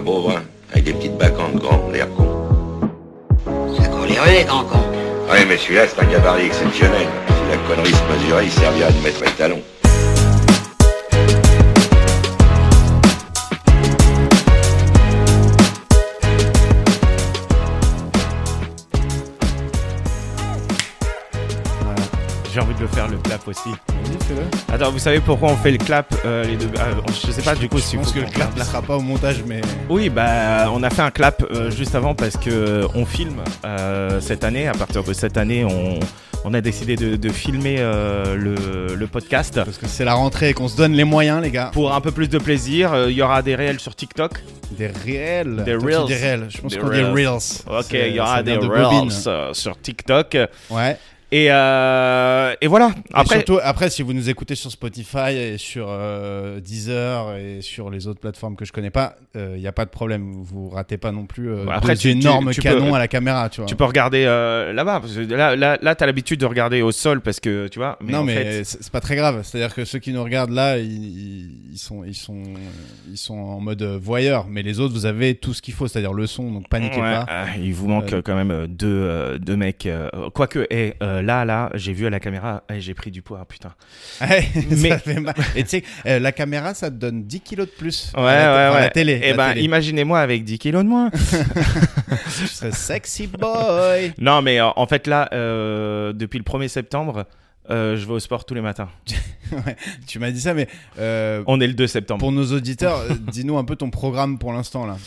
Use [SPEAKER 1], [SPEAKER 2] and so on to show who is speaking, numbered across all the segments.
[SPEAKER 1] beau brun, avec des petites bacantes grands, l'air con.
[SPEAKER 2] Ça court les rues, les grands cons.
[SPEAKER 1] Ouais, mais celui-là, c'est un gabarit exceptionnel. Si la connerie se mesurait, il servirait à nous mettre les talons.
[SPEAKER 3] J'ai envie de le faire le clap aussi. Attends, vous savez pourquoi on fait le clap euh, les deux euh, Je sais pas du coup si
[SPEAKER 4] je pense
[SPEAKER 3] faut
[SPEAKER 4] que le
[SPEAKER 3] qu'on
[SPEAKER 4] clap
[SPEAKER 3] clappe
[SPEAKER 4] ne
[SPEAKER 3] là.
[SPEAKER 4] sera pas au montage, mais
[SPEAKER 3] Oui, bah on a fait un clap euh, juste avant parce que euh, on filme euh, cette année. À partir de cette année, on, on a décidé de, de filmer euh, le, le podcast.
[SPEAKER 4] parce que c'est la rentrée et qu'on se donne les moyens, les gars.
[SPEAKER 3] Pour un peu plus de plaisir, euh, il y aura des réels sur TikTok.
[SPEAKER 4] Des réels.
[SPEAKER 3] Des
[SPEAKER 4] Toi, tu
[SPEAKER 3] reels.
[SPEAKER 4] dis réels. Je pense
[SPEAKER 3] Des
[SPEAKER 4] qu'on dit
[SPEAKER 3] reels.
[SPEAKER 4] reels.
[SPEAKER 3] Ok,
[SPEAKER 4] C'est-
[SPEAKER 3] il y
[SPEAKER 4] ça
[SPEAKER 3] aura des
[SPEAKER 4] vient de
[SPEAKER 3] reels
[SPEAKER 4] bobine.
[SPEAKER 3] euh, sur TikTok.
[SPEAKER 4] Ouais.
[SPEAKER 3] Et, euh, et voilà.
[SPEAKER 4] Après,
[SPEAKER 3] Après,
[SPEAKER 4] surtout, après, si vous nous écoutez sur Spotify et sur euh, Deezer et sur les autres plateformes que je connais pas, il n'y a pas de problème. Vous ratez pas non plus euh,
[SPEAKER 3] Bah, après,
[SPEAKER 4] deux
[SPEAKER 3] tu- tu-
[SPEAKER 4] énormes
[SPEAKER 3] tu peux-
[SPEAKER 4] canons à la caméra, tu vois.
[SPEAKER 3] tu peux regarder euh, là-bas. parce que Là, là, là t'as l'habitude de regarder au sol parce que tu vois. Mais
[SPEAKER 4] non
[SPEAKER 3] en
[SPEAKER 4] mais
[SPEAKER 3] fait,
[SPEAKER 4] c'est c'est pas très grave. C'est-à-dire que ceux qui nous regardent là, ils- ils, ils sont ils sont ils sont en mode euh, voyeur. Mais les autres, vous avez tout ce qu'il faut, c'est-à-dire le son. Donc paniquez
[SPEAKER 3] Ouais,
[SPEAKER 4] pas.
[SPEAKER 3] euh, il vous manque
[SPEAKER 4] Euh,
[SPEAKER 3] euh, quand même euh, deux, euh, deux mecs. euh, Quoique, eh, euh, là, là, j'ai vu à la caméra, eh, j'ai pris du poids, putain.
[SPEAKER 4] Ouais,
[SPEAKER 3] Mais-
[SPEAKER 4] ça fait mal. Et tu sais, euh, la caméra, ça te donne 10 kilos de plus.
[SPEAKER 3] Ouais,
[SPEAKER 4] à la,
[SPEAKER 3] ouais,
[SPEAKER 4] enfin,
[SPEAKER 3] ouais.
[SPEAKER 4] la télé.
[SPEAKER 3] Eh
[SPEAKER 4] la
[SPEAKER 3] ben,
[SPEAKER 4] télé.
[SPEAKER 3] imaginez-moi avec 10 kilos de moins.
[SPEAKER 4] Tu serais euh, sexy boy.
[SPEAKER 3] non, mais euh, en fait, là, euh, depuis le 1er septembre, euh, je vais au sport tous les matins.
[SPEAKER 4] tu m'as dit ça, mais euh,
[SPEAKER 3] On est le 2 septembre.
[SPEAKER 4] pour nos auditeurs, euh, dis-nous un peu ton programme pour l'instant là.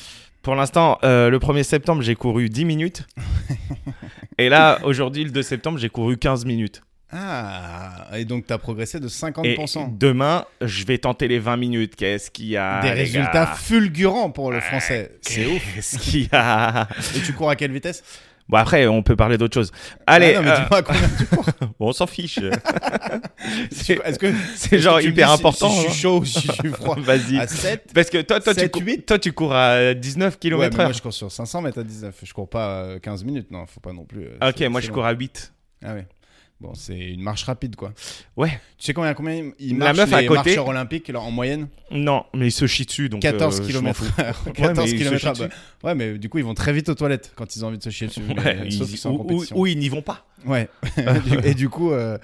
[SPEAKER 3] Pour l'instant, euh, le 1er septembre, j'ai couru 10 minutes. Et là, aujourd'hui, le 2 septembre, j'ai couru 15 minutes.
[SPEAKER 4] Ah, et donc t'as progressé de
[SPEAKER 3] Et
[SPEAKER 4] 50%.
[SPEAKER 3] demain, je vais tenter les 20 minutes. Qu'est-ce qu'il y a
[SPEAKER 4] Des
[SPEAKER 3] les
[SPEAKER 4] résultats
[SPEAKER 3] gars
[SPEAKER 4] fulgurants pour le français. C'est ouf.
[SPEAKER 3] Qu'est-ce qu'il y a
[SPEAKER 4] Et tu cours à quelle vitesse
[SPEAKER 3] Bon, après, on peut parler d'autre chose. Allez,
[SPEAKER 4] Ah non, mais
[SPEAKER 3] euh,
[SPEAKER 4] dis-moi combien tu cours.
[SPEAKER 3] bon, on s'en fiche. c'est
[SPEAKER 4] Est-ce que
[SPEAKER 3] c'est genre
[SPEAKER 4] est-ce que tu me
[SPEAKER 3] hyper
[SPEAKER 4] dis si-
[SPEAKER 3] important.
[SPEAKER 4] Si, je
[SPEAKER 3] hein.
[SPEAKER 4] suis chaud ou si je suis froid.
[SPEAKER 3] Vas-y.
[SPEAKER 4] à 7
[SPEAKER 3] Parce que toi, toi, tu
[SPEAKER 4] sept,
[SPEAKER 3] cou- toi, tu cours à 19
[SPEAKER 4] Ouais, mais
[SPEAKER 3] km/h.
[SPEAKER 4] moi je cours sur 500 mètres à 19. Je cours pas euh, 15 minutes, non, faut pas non plus. euh,
[SPEAKER 3] Ah, ok,
[SPEAKER 4] c'est-
[SPEAKER 3] moi,
[SPEAKER 4] c'est
[SPEAKER 3] je
[SPEAKER 4] long.
[SPEAKER 3] cours à 8.
[SPEAKER 4] Ah ouais. Bon, c'est une marche rapide, quoi.
[SPEAKER 3] Ouais.
[SPEAKER 4] Tu sais combien, combien ils- ils
[SPEAKER 3] La
[SPEAKER 4] marchent
[SPEAKER 3] meuf à
[SPEAKER 4] les
[SPEAKER 3] côté-
[SPEAKER 4] marcheurs olympiques là, en moyenne
[SPEAKER 3] Non, mais il se chie dessus. Donc,
[SPEAKER 4] 14
[SPEAKER 3] euh, je m'en
[SPEAKER 4] km
[SPEAKER 3] fous.
[SPEAKER 4] heure.
[SPEAKER 3] Ouais, mais
[SPEAKER 4] 14
[SPEAKER 3] ils se
[SPEAKER 4] km heure.
[SPEAKER 3] chient
[SPEAKER 4] bah, ouais, mais du coup, ils vont très vite aux toilettes quand ils ont envie de se chier dessus. mais,
[SPEAKER 3] Ouais,
[SPEAKER 4] euh,
[SPEAKER 3] ils-
[SPEAKER 4] sauf qu'ils sont en
[SPEAKER 3] ou, ou-
[SPEAKER 4] compétition.
[SPEAKER 3] ou Ah. ils n'y vont pas.
[SPEAKER 4] Ouais. Du- et du coup, euh,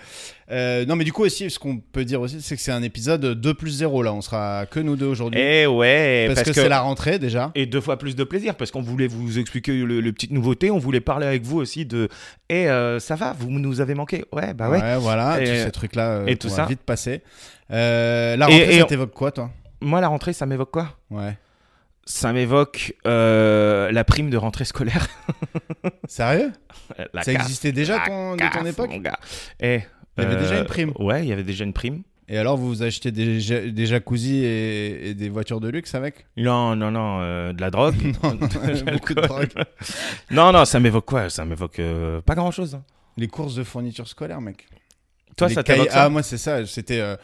[SPEAKER 4] euh, non, mais du coup aussi, ce qu'on peut dire aussi, c'est que c'est un épisode 2 plus 0 là. On sera que nous deux aujourd'hui.
[SPEAKER 3] Eh ouais,
[SPEAKER 4] parce, que, c'est la rentrée déjà.
[SPEAKER 3] et deux fois plus de plaisir parce qu'on voulait vous expliquer le- les petites nouveautés, on voulait parler avec vous aussi de et ça va, vous nous avez manqué. Ouais, bah ouais.
[SPEAKER 4] voilà,
[SPEAKER 3] Et-
[SPEAKER 4] tous ces trucs-là euh,
[SPEAKER 3] et tout
[SPEAKER 4] qu'on
[SPEAKER 3] ça.
[SPEAKER 4] va vite passer. Euh, la
[SPEAKER 3] Et-
[SPEAKER 4] rentrée,
[SPEAKER 3] et
[SPEAKER 4] ça
[SPEAKER 3] on-
[SPEAKER 4] t'évoque quoi, toi
[SPEAKER 3] Moi la rentrée, ça m'évoque quoi
[SPEAKER 4] Ouais.
[SPEAKER 3] Ça m'évoque euh, la prime de rentrée scolaire.
[SPEAKER 4] Sérieux
[SPEAKER 3] La
[SPEAKER 4] Ça
[SPEAKER 3] CAF,
[SPEAKER 4] existait déjà
[SPEAKER 3] la
[SPEAKER 4] ton- de
[SPEAKER 3] CAF,
[SPEAKER 4] ton époque
[SPEAKER 3] mon gars. Eh,
[SPEAKER 4] Il y avait déjà une prime.
[SPEAKER 3] Ouais, il y avait déjà une prime.
[SPEAKER 4] Et alors, vous vous achetez des, ja- des jacuzzis et, et des voitures de luxe avec
[SPEAKER 3] Non, non, non, euh, de la drogue.
[SPEAKER 4] Non, beaucoup de
[SPEAKER 3] l'alcool.
[SPEAKER 4] drogue.
[SPEAKER 3] non, non, ça m'évoque quoi Ça m'évoque euh, pas grand-chose. hein.
[SPEAKER 4] Les courses de fourniture scolaire, mec.
[SPEAKER 3] Toi,
[SPEAKER 4] Les
[SPEAKER 3] ça t'évoque
[SPEAKER 4] cahiers-
[SPEAKER 3] ça
[SPEAKER 4] Ah, moi, c'est ça. C'était. euh,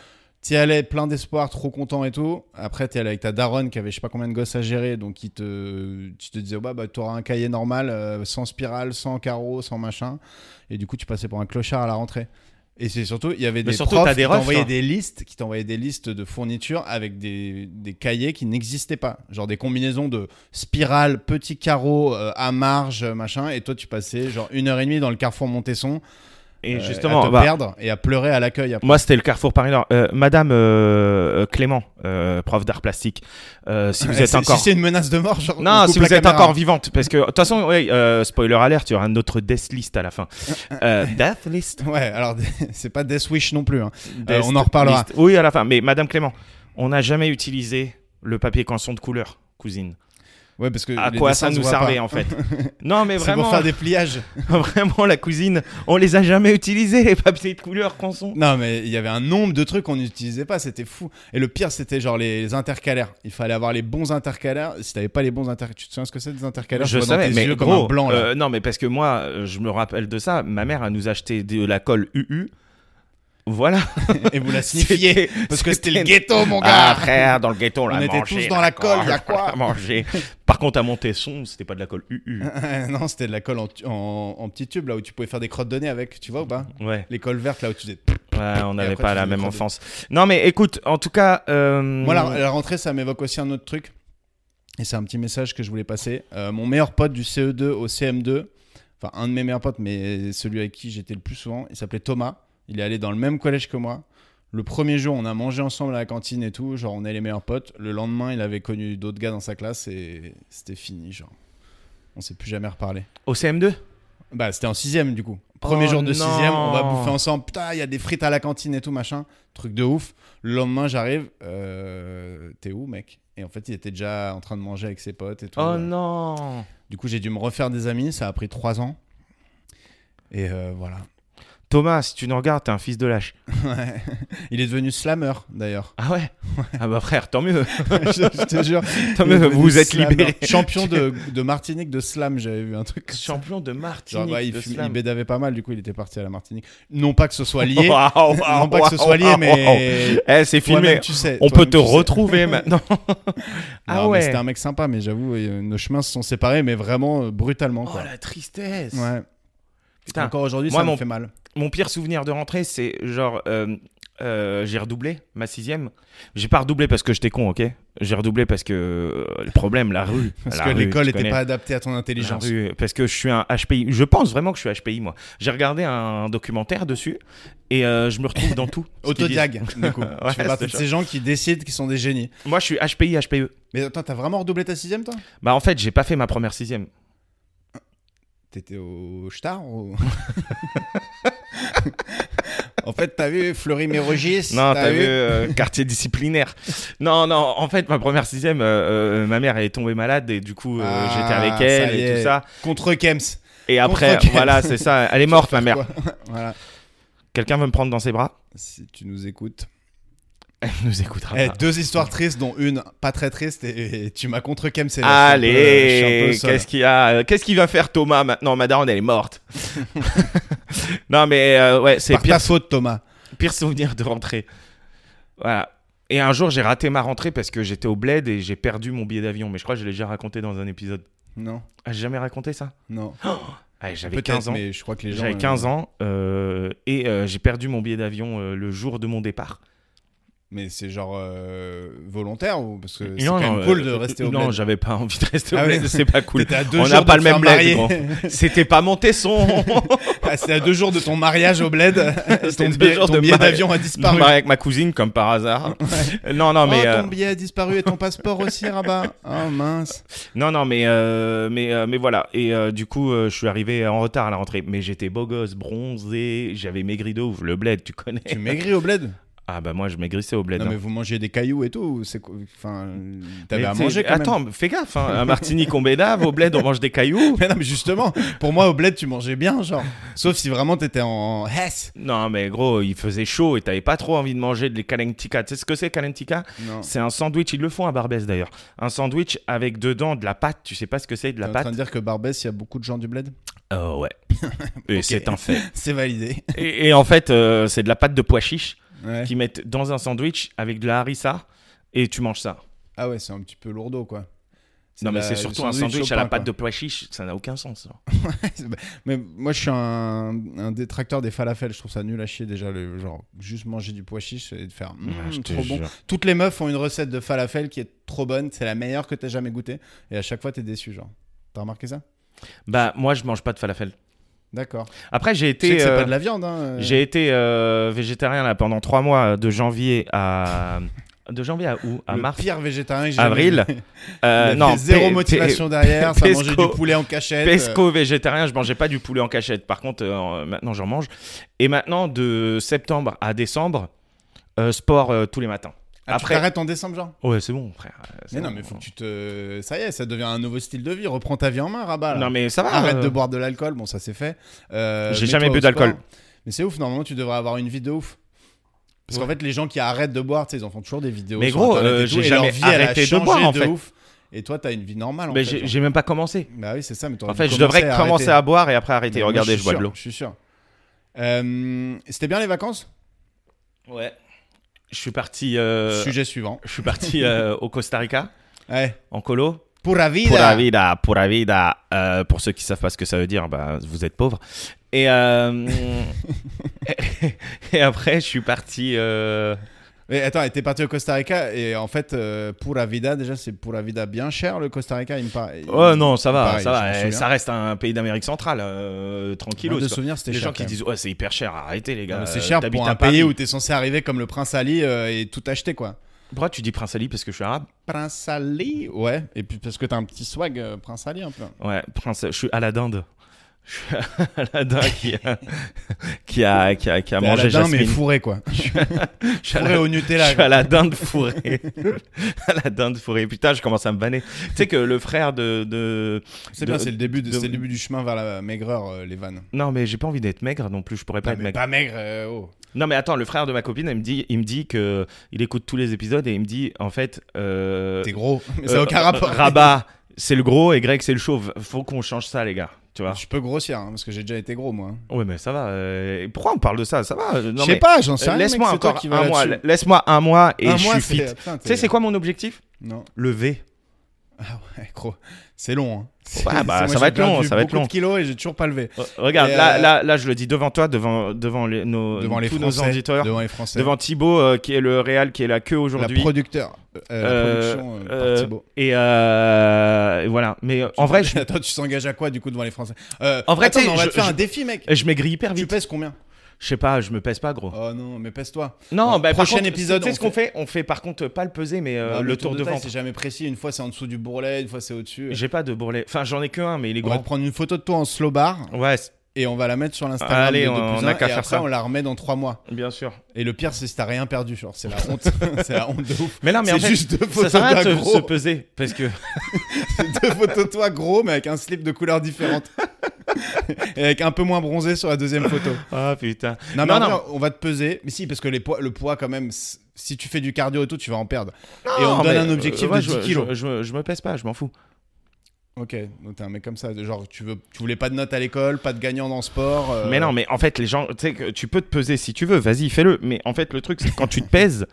[SPEAKER 4] T'y allais plein d'espoir, trop content et tout. Après, t'y allais avec ta daronne qui avait je sais pas combien de gosses à gérer. Donc, il te, tu te disais, oh, bah, bah, t'auras un cahier normal, euh, sans spirale, sans carreau, sans machin. Et du coup, tu passais pour un clochard à la rentrée. Et c'est surtout, il y avait
[SPEAKER 3] Mais
[SPEAKER 4] des
[SPEAKER 3] surtout,
[SPEAKER 4] profs
[SPEAKER 3] t'as des
[SPEAKER 4] qui
[SPEAKER 3] refs,
[SPEAKER 4] t'envoyaient
[SPEAKER 3] toi.
[SPEAKER 4] des listes, qui t'envoyaient des listes de fournitures avec des, des cahiers qui n'existaient pas. Genre des combinaisons de spirale, petits carreaux, euh, à marge, machin. Et toi, tu passais genre une heure et demie dans le carrefour Montesson
[SPEAKER 3] Et
[SPEAKER 4] euh,
[SPEAKER 3] justement,
[SPEAKER 4] à te
[SPEAKER 3] bah,
[SPEAKER 4] perdre et à pleurer à l'accueil après.
[SPEAKER 3] Moi, c'était le Carrefour Paris Nord. Euh, Madame euh, euh, Clément, euh, prof d'art plastique, euh, si vous êtes
[SPEAKER 4] Si-
[SPEAKER 3] encore.
[SPEAKER 4] si Eh, c'est une menace de mort, genre. on
[SPEAKER 3] non,
[SPEAKER 4] coupe
[SPEAKER 3] si vous
[SPEAKER 4] la
[SPEAKER 3] êtes
[SPEAKER 4] caméra.
[SPEAKER 3] encore vivante, parce que de toute façon, ouais, euh, spoiler alert, il y aura notre death list à la fin. Euh, death list.
[SPEAKER 4] Ouais, alors c'est pas Death Wish non plus. hein.
[SPEAKER 3] Death
[SPEAKER 4] on en reparlera.
[SPEAKER 3] list. Oui, à la fin. Mais Madame Clément, on n'a jamais utilisé le papier canson de couleur, cousine.
[SPEAKER 4] Ouais, parce que
[SPEAKER 3] À
[SPEAKER 4] Euh, les
[SPEAKER 3] quoi
[SPEAKER 4] dessins
[SPEAKER 3] ça
[SPEAKER 4] se
[SPEAKER 3] nous
[SPEAKER 4] voient
[SPEAKER 3] servait
[SPEAKER 4] pas.
[SPEAKER 3] en fait Non, mais
[SPEAKER 4] C'est
[SPEAKER 3] vraiment, hein.
[SPEAKER 4] pour faire des pliages.
[SPEAKER 3] vraiment la cousine, on les a jamais utilisés les papiers de couleur canson.
[SPEAKER 4] Non, mais il y avait un nombre de trucs qu'on n'utilisait pas, c'était fou. Et le pire, c'était genre les, les intercalaires. Il fallait avoir les bons intercalaires. Si t'avais pas les bons intercalaires, tu te souviens ce que c'est des intercalaires
[SPEAKER 3] Je
[SPEAKER 4] vois dans
[SPEAKER 3] savais,
[SPEAKER 4] tes
[SPEAKER 3] mais
[SPEAKER 4] yeux
[SPEAKER 3] gros,
[SPEAKER 4] comme un blanc là.
[SPEAKER 3] euh, non, mais parce que moi, euh, je me rappelle de ça. Ma mère, elle nous achetait de la colle UU. Voilà.
[SPEAKER 4] et vous la sniffiez.
[SPEAKER 3] euh, C'était-
[SPEAKER 4] Parce que c'était le ghetto, mon gars.
[SPEAKER 3] Ah, frère, dans le ghetto, on, l'a
[SPEAKER 4] On était
[SPEAKER 3] mangé,
[SPEAKER 4] tous dans la colle, y a quoi
[SPEAKER 3] on l'a mangé. Par contre, à Montesson, c'était pas de la colle UU.
[SPEAKER 4] non, c'était de la colle en, tu- en- en petit tube là où tu pouvais faire des crottes de nez avec, tu vois ou pas
[SPEAKER 3] Ouais,
[SPEAKER 4] Les colles vertes là où tu faisais.
[SPEAKER 3] ouais on
[SPEAKER 4] Et
[SPEAKER 3] n'avait
[SPEAKER 4] après,
[SPEAKER 3] pas
[SPEAKER 4] tu
[SPEAKER 3] la
[SPEAKER 4] fais
[SPEAKER 3] même
[SPEAKER 4] des
[SPEAKER 3] enfance. Non, mais écoute, en tout cas. euh,
[SPEAKER 4] Moi, la, la rentrée, ça m'évoque aussi un autre truc. Et c'est un petit message que je voulais passer. Euh, mon meilleur pote du CE2 au CM2, enfin un de mes meilleurs potes, mais celui avec qui j'étais le plus souvent, il s'appelait Thomas. Il est allé dans le même collège que moi. Le premier jour, on a mangé ensemble à la cantine et tout, genre on est les meilleurs potes. Le lendemain, il avait connu d'autres gars dans sa classe et c'était fini, genre. On s'est plus jamais reparlé.
[SPEAKER 3] Au CM2
[SPEAKER 4] Bah, c'était en sixième du coup. Premier
[SPEAKER 3] Oh
[SPEAKER 4] jour
[SPEAKER 3] non.
[SPEAKER 4] de sixième, on va bouffer ensemble. Putain, il y a des frites à la cantine et tout machin, truc de ouf. Le lendemain, j'arrive, euh, t'es où, mec Et en fait, il était déjà en train de manger avec ses potes et tout.
[SPEAKER 3] Oh
[SPEAKER 4] Euh,
[SPEAKER 3] non
[SPEAKER 4] Du coup, j'ai dû me refaire des amis. Ça a pris trois ans. Et euh, voilà.
[SPEAKER 3] Thomas, si tu nous regardes, t'es un fils de lâche.
[SPEAKER 4] Ouais. Il est devenu slammer d'ailleurs.
[SPEAKER 3] Ah ouais Ah bah frère, tant mieux
[SPEAKER 4] je, je te jure.
[SPEAKER 3] Tant
[SPEAKER 4] Il
[SPEAKER 3] mieux,
[SPEAKER 4] est
[SPEAKER 3] vous
[SPEAKER 4] devenu
[SPEAKER 3] vous êtes
[SPEAKER 4] slammer.
[SPEAKER 3] libéré
[SPEAKER 4] Champion de, de Martinique de slam, j'avais vu un truc. comme ça.
[SPEAKER 3] Champion de
[SPEAKER 4] Genre,
[SPEAKER 3] Martinique
[SPEAKER 4] bah, il,
[SPEAKER 3] de
[SPEAKER 4] fumait-
[SPEAKER 3] slam.
[SPEAKER 4] il bédavait pas mal, du coup, il était parti à la Martinique. Non pas que ce soit lié.
[SPEAKER 3] Waouh, waouh,
[SPEAKER 4] non pas que ce
[SPEAKER 3] waouh,
[SPEAKER 4] soit lié,
[SPEAKER 3] waouh, waouh.
[SPEAKER 4] mais.
[SPEAKER 3] Eh, c'est filmé.
[SPEAKER 4] toi-même, tu sais.
[SPEAKER 3] On
[SPEAKER 4] toi-même,
[SPEAKER 3] peut te
[SPEAKER 4] tu sais.
[SPEAKER 3] retrouver maintenant.
[SPEAKER 4] Non,
[SPEAKER 3] ah
[SPEAKER 4] mais
[SPEAKER 3] ouais.
[SPEAKER 4] C'était un mec sympa, mais j'avoue, euh, nos chemins se sont séparés, mais vraiment euh, brutalement.
[SPEAKER 3] Oh
[SPEAKER 4] Quoi.
[SPEAKER 3] la tristesse.
[SPEAKER 4] ouais.
[SPEAKER 3] Putain,
[SPEAKER 4] Encore aujourd'hui,
[SPEAKER 3] moi,
[SPEAKER 4] ça
[SPEAKER 3] mon-
[SPEAKER 4] me fait mal.
[SPEAKER 3] Mon pire souvenir de rentrée, c'est genre. euh, euh, j'ai redoublé ma sixième. J'ai pas redoublé parce que j'étais con, ok J'ai redoublé parce que euh, le problème, la rue.
[SPEAKER 4] Parce
[SPEAKER 3] la
[SPEAKER 4] que
[SPEAKER 3] rue,
[SPEAKER 4] l'école
[SPEAKER 3] tu
[SPEAKER 4] n'était
[SPEAKER 3] connais.
[SPEAKER 4] pas adaptée à ton
[SPEAKER 3] La
[SPEAKER 4] intelligence.
[SPEAKER 3] rue, parce que je suis un HPI. Je pense vraiment que je suis HPI, moi. J'ai regardé un documentaire dessus et euh, je me retrouve dans tout. ce qu'ils disent.
[SPEAKER 4] Autodiag, du coup.
[SPEAKER 3] Ouais,
[SPEAKER 4] tu fais partie
[SPEAKER 3] c'est
[SPEAKER 4] de ces gens qui décident qu'ils sont des génies.
[SPEAKER 3] Moi, je suis HPI, HPE.
[SPEAKER 4] Mais attends, t'as vraiment redoublé ta sixième, toi
[SPEAKER 3] E. Bah, en fait, j'ai pas fait ma première sixième.
[SPEAKER 4] T'étais au Star ou... En fait, t'as vu Fleury Mérogis
[SPEAKER 3] Non, t'as vu, euh, quartier disciplinaire. Non, non, en fait, ma première sixième, euh, euh, ma mère, elle est tombée malade et du coup, euh,
[SPEAKER 4] Ah,
[SPEAKER 3] j'étais avec
[SPEAKER 4] ça
[SPEAKER 3] elle
[SPEAKER 4] y
[SPEAKER 3] et tout
[SPEAKER 4] est.
[SPEAKER 3] ça.
[SPEAKER 4] Contre Kems.
[SPEAKER 3] Et après,
[SPEAKER 4] Contre-
[SPEAKER 3] voilà, c'est ça. Elle est morte, ma mère.
[SPEAKER 4] Voilà.
[SPEAKER 3] Quelqu'un veut me prendre dans ses bras
[SPEAKER 4] Si tu nous écoutes.
[SPEAKER 3] Elle nous écoutera
[SPEAKER 4] Eh,
[SPEAKER 3] pas.
[SPEAKER 4] deux histoires tristes, dont une pas très triste, et, et tu m'as contre Kems. et là, je suis un peu- je
[SPEAKER 3] Allez,
[SPEAKER 4] suis un peu
[SPEAKER 3] qu'est-ce qu'il y a euh, Qu'est-ce qu'il va faire Thomas maintenant Ma daronne, elle est morte. non, mais euh, ouais, c'est
[SPEAKER 4] Par
[SPEAKER 3] pire,
[SPEAKER 4] ta faute, Thomas.
[SPEAKER 3] pire souvenir de rentrée. Voilà. Et un jour, j'ai raté ma rentrée parce que j'étais au bled et j'ai perdu mon billet d'avion. Mais je crois que je l'ai déjà raconté dans un épisode.
[SPEAKER 4] Non,
[SPEAKER 3] Ah, j'ai jamais raconté ça
[SPEAKER 4] non.
[SPEAKER 3] Ah, J'avais
[SPEAKER 4] Peut-être,
[SPEAKER 3] 15 ans.
[SPEAKER 4] mais je crois que les gens. euh,
[SPEAKER 3] J'avais 15 ans euh, et euh, j'ai perdu mon billet d'avion euh, le jour de mon départ.
[SPEAKER 4] Mais c'est genre euh, volontaire ou parce que c'est
[SPEAKER 3] Non,
[SPEAKER 4] quand même
[SPEAKER 3] non,
[SPEAKER 4] cool
[SPEAKER 3] euh,
[SPEAKER 4] de rester au
[SPEAKER 3] Non,
[SPEAKER 4] bled.
[SPEAKER 3] j'avais pas envie de rester au
[SPEAKER 4] Ah ouais.
[SPEAKER 3] bled, c'est pas cool.
[SPEAKER 4] T'étais à deux
[SPEAKER 3] On
[SPEAKER 4] jours
[SPEAKER 3] n'a
[SPEAKER 4] de
[SPEAKER 3] pas
[SPEAKER 4] te
[SPEAKER 3] le même
[SPEAKER 4] faire
[SPEAKER 3] bled,
[SPEAKER 4] marier.
[SPEAKER 3] gros. C'était pas mon tesson
[SPEAKER 4] Ah, c'est à deux jours de ton mariage au bled.
[SPEAKER 3] C'était
[SPEAKER 4] ton
[SPEAKER 3] deux
[SPEAKER 4] billet,
[SPEAKER 3] jours
[SPEAKER 4] ton
[SPEAKER 3] de
[SPEAKER 4] billet
[SPEAKER 3] mariage.
[SPEAKER 4] d'avion a
[SPEAKER 3] Marié
[SPEAKER 4] disparu.
[SPEAKER 3] avec ma cousine, comme par hasard. Non, non, mais...
[SPEAKER 4] oh,
[SPEAKER 3] euh,
[SPEAKER 4] ton billet a disparu et ton passeport aussi, Rabat. Oh mince.
[SPEAKER 3] Non, non, mais, euh, mais, euh, mais voilà. Et euh, du coup, euh, je suis arrivé en retard à la rentrée. Mais j'étais beau gosse, bronzé, j'avais maigri de ouf. Le bled, tu connais.
[SPEAKER 4] Tu maigris au bled
[SPEAKER 3] Ah bah moi, je maigrissais au bled.
[SPEAKER 4] Non,
[SPEAKER 3] hein.
[SPEAKER 4] mais vous mangez des cailloux et tout. ou C'est quoi enfin, t'avais
[SPEAKER 3] Mais
[SPEAKER 4] à
[SPEAKER 3] t'sais,
[SPEAKER 4] manger quand même.
[SPEAKER 3] Attends, fais gaffe, hein, à Martinique on bédave, au bled on mange des cailloux.
[SPEAKER 4] Mais non, mais justement, pour moi, au bled, tu mangeais bien, genre. Sauf si vraiment t'étais en Hesse.
[SPEAKER 3] Non mais gros, il faisait chaud et t'avais pas trop envie de manger des calentica. Tu sais ce que c'est calentica
[SPEAKER 4] Non.
[SPEAKER 3] C'est un sandwich, ils le font à Barbès d'ailleurs. Un sandwich avec dedans de la pâte, tu sais pas ce que c'est de
[SPEAKER 4] T'es
[SPEAKER 3] la
[SPEAKER 4] en train
[SPEAKER 3] pâte
[SPEAKER 4] de dire que Barbès, il y a beaucoup de gens du bled
[SPEAKER 3] Euh, ouais. et
[SPEAKER 4] Ok.
[SPEAKER 3] c'est un fait.
[SPEAKER 4] C'est validé.
[SPEAKER 3] Et, et en fait, euh, c'est de la pâte de pois chiche
[SPEAKER 4] Ouais.
[SPEAKER 3] qu'ils mettent dans un sandwich avec de la harissa et tu manges ça.
[SPEAKER 4] Ah ouais, c'est un petit peu lourdeau, quoi.
[SPEAKER 3] Non
[SPEAKER 4] de
[SPEAKER 3] mais
[SPEAKER 4] la-
[SPEAKER 3] c'est
[SPEAKER 4] du
[SPEAKER 3] surtout un sandwich à la
[SPEAKER 4] au pain,
[SPEAKER 3] pâte de
[SPEAKER 4] quoi.
[SPEAKER 3] pois chiche, ça n'a aucun sens. hein. ça.
[SPEAKER 4] Mais moi, je suis un, un détracteur des falafels. Je trouve ça nul à chier, déjà. Le, genre, juste manger du pois chiche et de faire. mm,
[SPEAKER 3] Ouais, Ah, je te
[SPEAKER 4] trop bon.
[SPEAKER 3] jure.
[SPEAKER 4] Toutes les meufs ont une recette de falafel qui est trop bonne. C'est la meilleure que t'aies jamais goûtée. Et à chaque fois, t'es déçu, genre. T'as remarqué ça
[SPEAKER 3] Bah moi je mange pas de falafel.
[SPEAKER 4] D'accord.
[SPEAKER 3] Après j'ai
[SPEAKER 4] Tu
[SPEAKER 3] été...
[SPEAKER 4] sais que c'est
[SPEAKER 3] euh,
[SPEAKER 4] pas de la viande, hein. euh.
[SPEAKER 3] J'ai été euh, végétarien là, pendant trois mois, de janvier à. De janvier à où À
[SPEAKER 4] le
[SPEAKER 3] mars
[SPEAKER 4] pire végétarien que j'ai jamais
[SPEAKER 3] Avril
[SPEAKER 4] vu.
[SPEAKER 3] Euh,
[SPEAKER 4] Il avait
[SPEAKER 3] Non,
[SPEAKER 4] zéro
[SPEAKER 3] pe-
[SPEAKER 4] motivation
[SPEAKER 3] pe-
[SPEAKER 4] derrière, ça
[SPEAKER 3] pesco-
[SPEAKER 4] mangeait du poulet en cachette. euh.
[SPEAKER 3] Pesco végétarien, je mangeais pas du poulet en cachette. Par contre, euh, maintenant j'en mange. Et maintenant, de septembre à décembre, euh, sport euh, tous les matins.
[SPEAKER 4] Après,
[SPEAKER 3] Après-
[SPEAKER 4] Ah, t'arrêtes en décembre, genre.
[SPEAKER 3] Ouais, c'est bon, frère. euh, c'est
[SPEAKER 4] Mais non,
[SPEAKER 3] bon.
[SPEAKER 4] mais faut que tu te. Ça y est, ça devient un nouveau style de vie. Reprends ta vie en main, rabat. là.
[SPEAKER 3] Non, mais ça va.
[SPEAKER 4] Arrête
[SPEAKER 3] euh,
[SPEAKER 4] de boire de l'alcool. Bon, ça c'est fait. Euh,
[SPEAKER 3] J'ai
[SPEAKER 4] mets-toi
[SPEAKER 3] jamais
[SPEAKER 4] au
[SPEAKER 3] bu d'alcool.
[SPEAKER 4] sport. Mais c'est ouf. Normalement, tu devrais avoir une vie de ouf. Parce qu'en fait, les gens qui arrêtent de boire, tu sais, ils en font toujours des vidéos.
[SPEAKER 3] Mais
[SPEAKER 4] sur
[SPEAKER 3] gros,
[SPEAKER 4] Internet et
[SPEAKER 3] euh,
[SPEAKER 4] tout,
[SPEAKER 3] j'ai
[SPEAKER 4] et leur
[SPEAKER 3] jamais
[SPEAKER 4] vie, elle a
[SPEAKER 3] arrêté de
[SPEAKER 4] changé
[SPEAKER 3] boire, en fait.
[SPEAKER 4] Ouf. Et toi, t'as une vie normale. En
[SPEAKER 3] Mais
[SPEAKER 4] fait,
[SPEAKER 3] j'ai
[SPEAKER 4] genre.
[SPEAKER 3] j'ai même pas commencé.
[SPEAKER 4] Bah oui, c'est ça. Mais t'aurais
[SPEAKER 3] En
[SPEAKER 4] dû
[SPEAKER 3] fait, je devrais
[SPEAKER 4] à
[SPEAKER 3] commencer
[SPEAKER 4] arrêter.
[SPEAKER 3] à boire et après arrêter.
[SPEAKER 4] Mais moi,
[SPEAKER 3] Regardez,
[SPEAKER 4] suis
[SPEAKER 3] je bois de
[SPEAKER 4] sûr,
[SPEAKER 3] l'eau.
[SPEAKER 4] Je suis sûr. Euh, C'était bien les vacances
[SPEAKER 3] Ouais. Je suis parti. euh,
[SPEAKER 4] Sujet suivant.
[SPEAKER 3] Je suis parti euh, au Costa Rica
[SPEAKER 4] Ouais.
[SPEAKER 3] en colo.
[SPEAKER 4] Pour la vie.
[SPEAKER 3] Pour la vida, pour la vida. Euh, pour ceux qui savent pas ce que ça veut dire, bah, vous êtes pauvres. Et, euh, et après, je suis parti. euh,
[SPEAKER 4] Mais attends, et t'es parti au Costa Rica et en fait, euh, pour la vida, déjà, c'est pour la vida bien cher le Costa Rica, il me paraît.
[SPEAKER 3] Oh non, ça va,
[SPEAKER 4] Pareil,
[SPEAKER 3] ça
[SPEAKER 4] je me
[SPEAKER 3] va. eh,
[SPEAKER 4] souviens.
[SPEAKER 3] Ça reste un pays d'Amérique centrale, euh,
[SPEAKER 4] Moi,
[SPEAKER 3] tranquillos.
[SPEAKER 4] de
[SPEAKER 3] quoi.
[SPEAKER 4] souvenir, c'était
[SPEAKER 3] Les
[SPEAKER 4] cher.
[SPEAKER 3] gens
[SPEAKER 4] quand
[SPEAKER 3] qui
[SPEAKER 4] même.
[SPEAKER 3] disent ouais c'est hyper cher, arrêtez les gars.
[SPEAKER 4] Non, mais
[SPEAKER 3] euh,
[SPEAKER 4] c'est cher
[SPEAKER 3] t'habites
[SPEAKER 4] pour
[SPEAKER 3] à
[SPEAKER 4] un pays
[SPEAKER 3] Paris.
[SPEAKER 4] où t'es censé arriver comme le prince Ali euh, et tout acheter quoi.
[SPEAKER 3] Pourquoi tu dis Prince Ali parce que je suis arabe
[SPEAKER 4] Prince Ali, ouais. Et puis parce que t'as un petit swag euh, prince Ali un peu.
[SPEAKER 3] Ouais, Prince, je suis Aladdin de. Je suis Aladdin qui a qui a qui a, qui a
[SPEAKER 4] T'es
[SPEAKER 3] mangé
[SPEAKER 4] Aladdin, mais
[SPEAKER 3] Jasmine.
[SPEAKER 4] fourré quoi.
[SPEAKER 3] Je suis
[SPEAKER 4] fourré
[SPEAKER 3] Aladdin-
[SPEAKER 4] au
[SPEAKER 3] Je
[SPEAKER 4] Nutella.
[SPEAKER 3] suis à
[SPEAKER 4] quoi.
[SPEAKER 3] la dinde fourrée. à la dinde fourrée. Putain, je commence à me banner. Tu sais que le frère de. de...
[SPEAKER 4] C'est
[SPEAKER 3] de-
[SPEAKER 4] bien, c'est le début, de-
[SPEAKER 3] de-
[SPEAKER 4] c'est le début du chemin vers la maigreur, euh, les vannes.
[SPEAKER 3] Non, mais j'ai pas envie d'être maigre non plus. Je pourrais pas
[SPEAKER 4] Ah,
[SPEAKER 3] être
[SPEAKER 4] mais
[SPEAKER 3] maigre.
[SPEAKER 4] pas maigre. euh, oh.
[SPEAKER 3] Non, mais attends, le frère de ma copine, il me dit, il me dit que il écoute tous les épisodes et il me dit, en fait. Euh,
[SPEAKER 4] T'es gros. Mais ça
[SPEAKER 3] euh,
[SPEAKER 4] n'a aucun rapport.
[SPEAKER 3] Rabat, c'est le gros et Greg, c'est le chauve. Faut qu'on change ça, les gars. Tu vois
[SPEAKER 4] Je peux grossir hein, parce que j'ai déjà été gros moi.
[SPEAKER 3] Ouais, mais ça va. euh, pourquoi on parle de ça Ça va non,
[SPEAKER 4] Je sais
[SPEAKER 3] mais,
[SPEAKER 4] pas, j'en sais
[SPEAKER 3] euh,
[SPEAKER 4] rien.
[SPEAKER 3] Laisse-moi
[SPEAKER 4] mec, c'est toi
[SPEAKER 3] encore
[SPEAKER 4] qui vas
[SPEAKER 3] un mois.
[SPEAKER 4] là-dessus.
[SPEAKER 3] Laisse-moi un mois et
[SPEAKER 4] Un
[SPEAKER 3] je
[SPEAKER 4] mois,
[SPEAKER 3] suis fit.
[SPEAKER 4] c'est- euh, putain,
[SPEAKER 3] Tu sais, c'est
[SPEAKER 4] t'es-
[SPEAKER 3] quoi mon objectif
[SPEAKER 4] Non.
[SPEAKER 3] Lever.
[SPEAKER 4] Ah ouais, gros. C'est long. Hein. C'est-
[SPEAKER 3] bah,
[SPEAKER 4] moi,
[SPEAKER 3] ça va
[SPEAKER 4] j'ai
[SPEAKER 3] être long,
[SPEAKER 4] perdu
[SPEAKER 3] ça va être
[SPEAKER 4] beaucoup de
[SPEAKER 3] long.
[SPEAKER 4] kilos et j'ai toujours pas levé.
[SPEAKER 3] Euh, Regarde,
[SPEAKER 4] Et,
[SPEAKER 3] là,
[SPEAKER 4] euh,
[SPEAKER 3] là, là, je le dis devant toi, devant, devant les, nos,
[SPEAKER 4] Devant les
[SPEAKER 3] Euh, tous
[SPEAKER 4] Français.
[SPEAKER 3] nos auditeurs, devant,
[SPEAKER 4] Devant les Français.
[SPEAKER 3] Thibaut euh, qui est le Real, qui est la queue
[SPEAKER 4] la
[SPEAKER 3] aujourd'hui.
[SPEAKER 4] producteur. euh,
[SPEAKER 3] Euh,
[SPEAKER 4] la production euh,
[SPEAKER 3] euh,
[SPEAKER 4] par Thibaut.
[SPEAKER 3] et euh, et voilà. Mais euh, en vrai, je,
[SPEAKER 4] Attends, tu t'engages à quoi du coup devant les Français Euh,
[SPEAKER 3] En vrai,
[SPEAKER 4] attends,
[SPEAKER 3] tu sais,
[SPEAKER 4] on va
[SPEAKER 3] je-
[SPEAKER 4] te faire
[SPEAKER 3] je-
[SPEAKER 4] un défi, mec.
[SPEAKER 3] je maigris hyper
[SPEAKER 4] Tu
[SPEAKER 3] vite.
[SPEAKER 4] pèses combien
[SPEAKER 3] Je sais pas, je me pèse pas, gros.
[SPEAKER 4] Oh non, mais pèse-toi.
[SPEAKER 3] non,
[SPEAKER 4] bon,
[SPEAKER 3] bah, par
[SPEAKER 4] prochain
[SPEAKER 3] contre,
[SPEAKER 4] épisode,
[SPEAKER 3] tu sais
[SPEAKER 4] on
[SPEAKER 3] ce qu'on fait On fait par contre pas le peser, mais euh,
[SPEAKER 4] Ah,
[SPEAKER 3] le, tour de,
[SPEAKER 4] taille,
[SPEAKER 3] ventre.
[SPEAKER 4] c'est jamais précis. Une fois, c'est en dessous du bourrelet, une fois, c'est au-dessus.
[SPEAKER 3] J'ai pas de bourrelet. Enfin, j'en ai que un, mais il est
[SPEAKER 4] On va
[SPEAKER 3] grand.
[SPEAKER 4] te prendre une photo de toi en slow bar
[SPEAKER 3] Ouais, c'est-
[SPEAKER 4] et on va la mettre sur l'Instagram.
[SPEAKER 3] Allez,
[SPEAKER 4] de
[SPEAKER 3] on-
[SPEAKER 4] 2 plus
[SPEAKER 3] on a
[SPEAKER 4] 1,
[SPEAKER 3] qu'à
[SPEAKER 4] et
[SPEAKER 3] faire
[SPEAKER 4] après,
[SPEAKER 3] ça.
[SPEAKER 4] On la remet dans trois mois.
[SPEAKER 3] bien sûr.
[SPEAKER 4] Et le pire, c'est si t'as rien perdu. Genre, c'est la honte. c'est la honte de ouf.
[SPEAKER 3] Ah, Mais là, mais en
[SPEAKER 4] C'est
[SPEAKER 3] fait,
[SPEAKER 4] juste deux
[SPEAKER 3] ça
[SPEAKER 4] photos
[SPEAKER 3] sert à rien
[SPEAKER 4] d'un
[SPEAKER 3] de se- se
[SPEAKER 4] gros.
[SPEAKER 3] peser parce que
[SPEAKER 4] deux photos de toi gros, mais avec un slip de couleurs différentes. et avec un peu moins bronzé sur la deuxième photo.
[SPEAKER 3] ah putain.
[SPEAKER 4] Non, mais
[SPEAKER 3] Non,
[SPEAKER 4] en
[SPEAKER 3] non.
[SPEAKER 4] vrai, on va te peser. Mais si, parce que les poids, le poids, quand même, c- si tu fais du cardio et tout, tu vas en perdre. et on
[SPEAKER 3] Non,
[SPEAKER 4] te donne
[SPEAKER 3] mais,
[SPEAKER 4] un
[SPEAKER 3] euh,
[SPEAKER 4] objectif
[SPEAKER 3] moi,
[SPEAKER 4] de
[SPEAKER 3] je-
[SPEAKER 4] 10 kilos.
[SPEAKER 3] Je, je- je me pèse pas, je m'en fous.
[SPEAKER 4] Ok, donc t'es un mec comme ça. de Genre, tu, veux, tu voulais pas de notes à l'école, pas de gagnant dans le sport. euh,
[SPEAKER 3] Mais non, mais en fait, les gens, tu sais, que tu peux te peser si tu veux, vas-y, fais-le. Mais en fait, le truc, c'est que quand tu te pèses,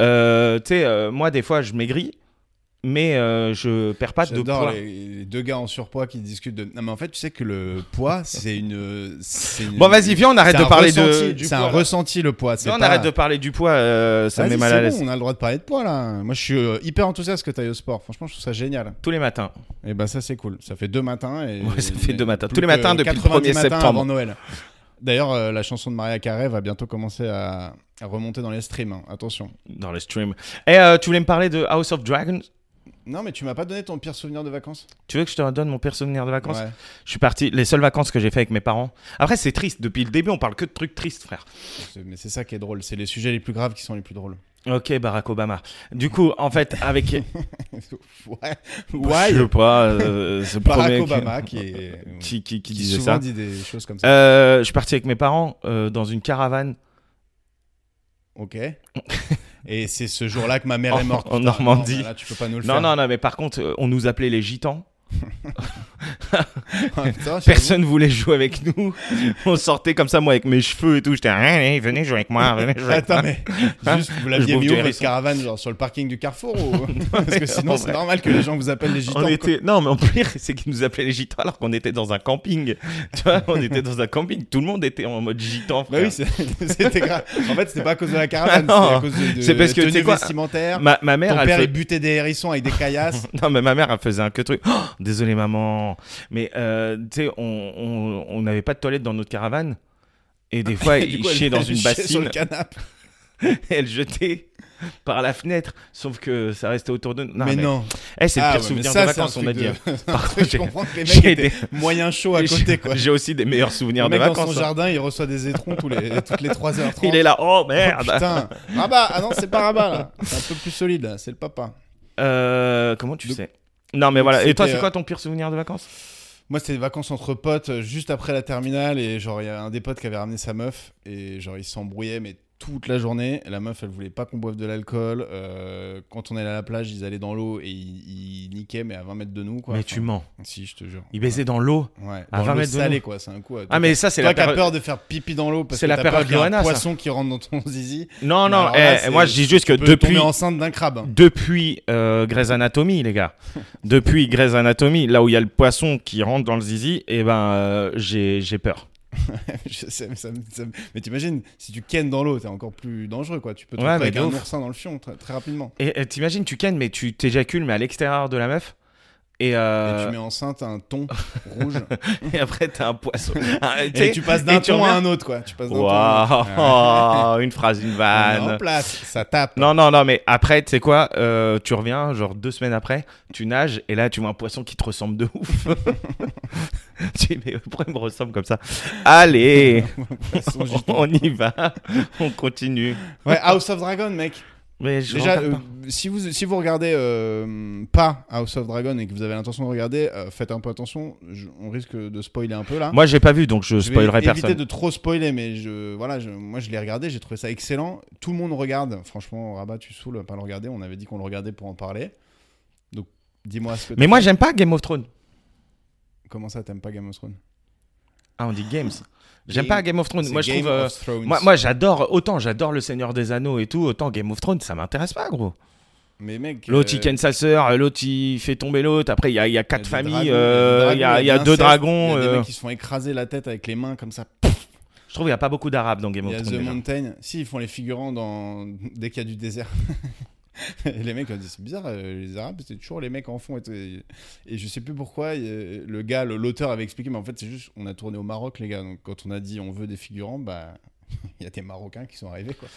[SPEAKER 3] euh, tu sais, euh, moi, des fois, je maigris, mais euh, je perds pas de
[SPEAKER 4] J'adore
[SPEAKER 3] poids.
[SPEAKER 4] les, les deux gars en surpoids qui discutent de. Non, mais en fait, tu sais que le poids, c'est une. c'est une-
[SPEAKER 3] Bon, vas-y, viens, on arrête
[SPEAKER 4] c'est
[SPEAKER 3] de
[SPEAKER 4] un
[SPEAKER 3] parler
[SPEAKER 4] ressenti,
[SPEAKER 3] de, du
[SPEAKER 4] C'est
[SPEAKER 3] poids,
[SPEAKER 4] un
[SPEAKER 3] là.
[SPEAKER 4] ressenti, le poids. c'est
[SPEAKER 3] Viens, on
[SPEAKER 4] pas-
[SPEAKER 3] arrête de parler du poids, euh, ça me
[SPEAKER 4] Vas-y,
[SPEAKER 3] met mal à
[SPEAKER 4] c'est
[SPEAKER 3] l'aise.
[SPEAKER 4] bon, on a le droit de parler de poids, là. Moi, je suis euh, hyper enthousiaste que t'ailles au sport. Franchement, je trouve ça génial.
[SPEAKER 3] Tous les matins.
[SPEAKER 4] Et ben, ça, c'est cool. Ça fait deux matins. Et...
[SPEAKER 3] Ouais, ça fait deux matins.
[SPEAKER 4] plus
[SPEAKER 3] Tous les
[SPEAKER 4] que
[SPEAKER 3] matins depuis le
[SPEAKER 4] 90
[SPEAKER 3] 1er
[SPEAKER 4] matins
[SPEAKER 3] septembre.
[SPEAKER 4] avant Noël. D'ailleurs, euh, la chanson de Maria Carré va bientôt commencer à, à remonter dans les streams. hein. Attention.
[SPEAKER 3] Dans le stream. Et euh, tu voulais me parler de House of Dragons
[SPEAKER 4] Non, mais tu m'as pas donné ton pire souvenir de vacances
[SPEAKER 3] tu veux que je te redonne mon pire souvenir de vacances
[SPEAKER 4] Ouais.
[SPEAKER 3] Je suis parti, les seules vacances que j'ai fait avec mes parents. Après, c'est triste, depuis le début, on parle que de trucs tristes, frère.
[SPEAKER 4] C'est- Mais c'est ça qui est drôle. C'est les sujets les plus graves qui sont les plus drôles.
[SPEAKER 3] Ok, Barack Obama. Du coup, en fait, avec.
[SPEAKER 4] ouais.
[SPEAKER 3] Je sais pas, euh, ce premier qui-
[SPEAKER 4] Barack Obama qui, est,
[SPEAKER 3] qui, qui- qui
[SPEAKER 4] qui
[SPEAKER 3] disait
[SPEAKER 4] souvent
[SPEAKER 3] ça.
[SPEAKER 4] dit des choses comme ça.
[SPEAKER 3] Euh, je suis parti avec mes parents euh, dans une caravane
[SPEAKER 4] Ok. Et c'est ce jour-là que ma mère est morte.
[SPEAKER 3] En- en
[SPEAKER 4] Putain,
[SPEAKER 3] Normandie.
[SPEAKER 4] non, bah là, tu peux pas nous le
[SPEAKER 3] Non,
[SPEAKER 4] faire.
[SPEAKER 3] non, non, mais par contre, euh, on nous appelait les gitans.
[SPEAKER 4] Ah, putain, j'avoue.
[SPEAKER 3] Personne voulait jouer avec nous. On sortait comme ça, moi, avec mes cheveux et tout. J'étais, Allez, venez jouer avec moi, venez jouer avec moi.
[SPEAKER 4] Attends, mais juste, vous l'aviez
[SPEAKER 3] Je bouffe
[SPEAKER 4] mis
[SPEAKER 3] du
[SPEAKER 4] où votre
[SPEAKER 3] hérisson.
[SPEAKER 4] caravane genre, Sur le parking du carrefour ou... Parce que
[SPEAKER 3] en
[SPEAKER 4] sinon, c'est
[SPEAKER 3] vrai.
[SPEAKER 4] normal que les gens vous appellent les gitans.
[SPEAKER 3] On
[SPEAKER 4] quoi.
[SPEAKER 3] était... Non, mais en pire, c'est qu'ils nous appelaient les gitans alors qu'on était dans un camping. Tu vois, on était dans un camping. Tout le monde était en mode gitan.
[SPEAKER 4] Bah
[SPEAKER 3] frère.
[SPEAKER 4] oui, c'est- c'était grave. En fait, c'était pas à cause de la caravane,
[SPEAKER 3] Ah non.
[SPEAKER 4] c'était à cause de, de
[SPEAKER 3] C'est parce que, tu sais
[SPEAKER 4] tenue
[SPEAKER 3] quoi,
[SPEAKER 4] vestimentaire.
[SPEAKER 3] ma, ma mère,
[SPEAKER 4] Ton
[SPEAKER 3] elle
[SPEAKER 4] père,
[SPEAKER 3] fait-
[SPEAKER 4] il butait des hérissons avec des caillasses.
[SPEAKER 3] Non, mais ma mère, elle faisait un que truc. Oh, désolé, maman. Mais euh, tu sais, on- on on n'avait pas de toilette dans notre caravane. Et des fois,
[SPEAKER 4] Et Ah du
[SPEAKER 3] il
[SPEAKER 4] coup, elle-
[SPEAKER 3] chiait dans
[SPEAKER 4] elle
[SPEAKER 3] une
[SPEAKER 4] chiait sur le
[SPEAKER 3] bassine
[SPEAKER 4] canapé.
[SPEAKER 3] et elle jetait par la fenêtre. Sauf que ça restait autour de nous.
[SPEAKER 4] mais, non.
[SPEAKER 3] Eh, c'est
[SPEAKER 4] Ah,
[SPEAKER 3] le pire
[SPEAKER 4] ouais, mais
[SPEAKER 3] souvenir
[SPEAKER 4] ça,
[SPEAKER 3] de
[SPEAKER 4] c'est un
[SPEAKER 3] vacances, on
[SPEAKER 4] truc
[SPEAKER 3] a dit.
[SPEAKER 4] de-
[SPEAKER 3] Par contre,
[SPEAKER 4] Je
[SPEAKER 3] j'ai-
[SPEAKER 4] comprends que les mecs
[SPEAKER 3] j'ai
[SPEAKER 4] étaient
[SPEAKER 3] des-
[SPEAKER 4] moyen chaud à côté, quoi.
[SPEAKER 3] j'ai aussi des meilleurs
[SPEAKER 4] Le
[SPEAKER 3] souvenirs de
[SPEAKER 4] mec dans son
[SPEAKER 3] vacances. hein.
[SPEAKER 4] jardin, il reçoit des étrons tous les, toutes les 3h30.
[SPEAKER 3] Il est là, oh
[SPEAKER 4] Oh,
[SPEAKER 3] merde!
[SPEAKER 4] putain, Rabat, ah non, c'est pas Rabat là. C'est un peu plus solide là, c'est le papa.
[SPEAKER 3] Euh, comment tu
[SPEAKER 4] Donc-
[SPEAKER 3] sais? Non, mais voilà. Et toi,
[SPEAKER 4] c'était, euh,
[SPEAKER 3] c'est quoi ton pire souvenir de vacances?
[SPEAKER 4] Moi, c'était des vacances entre potes euh, juste après la terminale et genre, il y avait un des potes qui avait ramené sa meuf et genre, ils s'embrouillaient, mais toute la journée. Et la meuf, elle voulait pas qu'on boive de l'alcool. euh, quand on allait à la plage, ils allaient dans l'eau et ils, ils niquaient, mais à 20 mètres de nous quoi.
[SPEAKER 3] Mais tu
[SPEAKER 4] Enfin,
[SPEAKER 3] mens.
[SPEAKER 4] Si, je te jure.
[SPEAKER 3] Il baisait dans l'eau.
[SPEAKER 4] Ouais,
[SPEAKER 3] À
[SPEAKER 4] dans
[SPEAKER 3] 20
[SPEAKER 4] l'eau
[SPEAKER 3] mètres de
[SPEAKER 4] salée
[SPEAKER 3] nous.
[SPEAKER 4] quoi, c'est un coup.
[SPEAKER 3] Ah, mais ça, c'est la
[SPEAKER 4] Toi qui as
[SPEAKER 3] période.
[SPEAKER 4] peur de faire pipi dans l'eau parce
[SPEAKER 3] C'est
[SPEAKER 4] que
[SPEAKER 3] la
[SPEAKER 4] t'as peur
[SPEAKER 3] période
[SPEAKER 4] qu'il y ait
[SPEAKER 3] Johanna,
[SPEAKER 4] un
[SPEAKER 3] ça.
[SPEAKER 4] poisson qui rentre dans ton zizi.
[SPEAKER 3] Non,
[SPEAKER 4] Mais
[SPEAKER 3] non,
[SPEAKER 4] alors là,
[SPEAKER 3] eh,
[SPEAKER 4] c'est-
[SPEAKER 3] moi, je dis juste que
[SPEAKER 4] Tu peux
[SPEAKER 3] depuis.
[SPEAKER 4] tomber enceinte d'un crabe.
[SPEAKER 3] Depuis euh, Grey's Anatomy, les gars. Depuis Grey's Anatomy, là où il y a le poisson qui rentre dans le zizi, et ben, euh, eh j'ai j'ai peur.
[SPEAKER 4] je sais, mais, ça me- ça me- mais t'imagines, si tu kennes dans l'eau, t'es encore plus dangereux, quoi. Tu peux te
[SPEAKER 3] Ouais,
[SPEAKER 4] retrouver
[SPEAKER 3] mais
[SPEAKER 4] avec
[SPEAKER 3] de
[SPEAKER 4] un
[SPEAKER 3] ouf.
[SPEAKER 4] oursin dans le fion très, très rapidement.
[SPEAKER 3] Et euh, t'imagines, tu kennes, mais tu t'éjacules, mais à l'extérieur de la meuf. Et, euh,
[SPEAKER 4] Et tu mets enceinte un ton rouge.
[SPEAKER 3] et après, t'as un poisson. Ah, tu sais,
[SPEAKER 4] et tu passes d'un
[SPEAKER 3] et tu
[SPEAKER 4] ton à
[SPEAKER 3] reviens-
[SPEAKER 4] un autre, quoi. Tu passes d'un ton à un autre. Ouais.
[SPEAKER 3] Waouh, une phrase, une
[SPEAKER 4] Ah, On est
[SPEAKER 3] vanne.
[SPEAKER 4] en place, ça tape.
[SPEAKER 3] Non, non, non, mais après, tu sais quoi, euh, tu reviens, genre deux semaines après, tu nages, et là, tu vois un poisson qui te ressemble de ouf. tu dis, mais pourquoi il me ressemble comme ça Allez,
[SPEAKER 4] Poisson juste-
[SPEAKER 3] on y va, on continue.
[SPEAKER 4] Ouais, House of Dragon, mec.
[SPEAKER 3] Mais je
[SPEAKER 4] Déjà,
[SPEAKER 3] regarde
[SPEAKER 4] euh, si, vous, si vous regardez euh, pas House of Dragon et que vous avez l'intention de regarder, euh, faites un peu attention. Je- on risque de spoiler un peu là.
[SPEAKER 3] pas. Moi, j'ai pas vu, donc je
[SPEAKER 4] Je vais
[SPEAKER 3] spoilerai
[SPEAKER 4] éviter
[SPEAKER 3] personne.
[SPEAKER 4] de trop spoiler, mais je, voilà, je- moi je l'ai regardé, j'ai trouvé ça excellent. Tout le monde regarde. Franchement, Rabat, tu saoules à pas le regarder. On avait dit qu'on le regardait pour en parler. Donc, dis-moi ce que.
[SPEAKER 3] Mais moi, j'aime pas Game of Thrones.
[SPEAKER 4] Comment ça, t'aimes pas Game of Thrones
[SPEAKER 3] Ah, on dit Games. J'aime
[SPEAKER 4] Game-
[SPEAKER 3] pas Game of Thrones.
[SPEAKER 4] C'est
[SPEAKER 3] Moi, je
[SPEAKER 4] Game
[SPEAKER 3] trouve. euh,
[SPEAKER 4] of Thrones.
[SPEAKER 3] moi, moi j'adore, autant j'adore Le Seigneur des Anneaux et tout, autant Game of Thrones, ça m'intéresse pas, gros.
[SPEAKER 4] mais mec.
[SPEAKER 3] L'autre,
[SPEAKER 4] euh,
[SPEAKER 3] il ken sa sœur, l'autre, il fait tomber l'autre. Après, il y a, il y a quatre
[SPEAKER 4] des
[SPEAKER 3] familles,
[SPEAKER 4] dragons,
[SPEAKER 3] euh, il y a, il y a
[SPEAKER 4] des
[SPEAKER 3] deux
[SPEAKER 4] dragons,
[SPEAKER 3] dragons.
[SPEAKER 4] Il y a des
[SPEAKER 3] euh,
[SPEAKER 4] mecs qui se font écraser la tête avec les mains comme ça.
[SPEAKER 3] Je trouve qu'il n'y a pas beaucoup d'arabes dans Game
[SPEAKER 4] Il y
[SPEAKER 3] of
[SPEAKER 4] a
[SPEAKER 3] Thrones.
[SPEAKER 4] The
[SPEAKER 3] déjà.
[SPEAKER 4] Mountain. Si, ils font les figurants dans... dès qu'il y a du désert. et les mecs, ils disent, c'est bizarre, euh, les Arabes, c'est toujours les mecs en fond. Et, tout. Et- et je sais plus pourquoi, il y a- le gars, le- l'auteur avait expliqué, mais en fait, c'est juste, on a tourné au Maroc, les gars. Donc, quand on a dit, on veut des figurants, bah. Il y a des Marocains qui sont arrivés, quoi.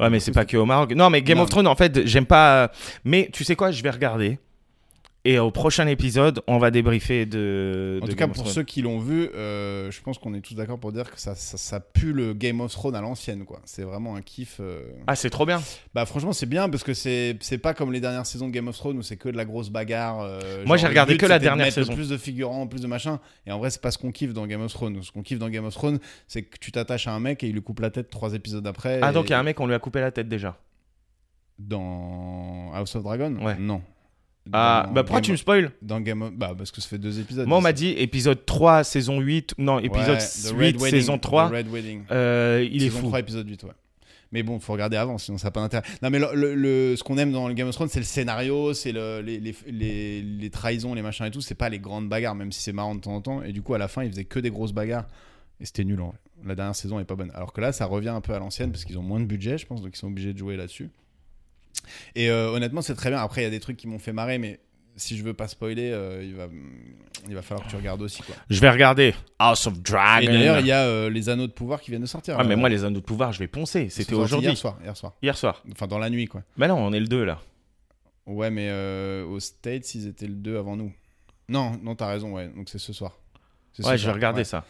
[SPEAKER 3] Ouais, mais c'est pas que au Maroc. Non, mais Game
[SPEAKER 4] Non,
[SPEAKER 3] of Thrones, en fait, j'aime pas. Mais tu sais quoi, je vais regarder. Et au prochain épisode, on va débriefer de.
[SPEAKER 4] En
[SPEAKER 3] de
[SPEAKER 4] tout cas,
[SPEAKER 3] Game of
[SPEAKER 4] pour
[SPEAKER 3] Thrones.
[SPEAKER 4] ceux qui l'ont vu, euh, je pense qu'on est tous d'accord pour dire que ça, ça, ça pue le Game of Thrones à l'ancienne, quoi. C'est vraiment un kiff. euh,
[SPEAKER 3] Ah, c'est trop bien.
[SPEAKER 4] Bah franchement c'est bien parce que c'est c'est pas comme les dernières saisons de Game of Thrones où c'est que de la grosse bagarre. euh,
[SPEAKER 3] Moi,
[SPEAKER 4] genre,
[SPEAKER 3] j'ai
[SPEAKER 4] le
[SPEAKER 3] regardé
[SPEAKER 4] but,
[SPEAKER 3] que la
[SPEAKER 4] c'était de
[SPEAKER 3] dernière
[SPEAKER 4] mettre le
[SPEAKER 3] saison.
[SPEAKER 4] Plus de figurants, plus de machin. Et en vrai c'est pas ce qu'on kiffe dans Game of Thrones. Ce qu'on kiffe dans Game of Thrones c'est que tu t'attaches à un mec et il lui coupe la tête trois épisodes après.
[SPEAKER 3] Ah,
[SPEAKER 4] et-
[SPEAKER 3] donc il y a un mec, on lui a coupé la tête déjà.
[SPEAKER 4] Dans House of Dragon
[SPEAKER 3] Ouais.
[SPEAKER 4] Non.
[SPEAKER 3] Ah,
[SPEAKER 4] Dans
[SPEAKER 3] bah pourquoi
[SPEAKER 4] Game
[SPEAKER 3] tu me
[SPEAKER 4] of-
[SPEAKER 3] spoil
[SPEAKER 4] Dans Game of... Bah parce que ça fait deux épisodes.
[SPEAKER 3] Moi, on m'a
[SPEAKER 4] C'est-
[SPEAKER 3] dit épisode 3, saison 8. Non, épisode
[SPEAKER 4] Ouais, The
[SPEAKER 3] 8,
[SPEAKER 4] Red Wedding,
[SPEAKER 3] saison
[SPEAKER 4] The
[SPEAKER 3] 3.
[SPEAKER 4] Red Wedding.
[SPEAKER 3] euh, il est
[SPEAKER 4] Saison
[SPEAKER 3] fou.
[SPEAKER 4] 3, épisode 8, ouais. Mais bon, faut regarder avant, sinon ça n'a pas d'intérêt. Non, mais le, le- le- ce qu'on aime dans le Game of Thrones, c'est le scénario, c'est le- les, les- les- les trahisons, les machins et tout. C'est pas les grandes bagarres, même si c'est marrant de temps en temps. Et du coup, à la fin, ils faisaient que des grosses bagarres. Et c'était nul, en vrai. La dernière saison est pas bonne. Alors que là, ça revient un peu à l'ancienne parce qu'ils ont moins de budget, je pense, donc ils sont obligés de jouer là-dessus. Et euh, honnêtement, c'est très bien. Après, il y a des trucs qui m'ont fait marrer, mais si je veux pas spoiler, euh, il, va, il va falloir que tu regardes aussi. Quoi.
[SPEAKER 3] Je vais regarder House of
[SPEAKER 4] Et
[SPEAKER 3] Dragon.
[SPEAKER 4] d'ailleurs, il y a euh, les anneaux de pouvoir qui viennent de sortir.
[SPEAKER 3] Ah, mais
[SPEAKER 4] Euh,
[SPEAKER 3] moi, les anneaux de pouvoir, je vais poncer.
[SPEAKER 4] c'est
[SPEAKER 3] C'était
[SPEAKER 4] sorti
[SPEAKER 3] aujourd'hui.
[SPEAKER 4] Hier soir, hier soir.
[SPEAKER 3] Hier soir.
[SPEAKER 4] Enfin, dans la nuit, quoi.
[SPEAKER 3] Bah non, on est le 2 là.
[SPEAKER 4] Ouais, mais euh, aux States, ils étaient le 2 avant nous. Non, non, t'as raison, ouais. Donc c'est ce soir. C'est ce
[SPEAKER 3] Ouais, je vais
[SPEAKER 4] soir,
[SPEAKER 3] regarder
[SPEAKER 4] ouais.
[SPEAKER 3] ça.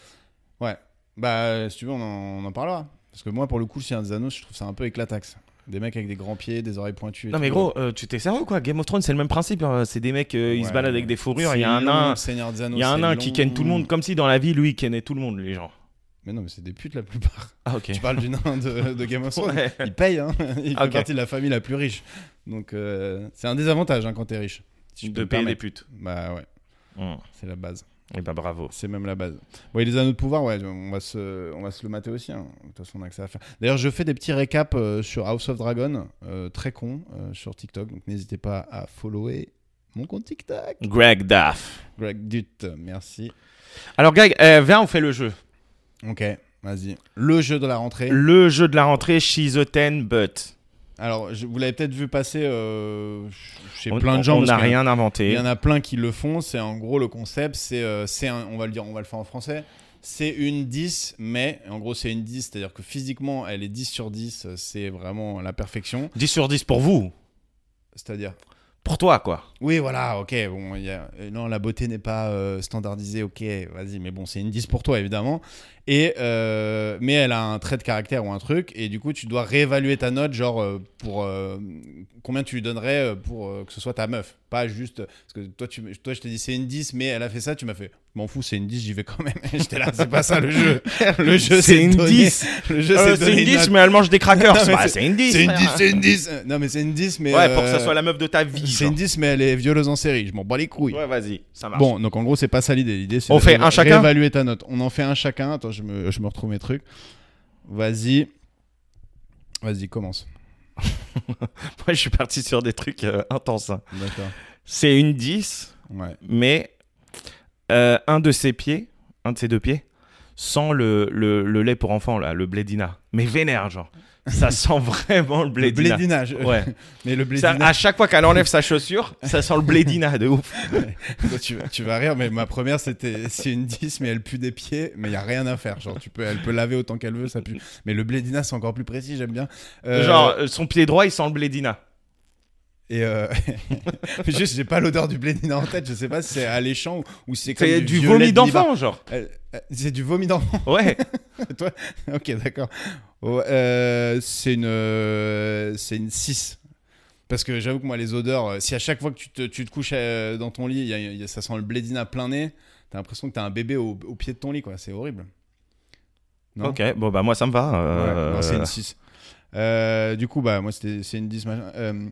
[SPEAKER 4] Ouais. Bah, euh, si tu veux, on en, on en parlera. Parce que moi, pour le coup, le Seigneur des Anneaux, je trouve ça un peu éclataxe. Des mecs avec des grands pieds, des oreilles pointues. et
[SPEAKER 3] Non
[SPEAKER 4] tout.
[SPEAKER 3] mais gros, euh, tu t'es sérieux ou quoi Game of Thrones, c'est le même principe. hein. C'est des mecs, euh, ils se
[SPEAKER 4] Ouais.
[SPEAKER 3] baladent avec des fourrures. Il y a
[SPEAKER 4] C'est
[SPEAKER 3] un
[SPEAKER 4] long,
[SPEAKER 3] nain,
[SPEAKER 4] le Seigneur des Anneaux,
[SPEAKER 3] il y a un
[SPEAKER 4] c'est
[SPEAKER 3] nain qui
[SPEAKER 4] long.
[SPEAKER 3] ken tout le monde, comme si dans la vie, lui, il kennait tout le monde, les gens.
[SPEAKER 4] Mais non, mais c'est des putes la plupart.
[SPEAKER 3] Ah ok.
[SPEAKER 4] Tu parles du nain de, de Game of Thrones.
[SPEAKER 3] Ouais.
[SPEAKER 4] Il paye, hein. Il fait
[SPEAKER 3] Ok.
[SPEAKER 4] partie de la famille la plus riche. Donc euh, c'est un désavantage hein, quand t'es riche. Si je peux
[SPEAKER 3] de
[SPEAKER 4] me
[SPEAKER 3] payer des
[SPEAKER 4] permettre.
[SPEAKER 3] putes.
[SPEAKER 4] Bah ouais,
[SPEAKER 3] Hum.
[SPEAKER 4] c'est la base.
[SPEAKER 3] Et bah bravo.
[SPEAKER 4] C'est même la base. Bon, et les anneaux de pouvoir, ouais, on va se, on va se le mater aussi. hein. De toute façon, on a que ça à faire. D'ailleurs, je fais des petits récaps euh, sur House of Dragon, euh, très con, euh, sur TikTok. Donc, n'hésitez pas à follower mon compte TikTok.
[SPEAKER 3] Greg Daff.
[SPEAKER 4] Greg Dutt, merci.
[SPEAKER 3] Alors Greg, euh, viens, on fait le jeu.
[SPEAKER 4] Ok, vas-y. Le jeu de la rentrée.
[SPEAKER 3] Le jeu de la rentrée, She's a 10 but.
[SPEAKER 4] Alors, je- vous l'avez peut-être vu passer euh, chez
[SPEAKER 3] On-
[SPEAKER 4] plein de
[SPEAKER 3] On
[SPEAKER 4] gens. parce
[SPEAKER 3] n'a
[SPEAKER 4] qu'il y
[SPEAKER 3] rien
[SPEAKER 4] en a- Il
[SPEAKER 3] inventé.
[SPEAKER 4] y en a plein qui le font. C'est en gros le concept, c'est, euh, c'est un- on va le dire, on va le faire en français. C'est une 10, mais en gros c'est une 10, c'est-à-dire que physiquement elle est 10 sur 10, euh, c'est vraiment la perfection.
[SPEAKER 3] 10 sur 10 pour vous.
[SPEAKER 4] C'est-à-dire,
[SPEAKER 3] Pour toi quoi.
[SPEAKER 4] oui voilà, ok, bon, il y a- euh, non la beauté n'est pas euh, standardisée, ok, vas-y, mais bon c'est une 10 pour toi évidemment. Et euh, mais elle a un trait de caractère ou un truc, et du coup tu dois réévaluer ta note, genre euh, pour euh, combien tu lui donnerais euh, pour euh, que ce soit ta meuf, pas juste parce que toi tu toi je t'ai dit c'est une 10 mais elle a fait ça, tu m'as fait je m'en fous, c'est une 10, j'y vais quand même. J'étais là, c'est pas Bah, ça le jeu. Le jeu
[SPEAKER 3] C'est une
[SPEAKER 4] donner-
[SPEAKER 3] 10.
[SPEAKER 4] Le jeu
[SPEAKER 3] Euh,
[SPEAKER 4] c'est
[SPEAKER 3] c'est
[SPEAKER 4] donner
[SPEAKER 3] une 10
[SPEAKER 4] note.
[SPEAKER 3] mais elle mange des crackers.
[SPEAKER 4] Non, mais
[SPEAKER 3] Bah,
[SPEAKER 4] c'est-
[SPEAKER 3] c'est une 10.
[SPEAKER 4] C'est une 10,
[SPEAKER 3] frère.
[SPEAKER 4] c'est une 10. Non mais c'est une 10 mais
[SPEAKER 3] Ouais, pour que ça
[SPEAKER 4] euh,
[SPEAKER 3] soit la meuf de ta vie.
[SPEAKER 4] c'est
[SPEAKER 3] genre.
[SPEAKER 4] une 10 mais elle est violence en série, je m'en bats les couilles.
[SPEAKER 3] Ouais, vas-y, ça marche.
[SPEAKER 4] Bon, donc en gros, c'est pas ça l'idée. L'idée, c'est
[SPEAKER 3] On
[SPEAKER 4] de
[SPEAKER 3] fait
[SPEAKER 4] ré-
[SPEAKER 3] un chacun
[SPEAKER 4] réévaluer ta note. On en fait un chacun. Attends, je me, je me retrouve mes trucs. Vas-y. Vas-y, commence.
[SPEAKER 3] Moi, je suis parti sur des trucs euh, intenses. hein.
[SPEAKER 4] D'accord.
[SPEAKER 3] C'est une 10,
[SPEAKER 4] Ouais.
[SPEAKER 3] mais euh, un de ses pieds, un de ses deux pieds, sans le, le, le lait pour enfants, là, le blédina. Mais vénère, genre. Ça sent vraiment le
[SPEAKER 4] Le
[SPEAKER 3] blédina.
[SPEAKER 4] blédinage.
[SPEAKER 3] Ouais.
[SPEAKER 4] Mais le
[SPEAKER 3] Ça-
[SPEAKER 4] blédinage.
[SPEAKER 3] à chaque fois qu'elle enlève sa chaussure, ça sent le blédina de ouf.
[SPEAKER 4] Toi, tu, tu vas rire, mais ma première, c'était c'est une 10, mais elle pue des pieds, mais il n'y a rien à faire. Genre, tu peux, elle peut laver autant qu'elle veut, ça pue. Mais le blédina, c'est encore plus précis, j'aime bien. Euh,
[SPEAKER 3] Genre, euh, son pied droit, il sent le blédina.
[SPEAKER 4] Et euh, juste, j'ai pas l'odeur du blédina en tête, je sais pas si c'est alléchant ou, ou si c'est comme
[SPEAKER 3] C'est
[SPEAKER 4] du,
[SPEAKER 3] du,
[SPEAKER 4] violet
[SPEAKER 3] vomi
[SPEAKER 4] de Nibar.
[SPEAKER 3] d'enfant, genre.
[SPEAKER 4] Euh, euh, C'est du vomi d'enfant.
[SPEAKER 3] Ouais.
[SPEAKER 4] ok, d'accord. Ouais, euh, c'est une, euh, c'est une 6. Parce que j'avoue que moi, les odeurs, euh, si à chaque fois que tu te, tu te couches euh, dans ton lit, il y a- il y a- ça sent le blédine à plein nez, t'as l'impression que t'as un bébé au, au pied de ton lit, quoi. C'est horrible. Non.
[SPEAKER 3] Ok, bon, bah, moi, ça me va. euh,
[SPEAKER 4] Ouais, non, c'est une 6. Euh, du coup, bah, moi, c'était- c'est une 10. machin. Euh,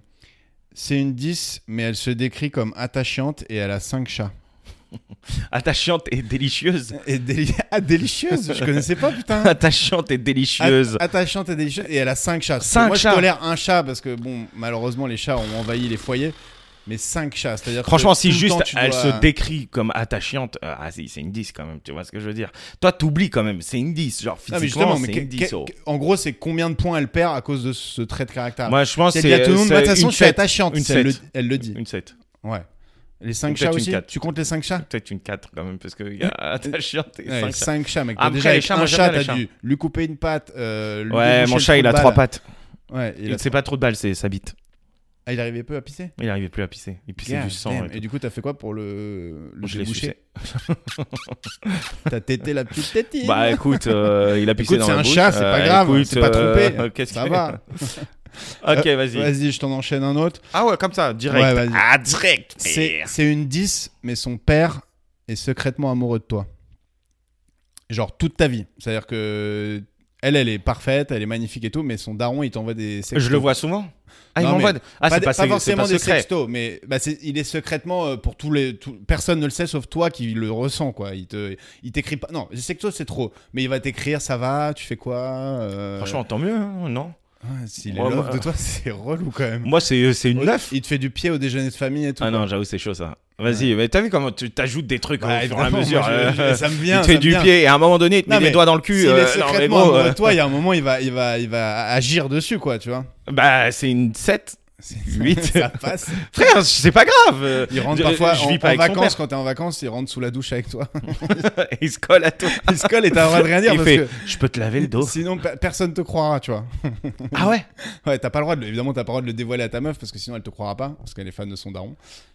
[SPEAKER 4] c'est une 10, mais elle se décrit comme attachante et elle a 5 chats.
[SPEAKER 3] Attachante et délicieuse. Ah,
[SPEAKER 4] Et déli- ah, délicieuse Je connaissais pas, putain
[SPEAKER 3] Attachante et délicieuse.
[SPEAKER 4] Att- attachante et délicieuse. Et elle a 5 chats.
[SPEAKER 3] Cinq
[SPEAKER 4] Moi,
[SPEAKER 3] chats.
[SPEAKER 4] je tolère un chat parce que, bon, malheureusement, les chats ont envahi les foyers. Mais 5 chats, c'est-à-dire que
[SPEAKER 3] Franchement, si
[SPEAKER 4] tout le
[SPEAKER 3] juste
[SPEAKER 4] temps, tu
[SPEAKER 3] elle
[SPEAKER 4] dois-
[SPEAKER 3] se décrit comme attachante, euh, ah si, c'est une 10 quand même, tu vois ce que je veux dire. Toi, t'oublies quand même, c'est une 10, genre
[SPEAKER 4] Non, mais
[SPEAKER 3] physiquement,
[SPEAKER 4] justement, mais
[SPEAKER 3] c'est
[SPEAKER 4] que-
[SPEAKER 3] une 10.
[SPEAKER 4] que-
[SPEAKER 3] oh.
[SPEAKER 4] en gros, c'est combien de points elle perd à cause de ce trait de caractère
[SPEAKER 3] Moi, je pense que
[SPEAKER 4] Elle dit à
[SPEAKER 3] c'est
[SPEAKER 4] tout le monde,
[SPEAKER 3] c'est
[SPEAKER 4] bah, de toute façon,
[SPEAKER 3] une
[SPEAKER 4] je suis
[SPEAKER 3] sept.
[SPEAKER 4] attachante.
[SPEAKER 3] Une
[SPEAKER 4] Ça, Elle le,
[SPEAKER 3] 7.
[SPEAKER 4] elle le dit.
[SPEAKER 3] Une 7.
[SPEAKER 4] Ouais. Les 5
[SPEAKER 3] Peut-être
[SPEAKER 4] chats
[SPEAKER 3] une
[SPEAKER 4] aussi
[SPEAKER 3] quatre.
[SPEAKER 4] Tu comptes les 5 chats
[SPEAKER 3] Peut-être une 4 quand même, parce qu'il y a attachante et 5
[SPEAKER 4] Ouais, cinq chats, mec.
[SPEAKER 3] Après,
[SPEAKER 4] déjà,
[SPEAKER 3] les
[SPEAKER 4] avec
[SPEAKER 3] chats,
[SPEAKER 4] un
[SPEAKER 3] moi, j'aime
[SPEAKER 4] chat,
[SPEAKER 3] bien les
[SPEAKER 4] t'as dû lui couper une patte. euh, lui
[SPEAKER 3] Ouais,
[SPEAKER 4] déboucher
[SPEAKER 3] mon
[SPEAKER 4] le
[SPEAKER 3] chat,
[SPEAKER 4] trou
[SPEAKER 3] il
[SPEAKER 4] de
[SPEAKER 3] a
[SPEAKER 4] balle.
[SPEAKER 3] trois pattes.
[SPEAKER 4] Ouais, il,
[SPEAKER 3] Il
[SPEAKER 4] a-
[SPEAKER 3] ne sait pas trop de balles, c'est sa bite.
[SPEAKER 4] Ah, il arrivait peu à pisser.
[SPEAKER 3] Il n'arrivait plus à pisser. Il pissait
[SPEAKER 4] God
[SPEAKER 3] du sang.
[SPEAKER 4] damn.
[SPEAKER 3] et
[SPEAKER 4] Et, du coup, t'as fait quoi pour le, le
[SPEAKER 3] tout. Je l'ai
[SPEAKER 4] déboucher
[SPEAKER 3] sucé.
[SPEAKER 4] T'as tété la petite tétine.
[SPEAKER 3] Bah écoute, euh, il a pissé
[SPEAKER 4] Écoute,
[SPEAKER 3] dans
[SPEAKER 4] c'est
[SPEAKER 3] la
[SPEAKER 4] un
[SPEAKER 3] bouche.
[SPEAKER 4] chat, c'est pas
[SPEAKER 3] Euh,
[SPEAKER 4] grave,
[SPEAKER 3] écoute, euh,
[SPEAKER 4] c'est pas trompé.
[SPEAKER 3] qu'est-ce
[SPEAKER 4] Ça
[SPEAKER 3] que-
[SPEAKER 4] va. Euh,
[SPEAKER 3] Ok, vas-y.
[SPEAKER 4] Vas-y, je t'en enchaîne un autre.
[SPEAKER 3] Ah ouais, comme ça, direct.
[SPEAKER 4] Ouais, vas-y.
[SPEAKER 3] ah, direct.
[SPEAKER 4] C'est c'est une 10, mais son père est secrètement amoureux de toi. Genre toute ta vie. C'est-à-dire que elle, elle est parfaite, elle est magnifique et tout, mais son daron, il t'envoie des sextos.
[SPEAKER 3] Je le vois souvent. Ah, il
[SPEAKER 4] Non,
[SPEAKER 3] m'envoie.
[SPEAKER 4] mais
[SPEAKER 3] Ah,
[SPEAKER 4] pas,
[SPEAKER 3] c'est
[SPEAKER 4] des-
[SPEAKER 3] pas,
[SPEAKER 4] pas
[SPEAKER 3] c'est- c'est
[SPEAKER 4] forcément
[SPEAKER 3] pas
[SPEAKER 4] des
[SPEAKER 3] secret.
[SPEAKER 4] sextos, mais bah, c'est- il est secrètement euh, pour tous les. tout- personne ne le sait sauf toi qui le ressent, quoi. Il te, il t'écrit pas. Non, les sextos, c'est trop. Mais il va t'écrire, ça va, tu fais quoi euh,
[SPEAKER 3] Franchement, tant mieux, hein, non
[SPEAKER 4] ouais, s'il est
[SPEAKER 3] Ouais,
[SPEAKER 4] love
[SPEAKER 3] moi-
[SPEAKER 4] de toi, c'est relou quand même.
[SPEAKER 3] Moi, c'est c'est une 9.
[SPEAKER 4] Il te fait du pied au déjeuner de famille et tout.
[SPEAKER 3] Ah
[SPEAKER 4] quoi.
[SPEAKER 3] non, j'avoue, c'est chaud ça. Vas-y, mais t'as vu comment tu t'ajoutes des trucs
[SPEAKER 4] Bah,
[SPEAKER 3] au fur et à
[SPEAKER 4] évidemment,
[SPEAKER 3] mesure.
[SPEAKER 4] moi, je-
[SPEAKER 3] euh,
[SPEAKER 4] je- ça me vient,
[SPEAKER 3] il te fait
[SPEAKER 4] ça me
[SPEAKER 3] du
[SPEAKER 4] vient.
[SPEAKER 3] pied et à un moment donné, il te
[SPEAKER 4] Non,
[SPEAKER 3] met les
[SPEAKER 4] mais
[SPEAKER 3] doigts dans le cul.
[SPEAKER 4] S'il
[SPEAKER 3] euh,
[SPEAKER 4] est
[SPEAKER 3] non, mais
[SPEAKER 4] secrètement
[SPEAKER 3] gros,
[SPEAKER 4] amoureux
[SPEAKER 3] euh,
[SPEAKER 4] de toi, il y a un moment, il va, il va, il va agir dessus, quoi, tu vois.
[SPEAKER 3] Bah, c'est une 7.
[SPEAKER 4] C'est-
[SPEAKER 3] 8.
[SPEAKER 4] ça passe.
[SPEAKER 3] Frère, c'est pas grave. euh,
[SPEAKER 4] Il rentre
[SPEAKER 3] je-
[SPEAKER 4] parfois
[SPEAKER 3] je
[SPEAKER 4] en,
[SPEAKER 3] vis pas
[SPEAKER 4] en
[SPEAKER 3] avec son
[SPEAKER 4] vacances, quand t'es en vacances, il rentre sous la douche avec toi.
[SPEAKER 3] père. il se colle à toi.
[SPEAKER 4] Il se colle et t'as le droit de rien dire
[SPEAKER 3] Il
[SPEAKER 4] parce
[SPEAKER 3] fait,
[SPEAKER 4] que
[SPEAKER 3] je peux te laver le dos.
[SPEAKER 4] sinon pe- personne te croira, tu vois.
[SPEAKER 3] Ah ouais
[SPEAKER 4] Ouais, t'as pas le droit, de, le- évidemment, t'as pas le droit de le dévoiler à ta meuf parce que sinon elle te croira pas parce qu'elle est fan de son daron.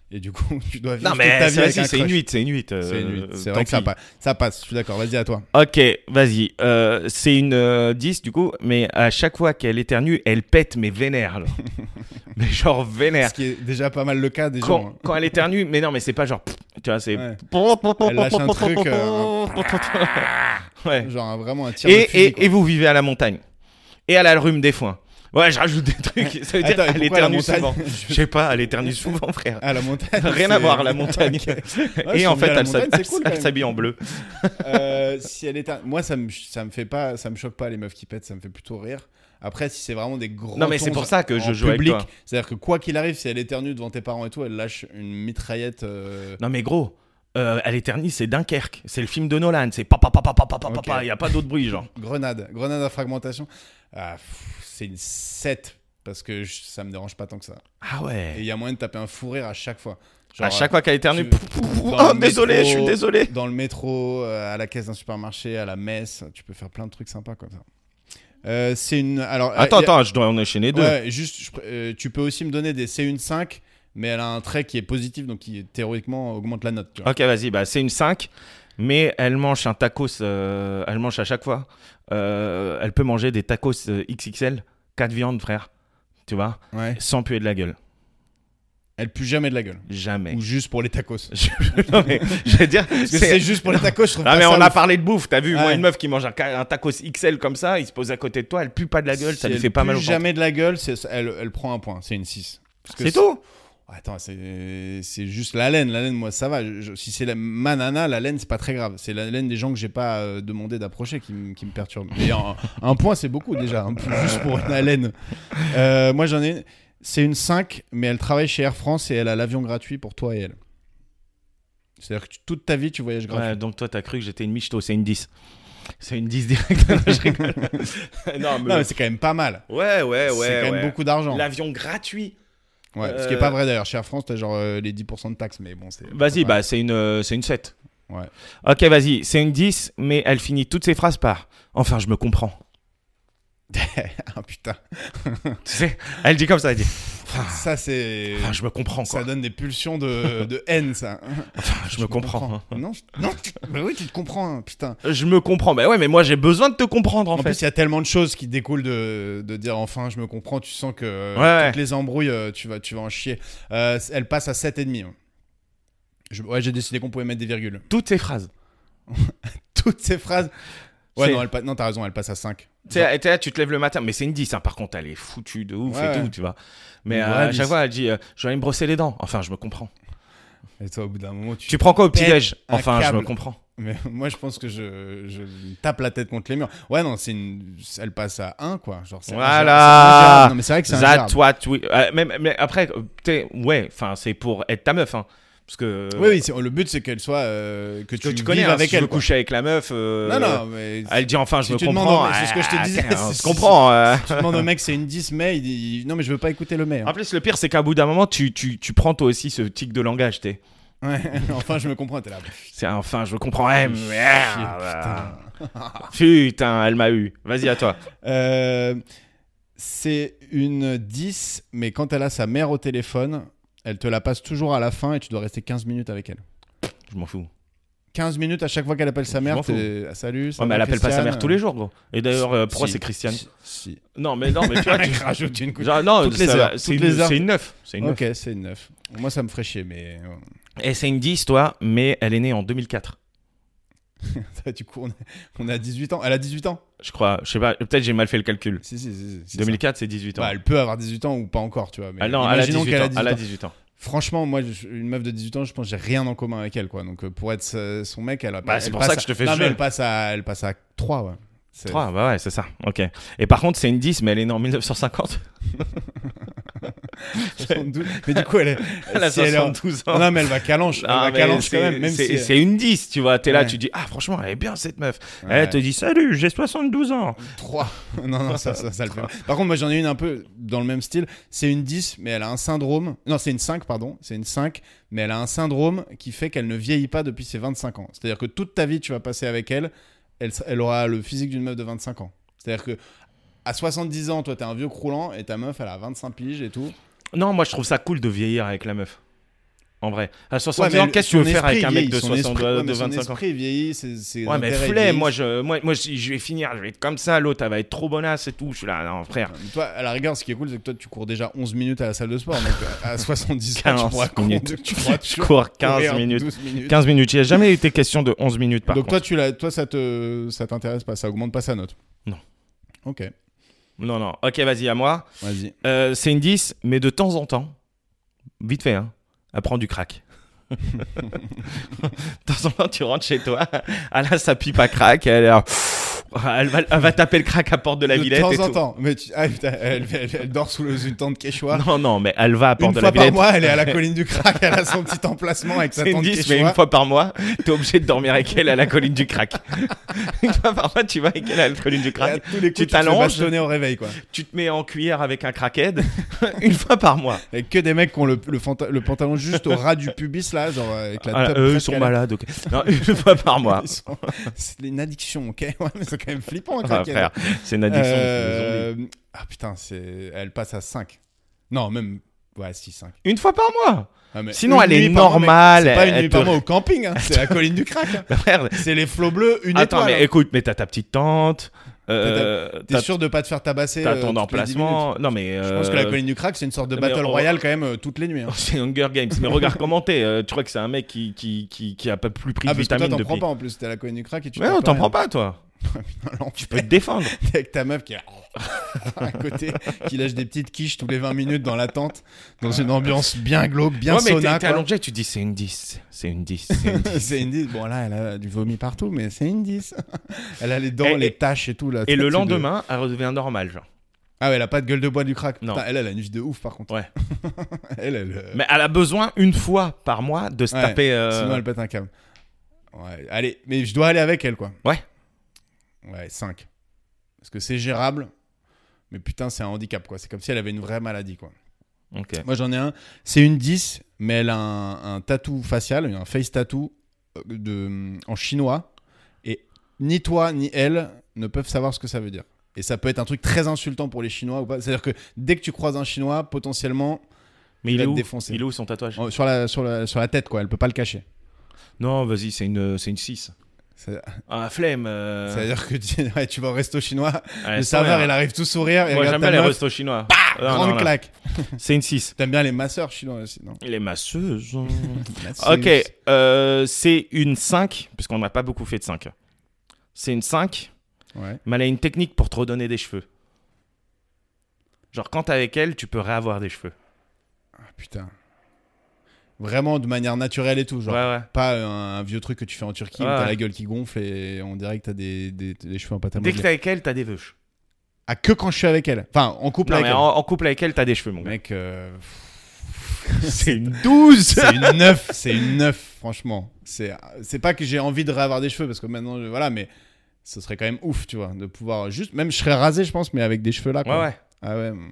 [SPEAKER 4] Et du coup, tu dois vivre
[SPEAKER 3] Non,
[SPEAKER 4] toute
[SPEAKER 3] mais
[SPEAKER 4] ta vie
[SPEAKER 3] vas-y,
[SPEAKER 4] avec un
[SPEAKER 3] c'est une
[SPEAKER 4] crush.
[SPEAKER 3] 8. C'est une 8.
[SPEAKER 4] C'est une huit. C'est
[SPEAKER 3] tant
[SPEAKER 4] vrai que ça
[SPEAKER 3] pis.
[SPEAKER 4] passe. ça passe, je suis d'accord, vas-y à toi.
[SPEAKER 3] Ok, vas-y. Euh, c'est une euh, 10 du coup, mais à chaque fois qu'elle éternue, elle pète mais vénère. là. mais genre vénère.
[SPEAKER 4] Ce qui est déjà pas mal le cas des gens.
[SPEAKER 3] Quand,
[SPEAKER 4] hein.
[SPEAKER 3] quand elle éternue, mais non, mais c'est pas genre. pff, Tu vois, c'est.
[SPEAKER 4] Ouais.
[SPEAKER 3] Elle
[SPEAKER 4] Elle lâche un truc, euh,
[SPEAKER 3] ouais.
[SPEAKER 4] Genre hein, vraiment un tir
[SPEAKER 3] Et,
[SPEAKER 4] de fusil,
[SPEAKER 3] et,
[SPEAKER 4] quoi.
[SPEAKER 3] et vous vivez à la montagne. Et elle a le rhume des foins. Ouais, je rajoute des trucs. Ça veut dire
[SPEAKER 4] Attends, et
[SPEAKER 3] qu'elle
[SPEAKER 4] pourquoi
[SPEAKER 3] éternue
[SPEAKER 4] la montagne
[SPEAKER 3] souvent. Je sais pas, elle éternue souvent, frère.
[SPEAKER 4] à la montagne.
[SPEAKER 3] Rien à
[SPEAKER 4] c'est-
[SPEAKER 3] voir, la montagne.
[SPEAKER 4] ils
[SPEAKER 3] Et
[SPEAKER 4] sont
[SPEAKER 3] en
[SPEAKER 4] venus
[SPEAKER 3] fait,
[SPEAKER 4] à la
[SPEAKER 3] elle s'hab-
[SPEAKER 4] montagne, c'est cool, quand
[SPEAKER 3] elle
[SPEAKER 4] même.
[SPEAKER 3] s'habille en bleu.
[SPEAKER 4] Euh, si elle est un- moi ça me ça me fait pas ça me choque pas les meufs qui pètent ça me fait plutôt rire après si c'est vraiment des grands
[SPEAKER 3] Non, mais c'est
[SPEAKER 4] tongs
[SPEAKER 3] pour ça que je
[SPEAKER 4] en
[SPEAKER 3] joue avec
[SPEAKER 4] public,
[SPEAKER 3] toi.
[SPEAKER 4] c'est-à-dire que quoi qu'il arrive si elle éternue devant tes parents et tout elle lâche une mitraillette euh,
[SPEAKER 3] Non mais gros, euh, à l'éternité c'est Dunkerque, c'est le film de Nolan, c'est pa pa pa pa pa pa pa pa
[SPEAKER 4] Ok.
[SPEAKER 3] pa, il y a pas d'autre bruit genre.
[SPEAKER 4] grenade grenade à fragmentation Ah, pff, c'est une 7 parce que je- ça me dérange pas tant que ça
[SPEAKER 3] Ah
[SPEAKER 4] et
[SPEAKER 3] ouais.
[SPEAKER 4] il y a moyen de taper un fou rire à chaque fois
[SPEAKER 3] à chaque fois qu'elle éternue,
[SPEAKER 4] tu-
[SPEAKER 3] pouf, pouf, pouf,
[SPEAKER 4] dans
[SPEAKER 3] oh,
[SPEAKER 4] le
[SPEAKER 3] désolé, je
[SPEAKER 4] métro-
[SPEAKER 3] suis désolé.
[SPEAKER 4] dans le métro, euh, à la caisse d'un supermarché, à la messe, tu peux faire plein de trucs sympas comme ça. Euh, c'est une. Alors,
[SPEAKER 3] Attends,
[SPEAKER 4] euh, y a-
[SPEAKER 3] attends, je dois en enchaîner deux.
[SPEAKER 4] Ouais, juste, je pr- euh, tu peux aussi me donner des C une 5, mais elle a un trait qui est positif, donc qui théoriquement augmente la note. tu vois.
[SPEAKER 3] Ok, vas-y, bah, c'est une 5, mais elle mange un tacos, euh, elle mange à chaque fois. Euh, elle peut manger des tacos euh, XXL, 4 viandes frère, tu vois,
[SPEAKER 4] Ouais.
[SPEAKER 3] sans puer de la gueule,
[SPEAKER 4] Elle pue jamais de la gueule.
[SPEAKER 3] jamais.
[SPEAKER 4] Ou juste pour les tacos.
[SPEAKER 3] Je- non mais, je veux dire,
[SPEAKER 4] Parce que c'est juste pour les tacos, je trouve
[SPEAKER 3] Ah
[SPEAKER 4] pas
[SPEAKER 3] mais
[SPEAKER 4] ça
[SPEAKER 3] on a
[SPEAKER 4] ouf.
[SPEAKER 3] parlé de bouffe, t'as vu Moi
[SPEAKER 4] Ouais.
[SPEAKER 3] une meuf qui mange un, ca- un tacos XL comme ça, il se pose à côté de toi, elle pue pas de la gueule,
[SPEAKER 4] Si
[SPEAKER 3] ça lui
[SPEAKER 4] elle
[SPEAKER 3] fait pas mal au
[SPEAKER 4] pue
[SPEAKER 3] ventre.
[SPEAKER 4] jamais de la gueule, c'est- elle, elle prend un point, c'est une 6. Parce que
[SPEAKER 3] C'est tout
[SPEAKER 4] Attends, c'est c'est juste la laine. La laine, moi, ça va. Je- je- si c'est la manana, la laine, c'est pas très grave. C'est la laine des gens que j'ai pas euh, demandé d'approcher qui, me- qui me perturbe. Mais un, un point, c'est beaucoup déjà. hein, pour- juste pour une haleine. Euh, moi, j'en ai une. C'est une 5, mais elle travaille chez Air France et elle a l'avion gratuit pour toi et elle. C'est-à-dire que tu- toute ta vie, tu voyages gratuit.
[SPEAKER 3] Ouais, donc toi t'as cru que j'étais une michto, c'est une 10. C'est une 10 direct. Non, je rigole. non, mais-
[SPEAKER 4] Non, mais c'est quand même pas mal.
[SPEAKER 3] Ouais, ouais, ouais.
[SPEAKER 4] c'est
[SPEAKER 3] ouais.
[SPEAKER 4] quand même beaucoup d'argent.
[SPEAKER 3] L'avion gratuit.
[SPEAKER 4] Ouais, Ce qui est
[SPEAKER 3] Euh,
[SPEAKER 4] pas vrai d'ailleurs. Chez Air France, t'as genre euh, les 10% de taxes, mais bon, c'est.
[SPEAKER 3] Vas-y,
[SPEAKER 4] Ouais.
[SPEAKER 3] bah, c'est une, euh, c'est une 7.
[SPEAKER 4] Ouais.
[SPEAKER 3] Ok, vas-y, c'est une 10, mais elle finit toutes ses phrases par Enfin, je me comprends.
[SPEAKER 4] ah putain.
[SPEAKER 3] Tu sais, elle dit comme ça, elle dit Enfin,
[SPEAKER 4] Ça, c'est.
[SPEAKER 3] enfin, je me comprends, quoi.
[SPEAKER 4] Ça donne des pulsions de, de haine, ça.
[SPEAKER 3] Enfin, je me comprends.
[SPEAKER 4] Non, je- non tu- bah oui, tu te comprends, hein, putain.
[SPEAKER 3] Je me comprends. Bah ouais, mais moi, j'ai besoin de te comprendre, en,
[SPEAKER 4] En
[SPEAKER 3] fait.
[SPEAKER 4] plus, il y a tellement de choses qui découlent de, de dire enfin, je me comprends, tu sens que euh,
[SPEAKER 3] Ouais,
[SPEAKER 4] toutes les embrouilles, euh, tu vas, tu vas en chier. Euh, elle passe à 7,5. hein. Je- ouais, j'ai décidé qu'on pouvait mettre des virgules.
[SPEAKER 3] Toutes ses phrases.
[SPEAKER 4] Toutes ces phrases. Ouais,
[SPEAKER 3] C'est-
[SPEAKER 4] non, elle pa- non, t'as raison, elle passe à 5.
[SPEAKER 3] Tu sais, t'es là, tu te lèves le matin, mais c'est une 10, hein, par contre, elle est foutue de ouf
[SPEAKER 4] Ouais.
[SPEAKER 3] et tout, tu vois. Mais
[SPEAKER 4] Ouais,
[SPEAKER 3] euh, à
[SPEAKER 4] 10.
[SPEAKER 3] chaque fois, elle dit euh, Je vais aller me brosser les dents. Enfin, je me comprends.
[SPEAKER 4] Et toi, au bout d'un moment, tu.
[SPEAKER 3] Tu prends quoi au
[SPEAKER 4] pètes
[SPEAKER 3] petit-déj
[SPEAKER 4] un
[SPEAKER 3] Enfin, je
[SPEAKER 4] câble.
[SPEAKER 3] me comprends.
[SPEAKER 4] Mais moi, je pense que je, je me tape la tête contre les murs. Ouais, non, c'est une. Elle passe à 1, quoi. Genre, c'est
[SPEAKER 3] Voilà.
[SPEAKER 4] ingérable, c'est ingérable. Non, mais c'est vrai que c'est
[SPEAKER 3] That,
[SPEAKER 4] ingérable.
[SPEAKER 3] what, we- euh, même, mais après, euh, t'es- ouais, enfin, c'est pour être ta meuf, hein. Parce que.
[SPEAKER 4] Oui, oui, c'est- le but, c'est qu'elle soit. euh, que,
[SPEAKER 3] que
[SPEAKER 4] tu,
[SPEAKER 3] tu connais,
[SPEAKER 4] vives
[SPEAKER 3] hein,
[SPEAKER 4] avec
[SPEAKER 3] si tu
[SPEAKER 4] elle.
[SPEAKER 3] veux
[SPEAKER 4] quoi.
[SPEAKER 3] coucher avec la meuf. euh,
[SPEAKER 4] Non, non, mais.
[SPEAKER 3] Elle dit enfin, je
[SPEAKER 4] Si
[SPEAKER 3] me
[SPEAKER 4] tu
[SPEAKER 3] comprends.
[SPEAKER 4] demandes, c'est ce que je te
[SPEAKER 3] Ah,
[SPEAKER 4] disais,
[SPEAKER 3] tiens, On
[SPEAKER 4] c'est-
[SPEAKER 3] se comprend. euh.
[SPEAKER 4] Tu demandes au mec, c'est une 10 mai. Il dit Non, mais je veux pas écouter le mai. hein.
[SPEAKER 3] En plus, le pire, c'est qu'à bout d'un moment, tu, tu, tu prends toi aussi ce tic de langage, t'es.
[SPEAKER 4] Ouais, enfin, je me comprends, t'es là.
[SPEAKER 3] C'est un, enfin, je comprends. Ah. Eh,
[SPEAKER 4] Chier,
[SPEAKER 3] merde. Putain, elle m'a eu. Vas-y, à toi.
[SPEAKER 4] Euh, c'est une 10, mais quand elle a sa mère au téléphone, elle te la passe toujours à la fin et tu dois rester 15 minutes avec elle.
[SPEAKER 3] Je m'en fous.
[SPEAKER 4] 15 minutes à chaque fois qu'elle appelle sa mère,
[SPEAKER 3] m'en fous.
[SPEAKER 4] t'es- ah, salut. ça
[SPEAKER 3] Ouais, mais
[SPEAKER 4] va,
[SPEAKER 3] elle appelle pas sa
[SPEAKER 4] Christiane
[SPEAKER 3] mère tous les jours, gros. Et d'ailleurs, euh, pourquoi
[SPEAKER 4] Si.
[SPEAKER 3] c'est Christiane
[SPEAKER 4] Si.
[SPEAKER 3] Non, mais non, mais tu vois, tu-
[SPEAKER 4] Rajoute une couche.
[SPEAKER 3] Genre, non,
[SPEAKER 4] Toutes les
[SPEAKER 3] ça va,
[SPEAKER 4] heures,
[SPEAKER 3] c'est
[SPEAKER 4] toutes
[SPEAKER 3] une,
[SPEAKER 4] les heures.
[SPEAKER 3] c'est une neuf. C'est une neuf.
[SPEAKER 4] Ok, c'est une 9. Moi, ça me ferait chier, mais euh,
[SPEAKER 3] Et c'est une 10, toi, mais elle est née en 2004.
[SPEAKER 4] Bah, du coup, on a, on a 18 ans. Elle a 18 ans
[SPEAKER 3] Je crois, je sais pas, peut-être j'ai mal fait le calcul.
[SPEAKER 4] Si, si, si. si, c'est
[SPEAKER 3] 2004, c'est 18
[SPEAKER 4] ça.
[SPEAKER 3] ans.
[SPEAKER 4] Bah, elle peut avoir 18 ans ou pas encore, tu vois. Mais
[SPEAKER 3] Ah non, elle a
[SPEAKER 4] imaginons
[SPEAKER 3] 18
[SPEAKER 4] qu'elle
[SPEAKER 3] ans.
[SPEAKER 4] a 18
[SPEAKER 3] elle a
[SPEAKER 4] ans.
[SPEAKER 3] 18 ans.
[SPEAKER 4] Franchement, moi, je- une meuf de 18 ans, je pense que j'ai rien en commun avec elle, quoi. Donc, euh, pour être ce- son mec, elle a pas.
[SPEAKER 3] Bah, c'est
[SPEAKER 4] elle
[SPEAKER 3] pour
[SPEAKER 4] passe
[SPEAKER 3] ça que
[SPEAKER 4] à-
[SPEAKER 3] je te fais
[SPEAKER 4] non,
[SPEAKER 3] ce
[SPEAKER 4] mais
[SPEAKER 3] jeu.
[SPEAKER 4] elle passe à, elle passe à 3, ouais. C'est-
[SPEAKER 3] 3, bah ouais, c'est ça. Ok. Et par contre, c'est une 10, mais elle est née en 1950.
[SPEAKER 4] 72. mais du coup, elle est.
[SPEAKER 3] Elle a
[SPEAKER 4] Euh, si elle est en-
[SPEAKER 3] 72 ans.
[SPEAKER 4] Non, mais elle va calanche. Elle
[SPEAKER 3] Ah,
[SPEAKER 4] va
[SPEAKER 3] mais
[SPEAKER 4] calanche
[SPEAKER 3] c'est-
[SPEAKER 4] quand même. même
[SPEAKER 3] c'est Eh,
[SPEAKER 4] si- euh.
[SPEAKER 3] c'est une 10, tu vois. T'es là,
[SPEAKER 4] Ouais.
[SPEAKER 3] tu dis, ah, franchement, elle est bien cette meuf.
[SPEAKER 4] Ouais.
[SPEAKER 3] Elle te dit, salut, j'ai 72 ans.
[SPEAKER 4] 3. non, non, ça, ça, ça le fait. pas. Par contre, moi, j'en ai une un peu dans le même style. C'est une 10, mais elle a un syndrome. Non, c'est une 5, pardon. C'est une 5, mais elle a un syndrome qui fait qu'elle ne vieillit pas depuis ses 25 ans. C'est-à-dire que toute ta vie, tu vas passer avec elle. Elle, s- elle aura le physique d'une meuf de 25 ans. C'est-à-dire que à 70 ans, toi, t'es un vieux croulant et ta meuf, elle a 25 piges et tout.
[SPEAKER 3] Non, moi, je trouve ça cool de vieillir avec la meuf. En vrai. À 70
[SPEAKER 4] Ouais, mais
[SPEAKER 3] ans, qu'est-ce que tu
[SPEAKER 4] son
[SPEAKER 3] veux faire avec
[SPEAKER 4] esprit
[SPEAKER 3] un mec
[SPEAKER 4] vieillit,
[SPEAKER 3] de
[SPEAKER 4] son
[SPEAKER 3] 60,
[SPEAKER 4] esprit- ouais, mais
[SPEAKER 3] de
[SPEAKER 4] son
[SPEAKER 3] 25 ans
[SPEAKER 4] esprit euh, vieillit, ses- ses
[SPEAKER 3] Ouais, mais
[SPEAKER 4] intérêts
[SPEAKER 3] flemme,
[SPEAKER 4] vieillissent.
[SPEAKER 3] moi, je, moi, moi je, je vais finir, je vais être comme ça, l'autre, elle va être trop bonasse et tout. Je suis là, non, frère.
[SPEAKER 4] Mais Toi, à la rigueur, ce qui est cool, c'est que toi, tu cours déjà 11 minutes à la salle de sport. Donc, euh, à à 70 ans, tu
[SPEAKER 3] 15
[SPEAKER 4] pourras courir-
[SPEAKER 3] minutes.
[SPEAKER 4] tu pourras
[SPEAKER 3] Je cours 15
[SPEAKER 4] courir
[SPEAKER 3] minutes.
[SPEAKER 4] 12 minutes.
[SPEAKER 3] 15 minutes. Il n'y a jamais été question de 11 minutes par
[SPEAKER 4] Donc
[SPEAKER 3] contre.
[SPEAKER 4] toi, tu l'as, toi, ça te, ça t'intéresse pas, ça augmente pas sa note.
[SPEAKER 3] Non.
[SPEAKER 4] Ok,
[SPEAKER 3] Non, non. Ok, vas-y, à moi.
[SPEAKER 4] vas-y.
[SPEAKER 3] Euh, c'est une 10, mais de temps en temps, vite fait, hein, elle prend du crack. de temps en temps, tu rentres chez toi, elle a sa pipe à crack, elle, est là, elle va, elle va taper le crack à porte de la
[SPEAKER 4] de
[SPEAKER 3] Villette
[SPEAKER 4] temps
[SPEAKER 3] et
[SPEAKER 4] en
[SPEAKER 3] tout.
[SPEAKER 4] temps, mais tu- ah, putain, elle, elle- elle dort sous le- une tente quechua.
[SPEAKER 3] Non, non, mais elle va à porte
[SPEAKER 4] Une
[SPEAKER 3] de la
[SPEAKER 4] fois par
[SPEAKER 3] Villette.
[SPEAKER 4] mois, elle est à la colline du crack, elle a son petit emplacement avec sa
[SPEAKER 3] C'est une
[SPEAKER 4] tente
[SPEAKER 3] 10, mais
[SPEAKER 4] quechua.
[SPEAKER 3] une fois par mois, t'es obligé de dormir avec elle à la colline du crack. une fois par mois, tu vas avec elle à la colline du
[SPEAKER 4] Et à
[SPEAKER 3] crack.
[SPEAKER 4] tous les coups,
[SPEAKER 3] Tu
[SPEAKER 4] tu te fais
[SPEAKER 3] t'allonges.
[SPEAKER 4] bastonner au réveil, quoi.
[SPEAKER 3] Tu te mets en cuillère avec un crackhead une fois par mois.
[SPEAKER 4] Et que des mecs qui ont le, le, fanta- le pantalon juste au ras du pubis, là, genre avec la
[SPEAKER 3] Ah,
[SPEAKER 4] top
[SPEAKER 3] eux, ils
[SPEAKER 4] presque
[SPEAKER 3] sont
[SPEAKER 4] à la-
[SPEAKER 3] malades. ok. Non, une fois par mois.
[SPEAKER 4] Ils sont- C'est une addiction, ok Ouais, mais c'est quand même flippant, un
[SPEAKER 3] Ah,
[SPEAKER 4] crack.
[SPEAKER 3] frère, c'est une addiction. c'est des zombies.
[SPEAKER 4] Oh, Euh, Ah putain, c'est... elle passe à 5. Non, même. Ouais, 6, 5.
[SPEAKER 3] Une fois par mois.
[SPEAKER 4] Ah, mais
[SPEAKER 3] Sinon,
[SPEAKER 4] une
[SPEAKER 3] elle est
[SPEAKER 4] nuit par mois, mec.
[SPEAKER 3] normale.
[SPEAKER 4] C'est pas une
[SPEAKER 3] elle
[SPEAKER 4] nuit
[SPEAKER 3] te-
[SPEAKER 4] par mois au camping, hein. c'est la colline du crack. hein.
[SPEAKER 3] Frère,
[SPEAKER 4] C'est les flots bleus, une
[SPEAKER 3] Attends,
[SPEAKER 4] étoile.
[SPEAKER 3] mais
[SPEAKER 4] hein.
[SPEAKER 3] écoute, mais t'as ta petite tente. euh,
[SPEAKER 4] T'es
[SPEAKER 3] T'as
[SPEAKER 4] sûr de pas te faire tabasser
[SPEAKER 3] t'as
[SPEAKER 4] euh,
[SPEAKER 3] ton
[SPEAKER 4] toutes les dix minutes
[SPEAKER 3] emplacement. Non, mais.
[SPEAKER 4] Je pense que la
[SPEAKER 3] euh,
[SPEAKER 4] colline du crack, c'est une sorte de
[SPEAKER 3] mais
[SPEAKER 4] battle
[SPEAKER 3] on-
[SPEAKER 4] royale quand même euh, toutes les nuits. hein.
[SPEAKER 3] C'est Hunger Games. Mais regarde comment t'es. euh, tu crois que c'est un mec qui, qui, qui, qui a pas plus pris
[SPEAKER 4] Ah,
[SPEAKER 3] de
[SPEAKER 4] parce que toi,
[SPEAKER 3] vitamines
[SPEAKER 4] t'en prends
[SPEAKER 3] depuis.
[SPEAKER 4] pas hein. en plus. T'es à la colline du crack et tu
[SPEAKER 3] Mais non, t'en prends pas, toi.
[SPEAKER 4] Tu
[SPEAKER 3] Tu peux te défendre.
[SPEAKER 4] avec ta meuf qui est à côté, qui lâche des petites quiches tous les 20 minutes dans la tente, dans une ambiance bien glauque, bien
[SPEAKER 3] Ouais, mais t'es-
[SPEAKER 4] sauna.
[SPEAKER 3] t'es
[SPEAKER 4] quoi.
[SPEAKER 3] allongé, tu dis c'est une 10. C'est une 10. C'est une 10.
[SPEAKER 4] c'est une 10. Bon, là, elle a du vomi partout, mais c'est une 10. elle a les dents,
[SPEAKER 3] Et-
[SPEAKER 4] les
[SPEAKER 3] et-
[SPEAKER 4] taches et tout. Là,
[SPEAKER 3] Et
[SPEAKER 4] Tu-
[SPEAKER 3] le
[SPEAKER 4] tu-
[SPEAKER 3] lendemain, elle redevient normale, genre.
[SPEAKER 4] Ah, ouais, elle a pas de gueule de bois du crack.
[SPEAKER 3] Non.
[SPEAKER 4] Putain, elle, elle a une vie de ouf, par contre.
[SPEAKER 3] Ouais.
[SPEAKER 4] elle, elle. euh,
[SPEAKER 3] Mais elle a besoin une fois par mois de se
[SPEAKER 4] Ouais,
[SPEAKER 3] taper. euh,
[SPEAKER 4] Sinon, elle pète un câble. Ouais, allez, mais je dois aller avec elle, quoi.
[SPEAKER 3] Ouais.
[SPEAKER 4] Ouais, 5. Parce que c'est gérable, mais putain, c'est un handicap, quoi. C'est comme si elle avait une vraie maladie, quoi.
[SPEAKER 3] Ok.
[SPEAKER 4] Moi, j'en ai un. C'est une 10, mais elle a un, un tatou facial, un face tattoo euh, de, en chinois. Et ni toi, ni elle ne peuvent savoir ce que ça veut dire. Et ça peut être un truc très insultant pour les Chinois ou pas. C'est-à-dire que dès que tu croises un Chinois, potentiellement,
[SPEAKER 3] Mais
[SPEAKER 4] il
[SPEAKER 3] il
[SPEAKER 4] va
[SPEAKER 3] est
[SPEAKER 4] te
[SPEAKER 3] où
[SPEAKER 4] défoncer.
[SPEAKER 3] Il est où son tatouage
[SPEAKER 4] euh, sur la, sur la, sur la tête, quoi, elle peut pas le cacher.
[SPEAKER 3] Non, vas-y, c'est une, c'est une 6.
[SPEAKER 4] Ça-
[SPEAKER 3] Ah, flemme. euh,
[SPEAKER 4] C'est-à-dire que tu, ouais, tu vas au resto chinois,
[SPEAKER 3] ouais,
[SPEAKER 4] le
[SPEAKER 3] sans
[SPEAKER 4] serveur,
[SPEAKER 3] rien.
[SPEAKER 4] il arrive tout sourire, et
[SPEAKER 3] hein. Moi,
[SPEAKER 4] regarde
[SPEAKER 3] j'aime
[SPEAKER 4] ta
[SPEAKER 3] bien les
[SPEAKER 4] meuf,
[SPEAKER 3] restos chinois. Ah, non,
[SPEAKER 4] grande
[SPEAKER 3] non.
[SPEAKER 4] claque.
[SPEAKER 3] C'est une 6.
[SPEAKER 4] T'aimes bien les masseurs chinois aussi, non
[SPEAKER 3] Les masseuses.
[SPEAKER 4] Masseuse.
[SPEAKER 3] ok, euh, c'est une 5, puisqu'on n'a pas beaucoup fait de 5. C'est une 5,
[SPEAKER 4] Ouais.
[SPEAKER 3] mais elle a une technique pour te redonner des cheveux. Genre, quand t'es avec elle, tu peux réavoir des cheveux.
[SPEAKER 4] Ah, putain. Vraiment de manière naturelle et tout, genre.
[SPEAKER 3] ouais, ouais.
[SPEAKER 4] Pas un, un vieux truc que tu fais en Turquie où
[SPEAKER 3] Ouais.
[SPEAKER 4] t'as la gueule qui gonfle et on dirait que t'as des, des, des cheveux en pâte à
[SPEAKER 3] Dès que
[SPEAKER 4] modeler.
[SPEAKER 3] t'es avec elle, t'as des veuches.
[SPEAKER 4] Ah, que quand je suis avec elle. Enfin, en couple
[SPEAKER 3] Non,
[SPEAKER 4] avec
[SPEAKER 3] mais
[SPEAKER 4] elle.
[SPEAKER 3] en, en couple avec elle, t'as des cheveux, mon gars.
[SPEAKER 4] Mec, euh, pff,
[SPEAKER 3] C'est une 12
[SPEAKER 4] c'est une neuf, c'est une neuf, franchement. C'est c'est pas que j'ai envie de réavoir des cheveux parce que maintenant, je- voilà, mais ce serait quand même ouf, tu vois, de pouvoir juste. Même je serais rasé, je pense, mais avec des cheveux là.
[SPEAKER 3] Ouais,
[SPEAKER 4] Quoi.
[SPEAKER 3] ouais.
[SPEAKER 4] Ah ouais, mm,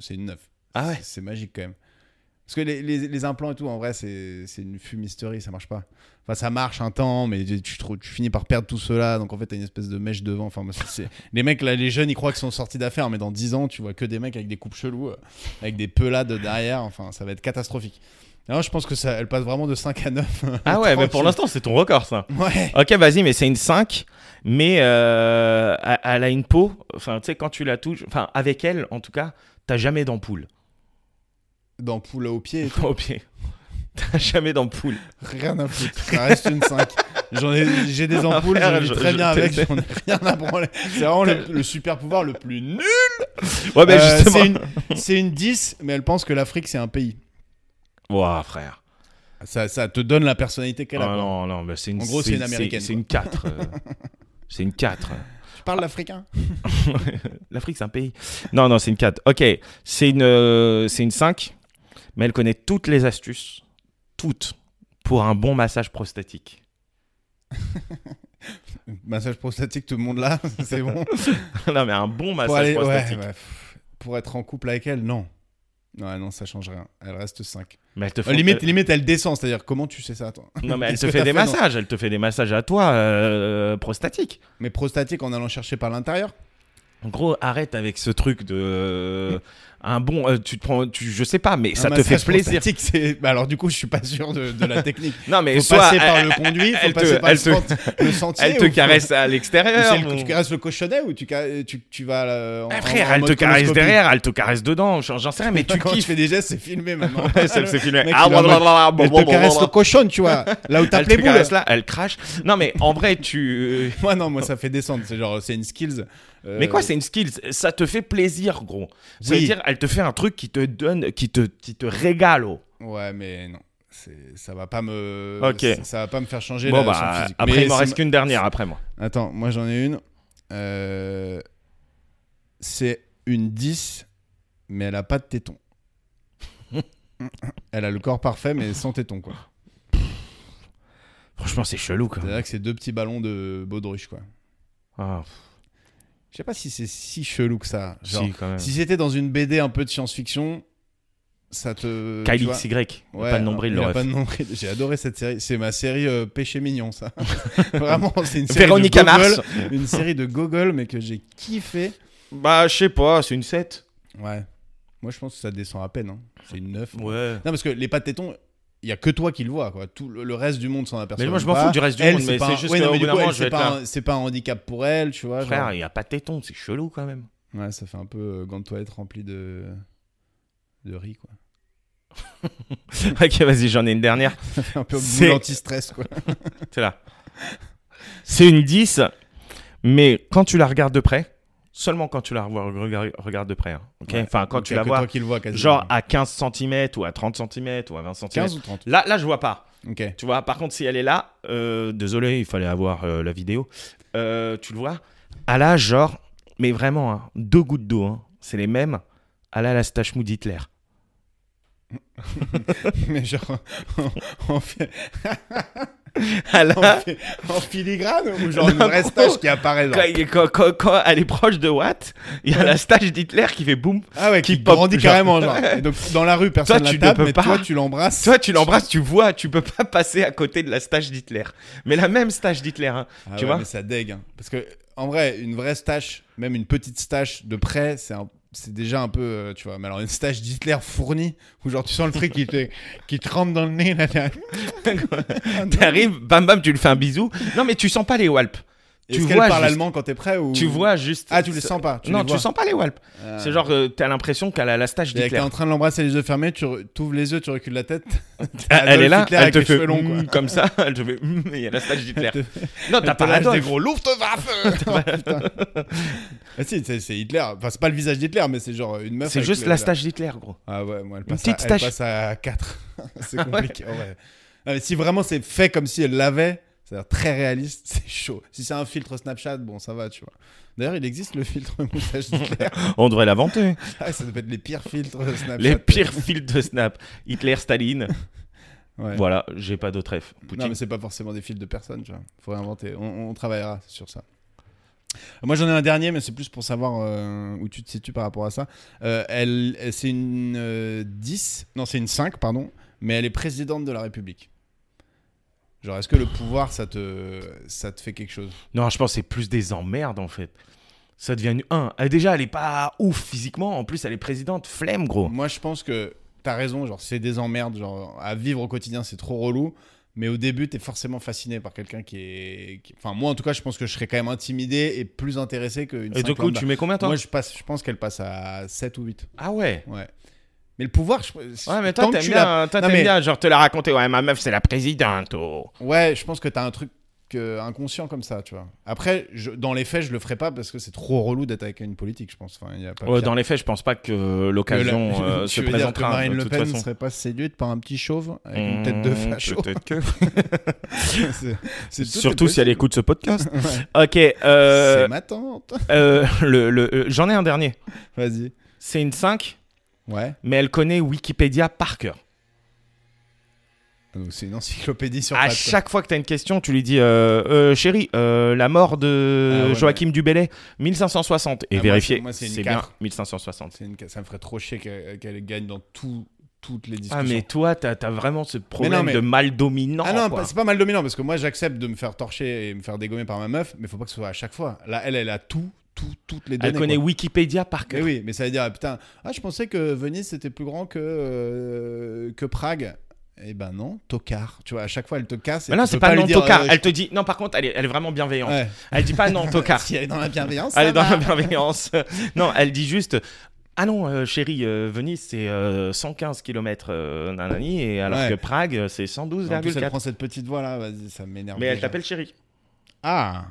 [SPEAKER 4] c'est une neuf.
[SPEAKER 3] Ah ouais.
[SPEAKER 4] C'est- C'est magique quand même. Parce que les, les- les implants et tout, en vrai, c'est c'est une fumisterie, ça marche pas. Enfin, ça marche un temps, mais tu, tu trou- tu finis par perdre tout cela. Donc, en fait, t'as une espèce de mèche devant. Enfin, moi, c'est- c'est- les mecs, là, les jeunes, ils croient qu'ils sont sortis d'affaires, mais dans 10 ans, tu vois que des mecs avec des coupes cheloues, euh, avec des pelades derrière. Enfin, ça va être catastrophique. Non, je pense que ça, elle passe vraiment de 5 à 9.
[SPEAKER 3] Ah ouais, mais pour
[SPEAKER 4] Tranquille.
[SPEAKER 3] l'instant, c'est ton record, ça.
[SPEAKER 4] Ouais.
[SPEAKER 3] Ok, vas-y, mais c'est une 5. Mais euh, elle- elle a une peau. Enfin, tu sais, quand tu la touches. Enfin, avec elle, en tout cas, t'as jamais d'ampoule.
[SPEAKER 4] Dans poule au pied,
[SPEAKER 3] Au pied. T'as jamais d'ampoule.
[SPEAKER 4] rien à foutre. Ça reste une 5. J'en ai, j'ai des ampoules,
[SPEAKER 3] Frère,
[SPEAKER 4] je vis
[SPEAKER 3] je-
[SPEAKER 4] très
[SPEAKER 3] je-
[SPEAKER 4] bien avec, j'en ai rien à branler. C'est vraiment le, le super pouvoir le plus nul.
[SPEAKER 3] Ouais, Ah, mais
[SPEAKER 4] Euh,
[SPEAKER 3] justement.
[SPEAKER 4] c'est, une, c'est une 10, mais elle pense que l'Afrique, c'est un pays.
[SPEAKER 3] Ouah, frère.
[SPEAKER 4] Ça, ça te donne la personnalité qu'elle a.
[SPEAKER 3] Ah
[SPEAKER 4] quoi.
[SPEAKER 3] non, non, mais c'est une
[SPEAKER 4] En gros, c'est une Américaine,
[SPEAKER 3] C'est une 4. euh, c'est une 4.
[SPEAKER 4] Tu parles l'africain
[SPEAKER 3] L'Afrique, c'est un pays. Non, non, c'est une 4. Ok, c'est une, euh, c'est une 5. Mais elle connaît toutes les astuces. Toutes. Pour un bon massage prostatique.
[SPEAKER 4] Massage prostatique, tout le monde là, c'est bon.
[SPEAKER 3] non, mais un bon massage
[SPEAKER 4] pour, aller- ouais,
[SPEAKER 3] prostatique.
[SPEAKER 4] ouais, pff, pour être en couple avec elle, non. Non, non, ça change rien. Elle reste 5.
[SPEAKER 3] Mais elle te fait.
[SPEAKER 4] Euh, limite, limite, elle descend. C'est-à-dire, comment tu sais ça, toi
[SPEAKER 3] Non, mais elle
[SPEAKER 4] Est-ce
[SPEAKER 3] te
[SPEAKER 4] que
[SPEAKER 3] fait
[SPEAKER 4] t'as
[SPEAKER 3] des
[SPEAKER 4] fait, non
[SPEAKER 3] massages, elle te fait des massages à toi, euh, prostatique.
[SPEAKER 4] Mais prostatique en allant chercher par l'intérieur
[SPEAKER 3] En gros, arrête avec ce truc de euh, un bon, euh, tu te prends, tu, je sais pas, mais ça
[SPEAKER 4] Un
[SPEAKER 3] te fait
[SPEAKER 4] massage
[SPEAKER 3] plaisir.
[SPEAKER 4] prostatique, c'est... bah alors, du coup, je suis pas sûr de, de la technique.
[SPEAKER 3] Non, mais
[SPEAKER 4] Faut
[SPEAKER 3] soit
[SPEAKER 4] passer par
[SPEAKER 3] elle,
[SPEAKER 4] le conduit, faut
[SPEAKER 3] elle te-
[SPEAKER 4] passer par
[SPEAKER 3] elle
[SPEAKER 4] le,
[SPEAKER 3] te-
[SPEAKER 4] sent- le sentier.
[SPEAKER 3] elle te
[SPEAKER 4] ou-
[SPEAKER 3] caresse à
[SPEAKER 4] Mais
[SPEAKER 3] l'extérieur.
[SPEAKER 4] c'est le-
[SPEAKER 3] ou-
[SPEAKER 4] tu caresses le cochonnet ou tu, ca- tu, tu vas euh, en,
[SPEAKER 3] Ah,
[SPEAKER 4] en-
[SPEAKER 3] frère,
[SPEAKER 4] en
[SPEAKER 3] elle
[SPEAKER 4] mode
[SPEAKER 3] te caresse
[SPEAKER 4] coloscopie
[SPEAKER 3] derrière, elle te caresse dedans, j'en j'en sais rien, mais tu
[SPEAKER 4] quand tu
[SPEAKER 3] kiffes.
[SPEAKER 4] fais des gestes, c'est filmé maintenant.
[SPEAKER 3] Ouais, ça, c'est filmé.
[SPEAKER 4] Mec,
[SPEAKER 3] Ah,
[SPEAKER 4] il est en mode-
[SPEAKER 3] blablabla,
[SPEAKER 4] Mais elle te
[SPEAKER 3] blablabla.
[SPEAKER 4] caresse le cochon, tu vois. Là où t'as
[SPEAKER 3] Elle te
[SPEAKER 4] les boules.
[SPEAKER 3] caresse là, elle crache. Non, mais en vrai, tu.
[SPEAKER 4] Moi, non, moi, ça fait descendre. C'est genre, c'est une skills. euh,
[SPEAKER 3] Mais quoi, c'est une skill Ça te fait plaisir, gros. Ça
[SPEAKER 4] Oui.
[SPEAKER 3] veut dire, elle te fait un truc qui te donne, qui te, qui te régale. oh.
[SPEAKER 4] Ouais, mais non. C'est- Ça va pas me.
[SPEAKER 3] Ok.
[SPEAKER 4] Ça, ça va pas me faire changer
[SPEAKER 3] Bon,
[SPEAKER 4] la- son
[SPEAKER 3] bah,
[SPEAKER 4] physique.
[SPEAKER 3] après,
[SPEAKER 4] Mais
[SPEAKER 3] il m'en
[SPEAKER 4] c'est
[SPEAKER 3] reste
[SPEAKER 4] ma-
[SPEAKER 3] qu'une dernière après moi.
[SPEAKER 4] Attends, moi, j'en ai une. Euh, C'est une 10, mais elle a pas de téton. elle a le corps parfait, mais sans téton, quoi.
[SPEAKER 3] Franchement, c'est chelou, quoi.
[SPEAKER 4] C'est-à-dire que c'est deux petits ballons de baudruche, quoi.
[SPEAKER 3] Ah,
[SPEAKER 4] Je sais pas si c'est si chelou que ça. Genre,
[SPEAKER 3] si, quand même.
[SPEAKER 4] Si c'était dans une BD un peu de science-fiction, ça te. tu
[SPEAKER 3] Kyle
[SPEAKER 4] vois.
[SPEAKER 3] XY, il a
[SPEAKER 4] Ouais,
[SPEAKER 3] pas de nombril,
[SPEAKER 4] il
[SPEAKER 3] le
[SPEAKER 4] a
[SPEAKER 3] ref.
[SPEAKER 4] pas de nombril. J'ai adoré cette série. C'est ma série euh, Péché mignon, ça. Vraiment, c'est une série.
[SPEAKER 3] Véronique
[SPEAKER 4] de gogol,
[SPEAKER 3] Amars.
[SPEAKER 4] Une série de gogol, mais que j'ai kiffé.
[SPEAKER 3] Bah, je sais pas, c'est une 7.
[SPEAKER 4] Ouais. Moi, je pense que ça descend à peine. hein. C'est une 9. Non,
[SPEAKER 3] Ouais.
[SPEAKER 4] parce que les pâtes tétons. Il y a que toi qui le vois quoi. Tout le le reste du monde s'en aperçoit.
[SPEAKER 3] Mais moi, je m'en
[SPEAKER 4] pas.
[SPEAKER 3] fous du reste du
[SPEAKER 4] Elle,
[SPEAKER 3] monde, mais
[SPEAKER 4] pas
[SPEAKER 3] c'est
[SPEAKER 4] un-
[SPEAKER 3] juste
[SPEAKER 4] Ouais, non,
[SPEAKER 3] qu'au
[SPEAKER 4] mais
[SPEAKER 3] bout
[SPEAKER 4] du
[SPEAKER 3] d'un
[SPEAKER 4] coup,
[SPEAKER 3] moment,
[SPEAKER 4] elle,
[SPEAKER 3] je vais
[SPEAKER 4] c'est
[SPEAKER 3] être
[SPEAKER 4] pas
[SPEAKER 3] là.
[SPEAKER 4] un- c'est pas un handicap pour elle, tu vois. genre.
[SPEAKER 3] Frère, il a pas de téton, c'est chelou, quand même.
[SPEAKER 4] Ouais, ça fait un peu euh, gant de toilette rempli de de riz quoi.
[SPEAKER 3] ok, vas-y, j'en ai une dernière.
[SPEAKER 4] un peu
[SPEAKER 3] C'est-
[SPEAKER 4] boule anti-stress quoi.
[SPEAKER 3] C'est là. C'est une 10, mais quand tu la regardes de près, seulement quand tu la revois- regardes regardes de près, hein, ok
[SPEAKER 4] Ouais.
[SPEAKER 3] Enfin, quand
[SPEAKER 4] Donc,
[SPEAKER 3] tu
[SPEAKER 4] y a
[SPEAKER 3] la
[SPEAKER 4] que
[SPEAKER 3] vois,
[SPEAKER 4] toi qui le vois quasiment.
[SPEAKER 3] genre à 15 cm ou à 30 cm ou à 20 cm.
[SPEAKER 4] 15 ou 30.
[SPEAKER 3] Là, là, je vois pas.
[SPEAKER 4] Ok.
[SPEAKER 3] Tu vois, par contre, si elle est là, euh, désolé, il fallait avoir euh, la vidéo. Euh, tu le vois Elle a genre, mais vraiment, hein, deux gouttes d'eau, hein, c'est les mêmes. Elle a la stache mou d'Hitler.
[SPEAKER 4] Mais genre, on fait...
[SPEAKER 3] Ah
[SPEAKER 4] en,
[SPEAKER 3] là,
[SPEAKER 4] fi- en filigrane ou genre une
[SPEAKER 3] Non,
[SPEAKER 4] vraie
[SPEAKER 3] gros.
[SPEAKER 4] stache qui apparaît genre.
[SPEAKER 3] quand, il- quand- quand- quand elle est proche de Watt, il y a la stage d'Hitler qui fait boum.
[SPEAKER 4] Ah ouais, qui
[SPEAKER 3] qui pop,
[SPEAKER 4] grandit
[SPEAKER 3] genre.
[SPEAKER 4] carrément genre. Et donc dans la rue personne
[SPEAKER 3] Toi,
[SPEAKER 4] la
[SPEAKER 3] tu ne
[SPEAKER 4] tape
[SPEAKER 3] peux
[SPEAKER 4] mais
[SPEAKER 3] pas.
[SPEAKER 4] toi tu l'embrasses.
[SPEAKER 3] Toi, tu l'embrasses, tu vois, tu peux pas passer à côté de la stage d'Hitler. Mais la même stage d'Hitler, hein.
[SPEAKER 4] Ah
[SPEAKER 3] tu
[SPEAKER 4] ouais,
[SPEAKER 3] vois
[SPEAKER 4] mais ça dégue hein. parce que en vrai une vraie stache, même une petite stache de près, c'est un- c'est déjà un peu euh, tu vois mais alors une stache d'Hitler fournie où genre tu sens le truc qui te qui te rentre dans le nez là, là.
[SPEAKER 3] T'arrives, bam bam, tu lui fais un bisou. Non, mais tu sens pas les Walps.
[SPEAKER 4] Est-ce
[SPEAKER 3] Tu
[SPEAKER 4] qu'elle
[SPEAKER 3] vois
[SPEAKER 4] parle
[SPEAKER 3] juste-
[SPEAKER 4] allemand quand t'es prêt ou
[SPEAKER 3] Tu vois juste.
[SPEAKER 4] Ah, tu les sens pas, tu
[SPEAKER 3] non,
[SPEAKER 4] les vois.
[SPEAKER 3] tu sens pas les Walps.
[SPEAKER 4] Ah.
[SPEAKER 3] C'est genre, euh, t'as l'impression qu'elle a la stage
[SPEAKER 4] Et T'es
[SPEAKER 3] d'Hitler.
[SPEAKER 4] en train de l'embrasser les yeux fermés, tu re- t'ouvres les yeux, tu recules la tête.
[SPEAKER 3] Ah, Elle est là,
[SPEAKER 4] Adolf Hitler
[SPEAKER 3] elle
[SPEAKER 4] avec
[SPEAKER 3] te
[SPEAKER 4] les
[SPEAKER 3] fait
[SPEAKER 4] cheveux longs, quoi.
[SPEAKER 3] mm, comme ça, elle te fait mm, il y a la stage d'Hitler.
[SPEAKER 4] Elle
[SPEAKER 3] Non, t'as
[SPEAKER 4] elle te
[SPEAKER 3] pas
[SPEAKER 4] lâche des
[SPEAKER 3] Adolf.
[SPEAKER 4] gros Ah si, c'est c'est Hitler. Enfin, c'est pas le visage d'Hitler, mais c'est genre une meuf.
[SPEAKER 3] C'est
[SPEAKER 4] avec
[SPEAKER 3] juste
[SPEAKER 4] le-
[SPEAKER 3] la stage d'Hitler, gros.
[SPEAKER 4] Ah ouais, moi, elle passe,
[SPEAKER 3] petite
[SPEAKER 4] à, elle
[SPEAKER 3] stache.
[SPEAKER 4] passe à 4. c'est compliqué. en vrai. Non, mais si vraiment c'est fait comme si elle l'avait, c'est-à-dire très réaliste, c'est chaud. Si c'est un filtre Snapchat, bon, ça va, tu vois. D'ailleurs, il existe le filtre moustache d'Hitler.
[SPEAKER 3] On devrait l'inventer.
[SPEAKER 4] Ah, ça doit être les pires filtres Snapchat.
[SPEAKER 3] Les pires fils de Snap. Hitler, Staline.
[SPEAKER 4] Ouais.
[SPEAKER 3] Voilà, j'ai pas d'autre F.
[SPEAKER 4] Non,
[SPEAKER 3] Poutine.
[SPEAKER 4] mais c'est pas forcément des fils de personnes, tu vois. Faut réinventer. On, on travaillera sur ça. Moi, j'en ai un dernier, mais c'est plus pour savoir euh, où tu te situes par rapport à ça. Euh, elle, elle- c'est une euh, 10, non, c'est une 5, pardon, mais elle est présidente de la République. Genre, est-ce que le pouvoir, ça te, ça te fait quelque chose
[SPEAKER 3] Non, je pense que c'est plus des emmerdes en fait. Ça devient une 1. déjà, elle est pas ouf physiquement. En plus, elle est présidente. Flemme, gros.
[SPEAKER 4] Moi, je pense que t'as raison, genre, c'est des emmerdes, genre, à vivre au quotidien, c'est trop relou. Mais au début, t'es forcément fasciné par quelqu'un qui est. qui- Enfin, moi, en tout cas, je pense que je serais quand même intimidé et plus intéressé qu'une
[SPEAKER 3] Et du
[SPEAKER 4] 5
[SPEAKER 3] coup,
[SPEAKER 4] lambda.
[SPEAKER 3] tu mets combien, toi
[SPEAKER 4] Moi, je, passe, je pense qu'elle passe à 7 ou 8.
[SPEAKER 3] Ah ouais.
[SPEAKER 4] Ouais. Mais le pouvoir, je.
[SPEAKER 3] Ouais, mais
[SPEAKER 4] tant
[SPEAKER 3] toi,
[SPEAKER 4] que
[SPEAKER 3] t'aimes
[SPEAKER 4] tu
[SPEAKER 3] bien,
[SPEAKER 4] l'as-
[SPEAKER 3] toi,
[SPEAKER 4] Non,
[SPEAKER 3] t'aimes
[SPEAKER 4] mais-
[SPEAKER 3] bien, genre, te la raconter. Ouais, ma meuf, c'est la présidente. oh.
[SPEAKER 4] Ouais, je pense que t'as un truc euh, inconscient comme ça, tu vois. Après, je- dans les faits, je le ferai pas parce que c'est trop relou d'être avec une politique, je pense. Enfin, il y a pas
[SPEAKER 3] Ouais,
[SPEAKER 4] pire
[SPEAKER 3] dans les faits, je pense pas que
[SPEAKER 4] que la-
[SPEAKER 3] l'occasion euh,
[SPEAKER 4] Tu
[SPEAKER 3] se
[SPEAKER 4] veux dire que
[SPEAKER 3] présentera.
[SPEAKER 4] Marine
[SPEAKER 3] de
[SPEAKER 4] Le
[SPEAKER 3] toute
[SPEAKER 4] Pen ne
[SPEAKER 3] façon.
[SPEAKER 4] serait pas séduite par un petit chauve avec une tête de
[SPEAKER 3] Mmh,
[SPEAKER 4] facho.
[SPEAKER 3] peut-être que-
[SPEAKER 4] C'est- c'est tout
[SPEAKER 3] Surtout
[SPEAKER 4] est
[SPEAKER 3] si elle
[SPEAKER 4] possible.
[SPEAKER 3] écoute ce podcast.
[SPEAKER 4] Ouais.
[SPEAKER 3] ok, euh,
[SPEAKER 4] C'est ma tante.
[SPEAKER 3] euh, le- le- euh, j'en ai un dernier.
[SPEAKER 4] Vas-y.
[SPEAKER 3] C'est une 5,
[SPEAKER 4] Ouais.
[SPEAKER 3] mais elle connaît Wikipédia par cœur.
[SPEAKER 4] Donc, c'est une encyclopédie sur
[SPEAKER 3] à
[SPEAKER 4] pattes, quoi.
[SPEAKER 3] chaque fois que tu as une question, tu lui dis euh, Euh, Chérie, euh, la mort de
[SPEAKER 4] Ah ouais,
[SPEAKER 3] Joachim Dubélé, 1560.
[SPEAKER 4] Ah,
[SPEAKER 3] Et
[SPEAKER 4] moi,
[SPEAKER 3] vérifier,
[SPEAKER 4] c'est- moi, c'est une
[SPEAKER 3] c'est bien
[SPEAKER 4] quatre.
[SPEAKER 3] 1560.
[SPEAKER 4] C'est une- Ça me ferait trop chier qu'elle qu'elle gagne dans tout- toutes les discussions.
[SPEAKER 3] Ah, mais toi, t'as as vraiment ce problème
[SPEAKER 4] mais-
[SPEAKER 3] de mal dominant.
[SPEAKER 4] Ah non,
[SPEAKER 3] quoi.
[SPEAKER 4] pas- c'est pas mal dominant parce que moi j'accepte de me faire torcher et me faire dégommer par ma meuf, mais faut pas que ce soit à chaque fois. Là, elle, elle a tout, tout, toutes les
[SPEAKER 3] Elle
[SPEAKER 4] données.
[SPEAKER 3] connaît
[SPEAKER 4] quoi.
[SPEAKER 3] Wikipédia par
[SPEAKER 4] Mais
[SPEAKER 3] cœur.
[SPEAKER 4] oui, mais ça veut dire ah, putain. Ah, je pensais que Venise c'était plus grand que euh, que Prague. Eh ben non, tocard. Tu vois, à chaque fois elle te casse. et
[SPEAKER 3] Mais non,
[SPEAKER 4] tu
[SPEAKER 3] c'est
[SPEAKER 4] peux
[SPEAKER 3] pas,
[SPEAKER 4] lui
[SPEAKER 3] non,
[SPEAKER 4] dire,
[SPEAKER 3] tocard.
[SPEAKER 4] euh,
[SPEAKER 3] Elle te dit, non, par contre, elle est, elle est vraiment bienveillante.
[SPEAKER 4] ouais.
[SPEAKER 3] Elle dit pas non, tocard.
[SPEAKER 4] Si elle est dans la bienveillance.
[SPEAKER 3] elle est
[SPEAKER 4] ça
[SPEAKER 3] dans
[SPEAKER 4] va.
[SPEAKER 3] la bienveillance. non, elle dit juste. Ah non, euh, chérie, euh, Venise, c'est euh, 115 km, euh, nanani, et alors
[SPEAKER 4] Ouais.
[SPEAKER 3] que Prague, euh, c'est
[SPEAKER 4] En plus, elle
[SPEAKER 3] 112,4.
[SPEAKER 4] prend hein. cette petite voix là, vas-y, ça m'énerve.
[SPEAKER 3] Mais elle
[SPEAKER 4] déjà.
[SPEAKER 3] t'appelle chérie.
[SPEAKER 4] Ah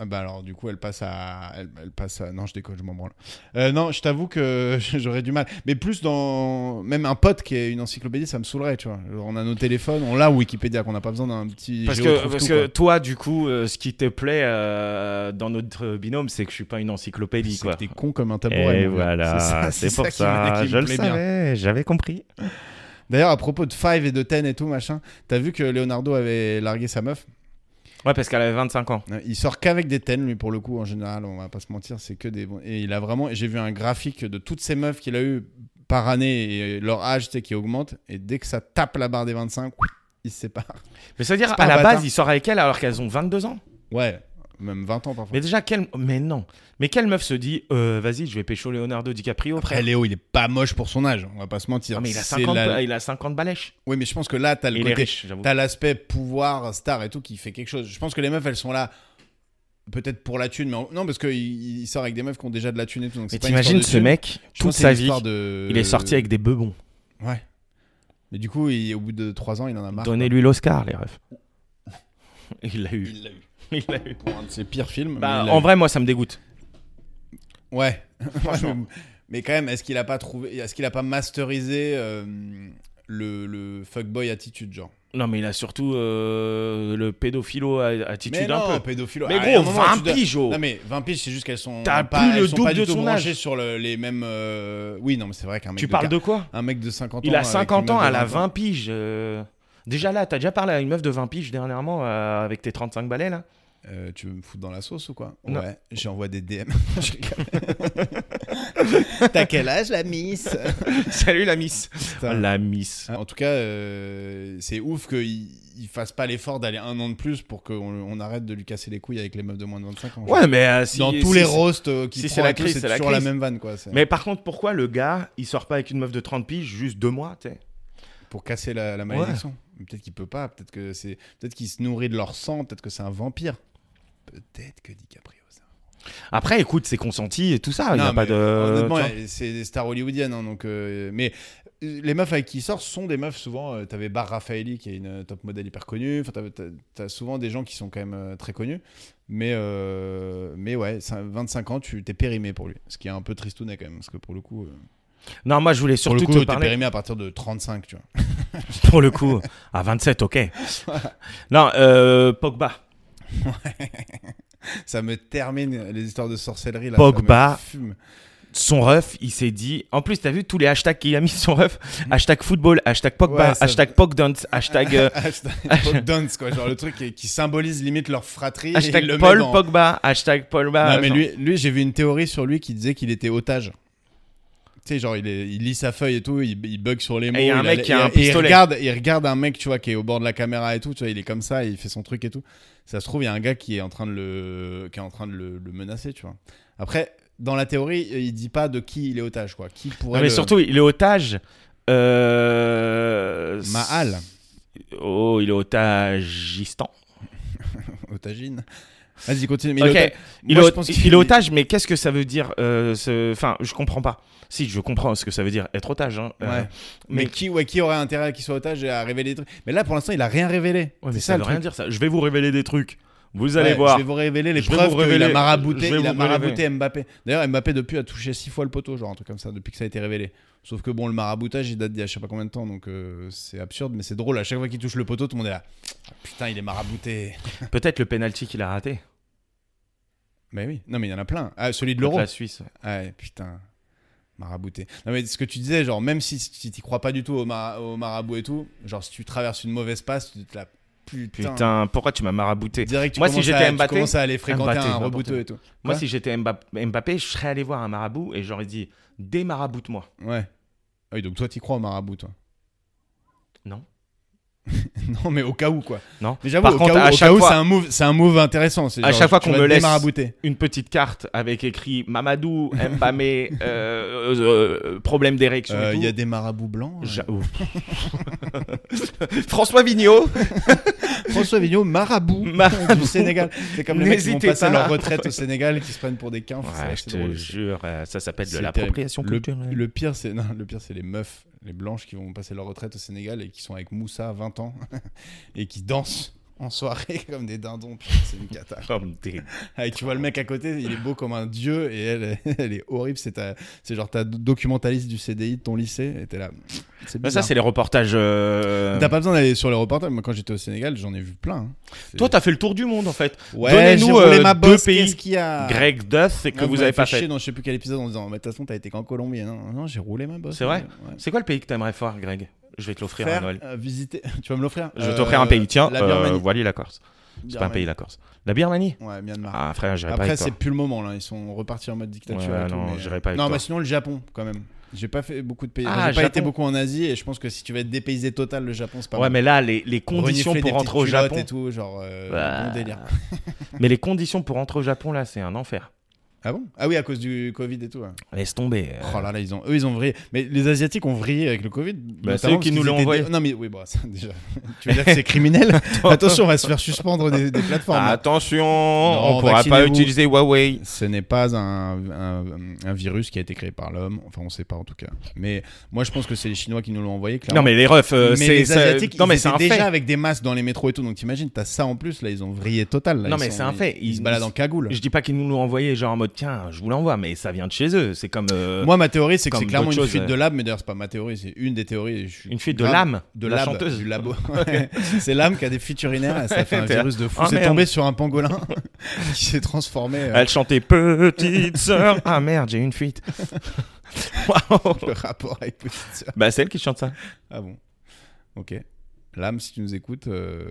[SPEAKER 4] Ah bah alors du coup elle passe à elle, elle passe à non je déconne je m'en branle Euh, non je t'avoue que j'aurais du mal mais plus dans même un pote qui est une encyclopédie ça me saoulerait tu vois Genre, on a nos téléphones on l'a Wikipédia qu'on n'a pas besoin d'un petit
[SPEAKER 3] Parce
[SPEAKER 4] géo
[SPEAKER 3] que,
[SPEAKER 4] trouve
[SPEAKER 3] parce
[SPEAKER 4] tout,
[SPEAKER 3] que
[SPEAKER 4] quoi.
[SPEAKER 3] toi, du coup, euh, ce qui te plaît euh, dans notre binôme, c'est que je suis pas une encyclopédie,
[SPEAKER 4] c'est
[SPEAKER 3] quoi.
[SPEAKER 4] que t'es con comme un tabouret
[SPEAKER 3] Et
[SPEAKER 4] mon gars.
[SPEAKER 3] voilà, c'est pour
[SPEAKER 4] qui me-
[SPEAKER 3] ça,
[SPEAKER 4] qui me
[SPEAKER 3] je le
[SPEAKER 4] plaît bien.
[SPEAKER 3] savais, j'avais compris.
[SPEAKER 4] d'ailleurs à propos de Five et de Ten et tout machin t'as vu que Leonardo avait largué sa meuf
[SPEAKER 3] Ouais, parce qu'elle avait 25 ans.
[SPEAKER 4] Il sort qu'avec des tens, lui, pour le coup, en général, on va pas se mentir, c'est que des bons. Et il a vraiment. J'ai vu un graphique de toutes ces meufs qu'il a eu par année et leur âge, tu sais, qui augmente. Et dès que ça tape la barre des 25, ils se séparent.
[SPEAKER 3] Mais ça veut dire,
[SPEAKER 4] C'est pas
[SPEAKER 3] à
[SPEAKER 4] un
[SPEAKER 3] la
[SPEAKER 4] bâtard.
[SPEAKER 3] base, il sort avec elle alors qu'elles ont 22 ans.
[SPEAKER 4] Ouais, même 20 ans parfois.
[SPEAKER 3] Mais déjà, quelle. Mais non. Mais quelle meuf se dit, euh, vas-y, je vais pécho Leonardo DiCaprio
[SPEAKER 4] Après,
[SPEAKER 3] après.
[SPEAKER 4] Léo, il est pas moche pour son âge, on va pas se mentir.
[SPEAKER 3] Ah, mais il a
[SPEAKER 4] C'est
[SPEAKER 3] 50,
[SPEAKER 4] la-
[SPEAKER 3] il a 50 balèches.
[SPEAKER 4] Oui, mais je pense que là, t'as le
[SPEAKER 3] Il est
[SPEAKER 4] côté.
[SPEAKER 3] riche, j'avoue.
[SPEAKER 4] T'as l'aspect pouvoir, star et tout qui fait quelque chose. Je pense que les meufs, elles sont là. Peut-être pour la thune, mais en- non, parce qu'il il sort avec des meufs qui ont déjà de la thune et tout. donc
[SPEAKER 3] Mais
[SPEAKER 4] c'est pas une histoire
[SPEAKER 3] t'imagines
[SPEAKER 4] de
[SPEAKER 3] ce
[SPEAKER 4] thune.
[SPEAKER 3] mec,
[SPEAKER 4] Je
[SPEAKER 3] toute
[SPEAKER 4] pense que c'est
[SPEAKER 3] sa
[SPEAKER 4] une
[SPEAKER 3] vie,
[SPEAKER 4] histoire de-
[SPEAKER 3] il est sorti avec des bebons.
[SPEAKER 4] Ouais. Mais du coup, il- au bout de 3 ans, il en a marre.
[SPEAKER 3] Donnez-lui l'Oscar, les refs. Il l'a eu.
[SPEAKER 4] Il l'a eu.
[SPEAKER 3] Il l'a eu.
[SPEAKER 4] Pour un de ses pires films.
[SPEAKER 3] Bah,
[SPEAKER 4] mais il l'a
[SPEAKER 3] en
[SPEAKER 4] eu.
[SPEAKER 3] vrai, moi, ça me dégoûte.
[SPEAKER 4] Ouais. mais quand même, est-ce qu'il a pas trouvé. Est-ce qu'il a pas masterisé euh, le, le fuckboy attitude, genre
[SPEAKER 3] Non, mais il a surtout euh, le pédophilo a- attitude
[SPEAKER 4] Mais
[SPEAKER 3] un
[SPEAKER 4] non,
[SPEAKER 3] peu.
[SPEAKER 4] pédophile.
[SPEAKER 3] Mais
[SPEAKER 4] Ah, il y a un
[SPEAKER 3] gros,
[SPEAKER 4] moment où tu
[SPEAKER 3] 20
[SPEAKER 4] dois-
[SPEAKER 3] piges, oh.
[SPEAKER 4] Non, mais 20 piges, c'est juste qu'elles sont.
[SPEAKER 3] T'as
[SPEAKER 4] pas,
[SPEAKER 3] plus le
[SPEAKER 4] elles sont pas
[SPEAKER 3] double
[SPEAKER 4] du
[SPEAKER 3] de
[SPEAKER 4] tout
[SPEAKER 3] son
[SPEAKER 4] branchées
[SPEAKER 3] âge.
[SPEAKER 4] sur le- les mêmes. euh, Oui, non, mais c'est vrai qu'un mec.
[SPEAKER 3] Tu parles
[SPEAKER 4] quar-
[SPEAKER 3] de quoi
[SPEAKER 4] Un mec de 50 ans.
[SPEAKER 3] Il a
[SPEAKER 4] avec
[SPEAKER 3] 50
[SPEAKER 4] une meuf
[SPEAKER 3] ans,
[SPEAKER 4] de
[SPEAKER 3] elle a
[SPEAKER 4] 20 ans.
[SPEAKER 3] 20 piges. euh. Déjà là, t'as déjà parlé à une meuf de 20 piges dernièrement euh, avec tes 35 balais là
[SPEAKER 4] Euh, tu veux me foutre dans la sauce ou quoi
[SPEAKER 3] Non.
[SPEAKER 4] Ouais, j'envoie des DM. Je rigole. T'as quel âge, la miss
[SPEAKER 3] Salut la miss
[SPEAKER 4] Putain. Ah,
[SPEAKER 3] La miss.
[SPEAKER 4] En tout cas, euh, c'est ouf qu'il il fasse pas l'effort d'aller un an de plus pour qu'on on arrête de lui casser les couilles avec les meufs de moins de 25 ans.
[SPEAKER 3] Ouais, mais euh, si-
[SPEAKER 4] Dans
[SPEAKER 3] si-
[SPEAKER 4] tous les
[SPEAKER 3] si-
[SPEAKER 4] roasts euh, qui
[SPEAKER 3] si c'est
[SPEAKER 4] prend
[SPEAKER 3] la
[SPEAKER 4] un peu,
[SPEAKER 3] crise,
[SPEAKER 4] c'est
[SPEAKER 3] c'est la
[SPEAKER 4] toujours la
[SPEAKER 3] crise.
[SPEAKER 4] même vanne, quoi. c'est-
[SPEAKER 3] Mais par contre, pourquoi le gars, il sort pas avec une meuf de 30 piges juste deux mois, tu sais
[SPEAKER 4] Pour casser la, la malédiction. Mais Peut-être qu'il peut pas, peut-être que c'est, peut-être qu'il se nourrit de leur sang, peut-être que c'est un vampire. Peut-être que DiCaprio. c'est un-
[SPEAKER 3] Après, écoute, c'est consenti et tout ça. il n'y
[SPEAKER 4] Non,
[SPEAKER 3] Ah, a pas
[SPEAKER 4] mais
[SPEAKER 3] de.
[SPEAKER 4] Honnêtement,
[SPEAKER 3] tu vois.
[SPEAKER 4] c'est des stars hollywoodiennes, hein, donc. euh, mais euh, les meufs avec qui il sort sont des meufs souvent. euh, t'avais Bar Raffaelli qui est une euh, top modèle hyper connue. Enfin, t'avais- t'as, t'as souvent des gens qui sont quand même euh, très connus. Mais euh, mais ouais, c'est un- 25 ans, tu t'es périmé pour lui, ce qui est un peu tristounet quand même, parce que pour le coup, euh,
[SPEAKER 3] Non, moi, je voulais
[SPEAKER 4] pour le
[SPEAKER 3] surtout
[SPEAKER 4] coup,
[SPEAKER 3] te
[SPEAKER 4] t'es
[SPEAKER 3] parler.
[SPEAKER 4] périmé à partir de 35, tu vois.
[SPEAKER 3] Pour le coup, à 27, ok. non, euh, Pogba.
[SPEAKER 4] Ça me termine les histoires de sorcellerie là.
[SPEAKER 3] Pogba.
[SPEAKER 4] ça me fume.
[SPEAKER 3] Son ref, il s'est dit. En plus, t'as vu tous les hashtags qu'il a mis sur son ref Hashtag football, hashtag Pogba,
[SPEAKER 4] Ouais, ça-
[SPEAKER 3] hashtag Pogdance, hashtag. euh,
[SPEAKER 4] Hashtag Pog Dance, quoi, genre le truc qui, qui symbolise limite leur fratrie. et il
[SPEAKER 3] Hashtag
[SPEAKER 4] le met
[SPEAKER 3] Paul
[SPEAKER 4] dans-
[SPEAKER 3] Pogba, hashtag Pogba.
[SPEAKER 4] non, mais
[SPEAKER 3] genre.
[SPEAKER 4] lui, lui j'ai vu une théorie sur lui qui disait qu'il était otage. Tu sais, genre, il, est- il lit sa feuille et tout, il, il bug sur les mots.
[SPEAKER 3] il y a un
[SPEAKER 4] il
[SPEAKER 3] mec qui a un
[SPEAKER 4] et- et il
[SPEAKER 3] pistolet.
[SPEAKER 4] regarde, il regarde un mec, tu vois, qui est au bord de la caméra et tout, tu vois, il est comme ça, il fait son truc et tout. Ça se trouve, il y a un gars qui est en train de le, qui est en train de le, le menacer, tu vois. Après, dans la théorie, il dit pas de qui il est otage, quoi. Qui
[SPEAKER 3] Non,
[SPEAKER 4] pourrait.
[SPEAKER 3] mais
[SPEAKER 4] le-
[SPEAKER 3] surtout, il est otage. Euh...
[SPEAKER 4] Mahal,
[SPEAKER 3] Oh, il est otagistan.
[SPEAKER 4] otagine. Vas-y, continue. Mais
[SPEAKER 3] Ok.
[SPEAKER 4] il est ota-
[SPEAKER 3] Il,
[SPEAKER 4] Moi,
[SPEAKER 3] est,
[SPEAKER 4] je
[SPEAKER 3] au-
[SPEAKER 4] pense
[SPEAKER 3] il
[SPEAKER 4] qu'il-
[SPEAKER 3] est otage, mais qu'est-ce que ça veut dire euh, ce... Enfin, je comprends pas. Si, je comprends ce que ça veut dire être otage. hein, euh,
[SPEAKER 4] Ouais. Mais, qui, ouais, qui aurait intérêt à qu'il soit otage et à révéler des trucs Mais là, pour l'instant, il a rien révélé.
[SPEAKER 3] Ouais,
[SPEAKER 4] c'est
[SPEAKER 3] mais
[SPEAKER 4] ça,
[SPEAKER 3] ça
[SPEAKER 4] le
[SPEAKER 3] veut
[SPEAKER 4] truc.
[SPEAKER 3] rien dire ça. Je vais vous révéler des trucs. Vous allez
[SPEAKER 4] Ouais,
[SPEAKER 3] voir.
[SPEAKER 4] Je vais vous révéler les
[SPEAKER 3] Je vais
[SPEAKER 4] preuves
[SPEAKER 3] vous
[SPEAKER 4] qu'il a
[SPEAKER 3] révéler-
[SPEAKER 4] marabouté,
[SPEAKER 3] je vais
[SPEAKER 4] il a
[SPEAKER 3] vous
[SPEAKER 4] marabouté Mbappé. D'ailleurs, Mbappé, depuis, a touché six fois le poteau, genre un truc comme ça, depuis que ça a été révélé. Sauf que bon, le maraboutage, il date d'il y a je sais pas combien de temps, donc euh, c'est absurde, mais c'est drôle. À chaque fois qu'il touche le poteau, tout le monde est là. Ah, Putain, il est marabouté.
[SPEAKER 3] Peut-être le penalty qu'il a raté.
[SPEAKER 4] Mais oui, non, mais il y en a plein. Ah, celui de
[SPEAKER 3] contre
[SPEAKER 4] l'euro.
[SPEAKER 3] La Suisse.
[SPEAKER 4] Ouais, putain. Marabouté. Non, mais ce que tu disais, genre, même si, si t'y crois pas du tout au, mara- au marabout et tout, genre, si tu traverses une mauvaise passe, tu te la putain.
[SPEAKER 3] Putain, pourquoi tu m'as marabouté
[SPEAKER 4] Direct, tu
[SPEAKER 3] Moi, si
[SPEAKER 4] commences
[SPEAKER 3] j'étais
[SPEAKER 4] à- tu
[SPEAKER 3] Mbappé-
[SPEAKER 4] commences à aller fréquenter
[SPEAKER 3] Mbappé,
[SPEAKER 4] un
[SPEAKER 3] n'importe
[SPEAKER 4] rebouteux
[SPEAKER 3] qui.
[SPEAKER 4] et tout.
[SPEAKER 3] Moi,
[SPEAKER 4] Quoi
[SPEAKER 3] si j'étais Mba- Mbappé, je serais allé voir un marabout et j'aurais dit démaraboute-moi.
[SPEAKER 4] Ouais. Ah oui, donc toi, t'y crois au marabout, toi
[SPEAKER 3] Non.
[SPEAKER 4] non, mais au cas où, quoi.
[SPEAKER 3] Non.
[SPEAKER 4] Mais j'avoue,
[SPEAKER 3] Par
[SPEAKER 4] au
[SPEAKER 3] contre,
[SPEAKER 4] cas où,
[SPEAKER 3] à
[SPEAKER 4] au
[SPEAKER 3] chaque
[SPEAKER 4] cas où,
[SPEAKER 3] fois-
[SPEAKER 4] c'est un move, c'est un move intéressant. c'est
[SPEAKER 3] À
[SPEAKER 4] genre,
[SPEAKER 3] chaque fois
[SPEAKER 4] tu
[SPEAKER 3] qu'on
[SPEAKER 4] vas
[SPEAKER 3] me
[SPEAKER 4] te
[SPEAKER 3] laisse-
[SPEAKER 4] démarabouter.
[SPEAKER 3] Une petite carte avec écrit Mamadou, Mbamé, euh, euh, euh, problème d'érection. et
[SPEAKER 4] Euh, Il
[SPEAKER 3] tout.
[SPEAKER 4] y a des marabouts blancs.
[SPEAKER 3] J'a- Ouf. François Vigneault,
[SPEAKER 4] euh, François Vigneault, marabout
[SPEAKER 3] Marabout.
[SPEAKER 4] du Sénégal. C'est comme les mecs qui vont
[SPEAKER 3] N'hésitez
[SPEAKER 4] passer
[SPEAKER 3] pas.
[SPEAKER 4] leur retraite au Sénégal et qui se prennent pour des quinfs. c'est
[SPEAKER 3] Ouais, je
[SPEAKER 4] assez
[SPEAKER 3] te
[SPEAKER 4] drôle.
[SPEAKER 3] jure, euh, ça s'appelle de
[SPEAKER 4] C'est
[SPEAKER 3] l'appropriation
[SPEAKER 4] terrible.
[SPEAKER 3] culturelle.
[SPEAKER 4] Le, le pire, c'est non, le pire, c'est les meufs, les blanches qui vont passer leur retraite au Sénégal et qui sont avec Moussa, 20 ans, et qui dansent en soirée comme des dindons. Putain, C'est une cata.
[SPEAKER 3] Oh, me dé-
[SPEAKER 4] Ah, Et tu vois le mec à côté, il est beau comme un dieu et elle, elle est horrible. C'est ta- c'est genre ta documentaliste du CDI de ton lycée. Et t'es là. C'est
[SPEAKER 3] Mais ça,
[SPEAKER 4] bizarre.
[SPEAKER 3] c'est les reportages. euh,
[SPEAKER 4] T'as pas besoin d'aller sur les reportages. Moi, quand j'étais au Sénégal, j'en ai vu plein. hein.
[SPEAKER 3] Toi, t'as fait le tour du monde en fait.
[SPEAKER 4] Ouais,
[SPEAKER 3] Donnez-nous,
[SPEAKER 4] j'ai roulé
[SPEAKER 3] euh,
[SPEAKER 4] ma
[SPEAKER 3] deux
[SPEAKER 4] bosse,
[SPEAKER 3] pays.
[SPEAKER 4] Qu'est-ce qu'il y a
[SPEAKER 3] Greg Duff, c'est que
[SPEAKER 4] Moi,
[SPEAKER 3] vous
[SPEAKER 4] m'avez
[SPEAKER 3] avez pas
[SPEAKER 4] chier
[SPEAKER 3] fait.
[SPEAKER 4] dans Ah. je sais plus quel épisode en disant, mais de toute façon, t'as été qu'en Colombie. Non, non, j'ai roulé ma bosse.
[SPEAKER 3] C'est vrai
[SPEAKER 4] Ouais.
[SPEAKER 3] C'est quoi le pays que t'aimerais faire, Greg Je vais te l'offrir à
[SPEAKER 4] Faire,
[SPEAKER 3] Noël.
[SPEAKER 4] euh, visiter. Tu vas me l'offrir
[SPEAKER 3] Je vais
[SPEAKER 4] Euh,
[SPEAKER 3] t'offrir un pays. Tiens,
[SPEAKER 4] La
[SPEAKER 3] euh,
[SPEAKER 4] Birmanie.
[SPEAKER 3] voilà la Corse. C'est pas un
[SPEAKER 4] Birmanie.
[SPEAKER 3] pays, la Corse. La Birmanie
[SPEAKER 4] Ouais, Myanmar.
[SPEAKER 3] Ah, frère, j'irai pas
[SPEAKER 4] Après,
[SPEAKER 3] avec
[SPEAKER 4] c'est
[SPEAKER 3] toi.
[SPEAKER 4] plus le moment là. Ils sont repartis en mode dictature.
[SPEAKER 3] Ouais, ah
[SPEAKER 4] et tout,
[SPEAKER 3] non,
[SPEAKER 4] mais- euh,
[SPEAKER 3] j'irai pas avec
[SPEAKER 4] Non,
[SPEAKER 3] toi.
[SPEAKER 4] mais sinon le Japon quand même. J'ai pas fait beaucoup de pays.
[SPEAKER 3] Ah,
[SPEAKER 4] J'ai pas été
[SPEAKER 3] Japon.
[SPEAKER 4] beaucoup en Asie et je pense que si tu vas être dépaysé total, le Japon c'est pas
[SPEAKER 3] Ouais,
[SPEAKER 4] mal.
[SPEAKER 3] mais là, les, les conditions pour
[SPEAKER 4] Renifler des
[SPEAKER 3] rentrer
[SPEAKER 4] petites
[SPEAKER 3] au
[SPEAKER 4] culottes
[SPEAKER 3] Japon.
[SPEAKER 4] et tout, genre euh,
[SPEAKER 3] Bah.
[SPEAKER 4] bon délire.
[SPEAKER 3] mais les conditions pour rentrer au Japon, là, c'est un enfer.
[SPEAKER 4] Ah bon Ah oui, à cause du Covid et tout. ouais.
[SPEAKER 3] Laisse tomber. euh. Bah,
[SPEAKER 4] Oh là là, ils ont, eux ils ont vrillé. Mais les Asiatiques ont vrillé avec le Covid. notamment
[SPEAKER 3] c'est eux
[SPEAKER 4] parce
[SPEAKER 3] qui nous
[SPEAKER 4] qu'ils
[SPEAKER 3] l'ont
[SPEAKER 4] étaient
[SPEAKER 3] envoyé.
[SPEAKER 4] dé- Non mais oui, bon, ça, déjà. tu veux dire que c'est criminel Attention, on va se faire suspendre des, des plateformes.
[SPEAKER 3] Ah,
[SPEAKER 4] hein. là.
[SPEAKER 3] Attention,
[SPEAKER 4] Non,
[SPEAKER 3] on pourra pas
[SPEAKER 4] vaccinez-vous.
[SPEAKER 3] utiliser Huawei.
[SPEAKER 4] Ce n'est pas un, un- un virus qui a été créé par l'homme. Enfin, on ne sait pas en tout cas. Mais moi, je pense que c'est les Chinois qui nous l'ont envoyé. Clairement.
[SPEAKER 3] Non mais les refs, euh,
[SPEAKER 4] Mais
[SPEAKER 3] c'est
[SPEAKER 4] les
[SPEAKER 3] ça-
[SPEAKER 4] Asiatiques,
[SPEAKER 3] non
[SPEAKER 4] ils
[SPEAKER 3] mais
[SPEAKER 4] étaient
[SPEAKER 3] c'est un
[SPEAKER 4] déjà
[SPEAKER 3] fait.
[SPEAKER 4] avec des masques dans les métros et tout. Donc t'imagines, t'as ça en plus. Là, ils ont vrillé total. là.
[SPEAKER 3] Non,
[SPEAKER 4] Ils
[SPEAKER 3] mais
[SPEAKER 4] sont-
[SPEAKER 3] c'est un fait.
[SPEAKER 4] Ils, ils se
[SPEAKER 3] Ils-
[SPEAKER 4] baladent en cagoule.
[SPEAKER 3] Je dis pas qu'ils nous l'ont envoyé genre en mode tiens, je vous l'envoie, mais ça vient de chez eux. C'est comme euh,
[SPEAKER 4] Moi, ma théorie, c'est que
[SPEAKER 3] Comme
[SPEAKER 4] c'est clairement
[SPEAKER 3] d'autres
[SPEAKER 4] une
[SPEAKER 3] choses,
[SPEAKER 4] fuite
[SPEAKER 3] ouais.
[SPEAKER 4] de lab. Mais d'ailleurs, c'est pas ma théorie, c'est une des théories. et je suis
[SPEAKER 3] une fuite de
[SPEAKER 4] grave-
[SPEAKER 3] l'âme
[SPEAKER 4] De
[SPEAKER 3] la
[SPEAKER 4] lab,
[SPEAKER 3] chanteuse.
[SPEAKER 4] Du labo. Ouais. c'est l'âme qui a des fuites urinaires. et Ça fait un
[SPEAKER 3] T'es là,
[SPEAKER 4] virus de fou.
[SPEAKER 3] ah,
[SPEAKER 4] c'est
[SPEAKER 3] merde.
[SPEAKER 4] tombé sur un pangolin qui s'est transformé. euh,
[SPEAKER 3] Elle chantait petite sœur. Ah merde, j'ai une fuite. Waouh. Euh,
[SPEAKER 4] le rapport avec Petite Sœur.
[SPEAKER 3] Bah celle qui chante ça.
[SPEAKER 4] Ah bon. Ok. L'âme, si tu nous écoutes, euh,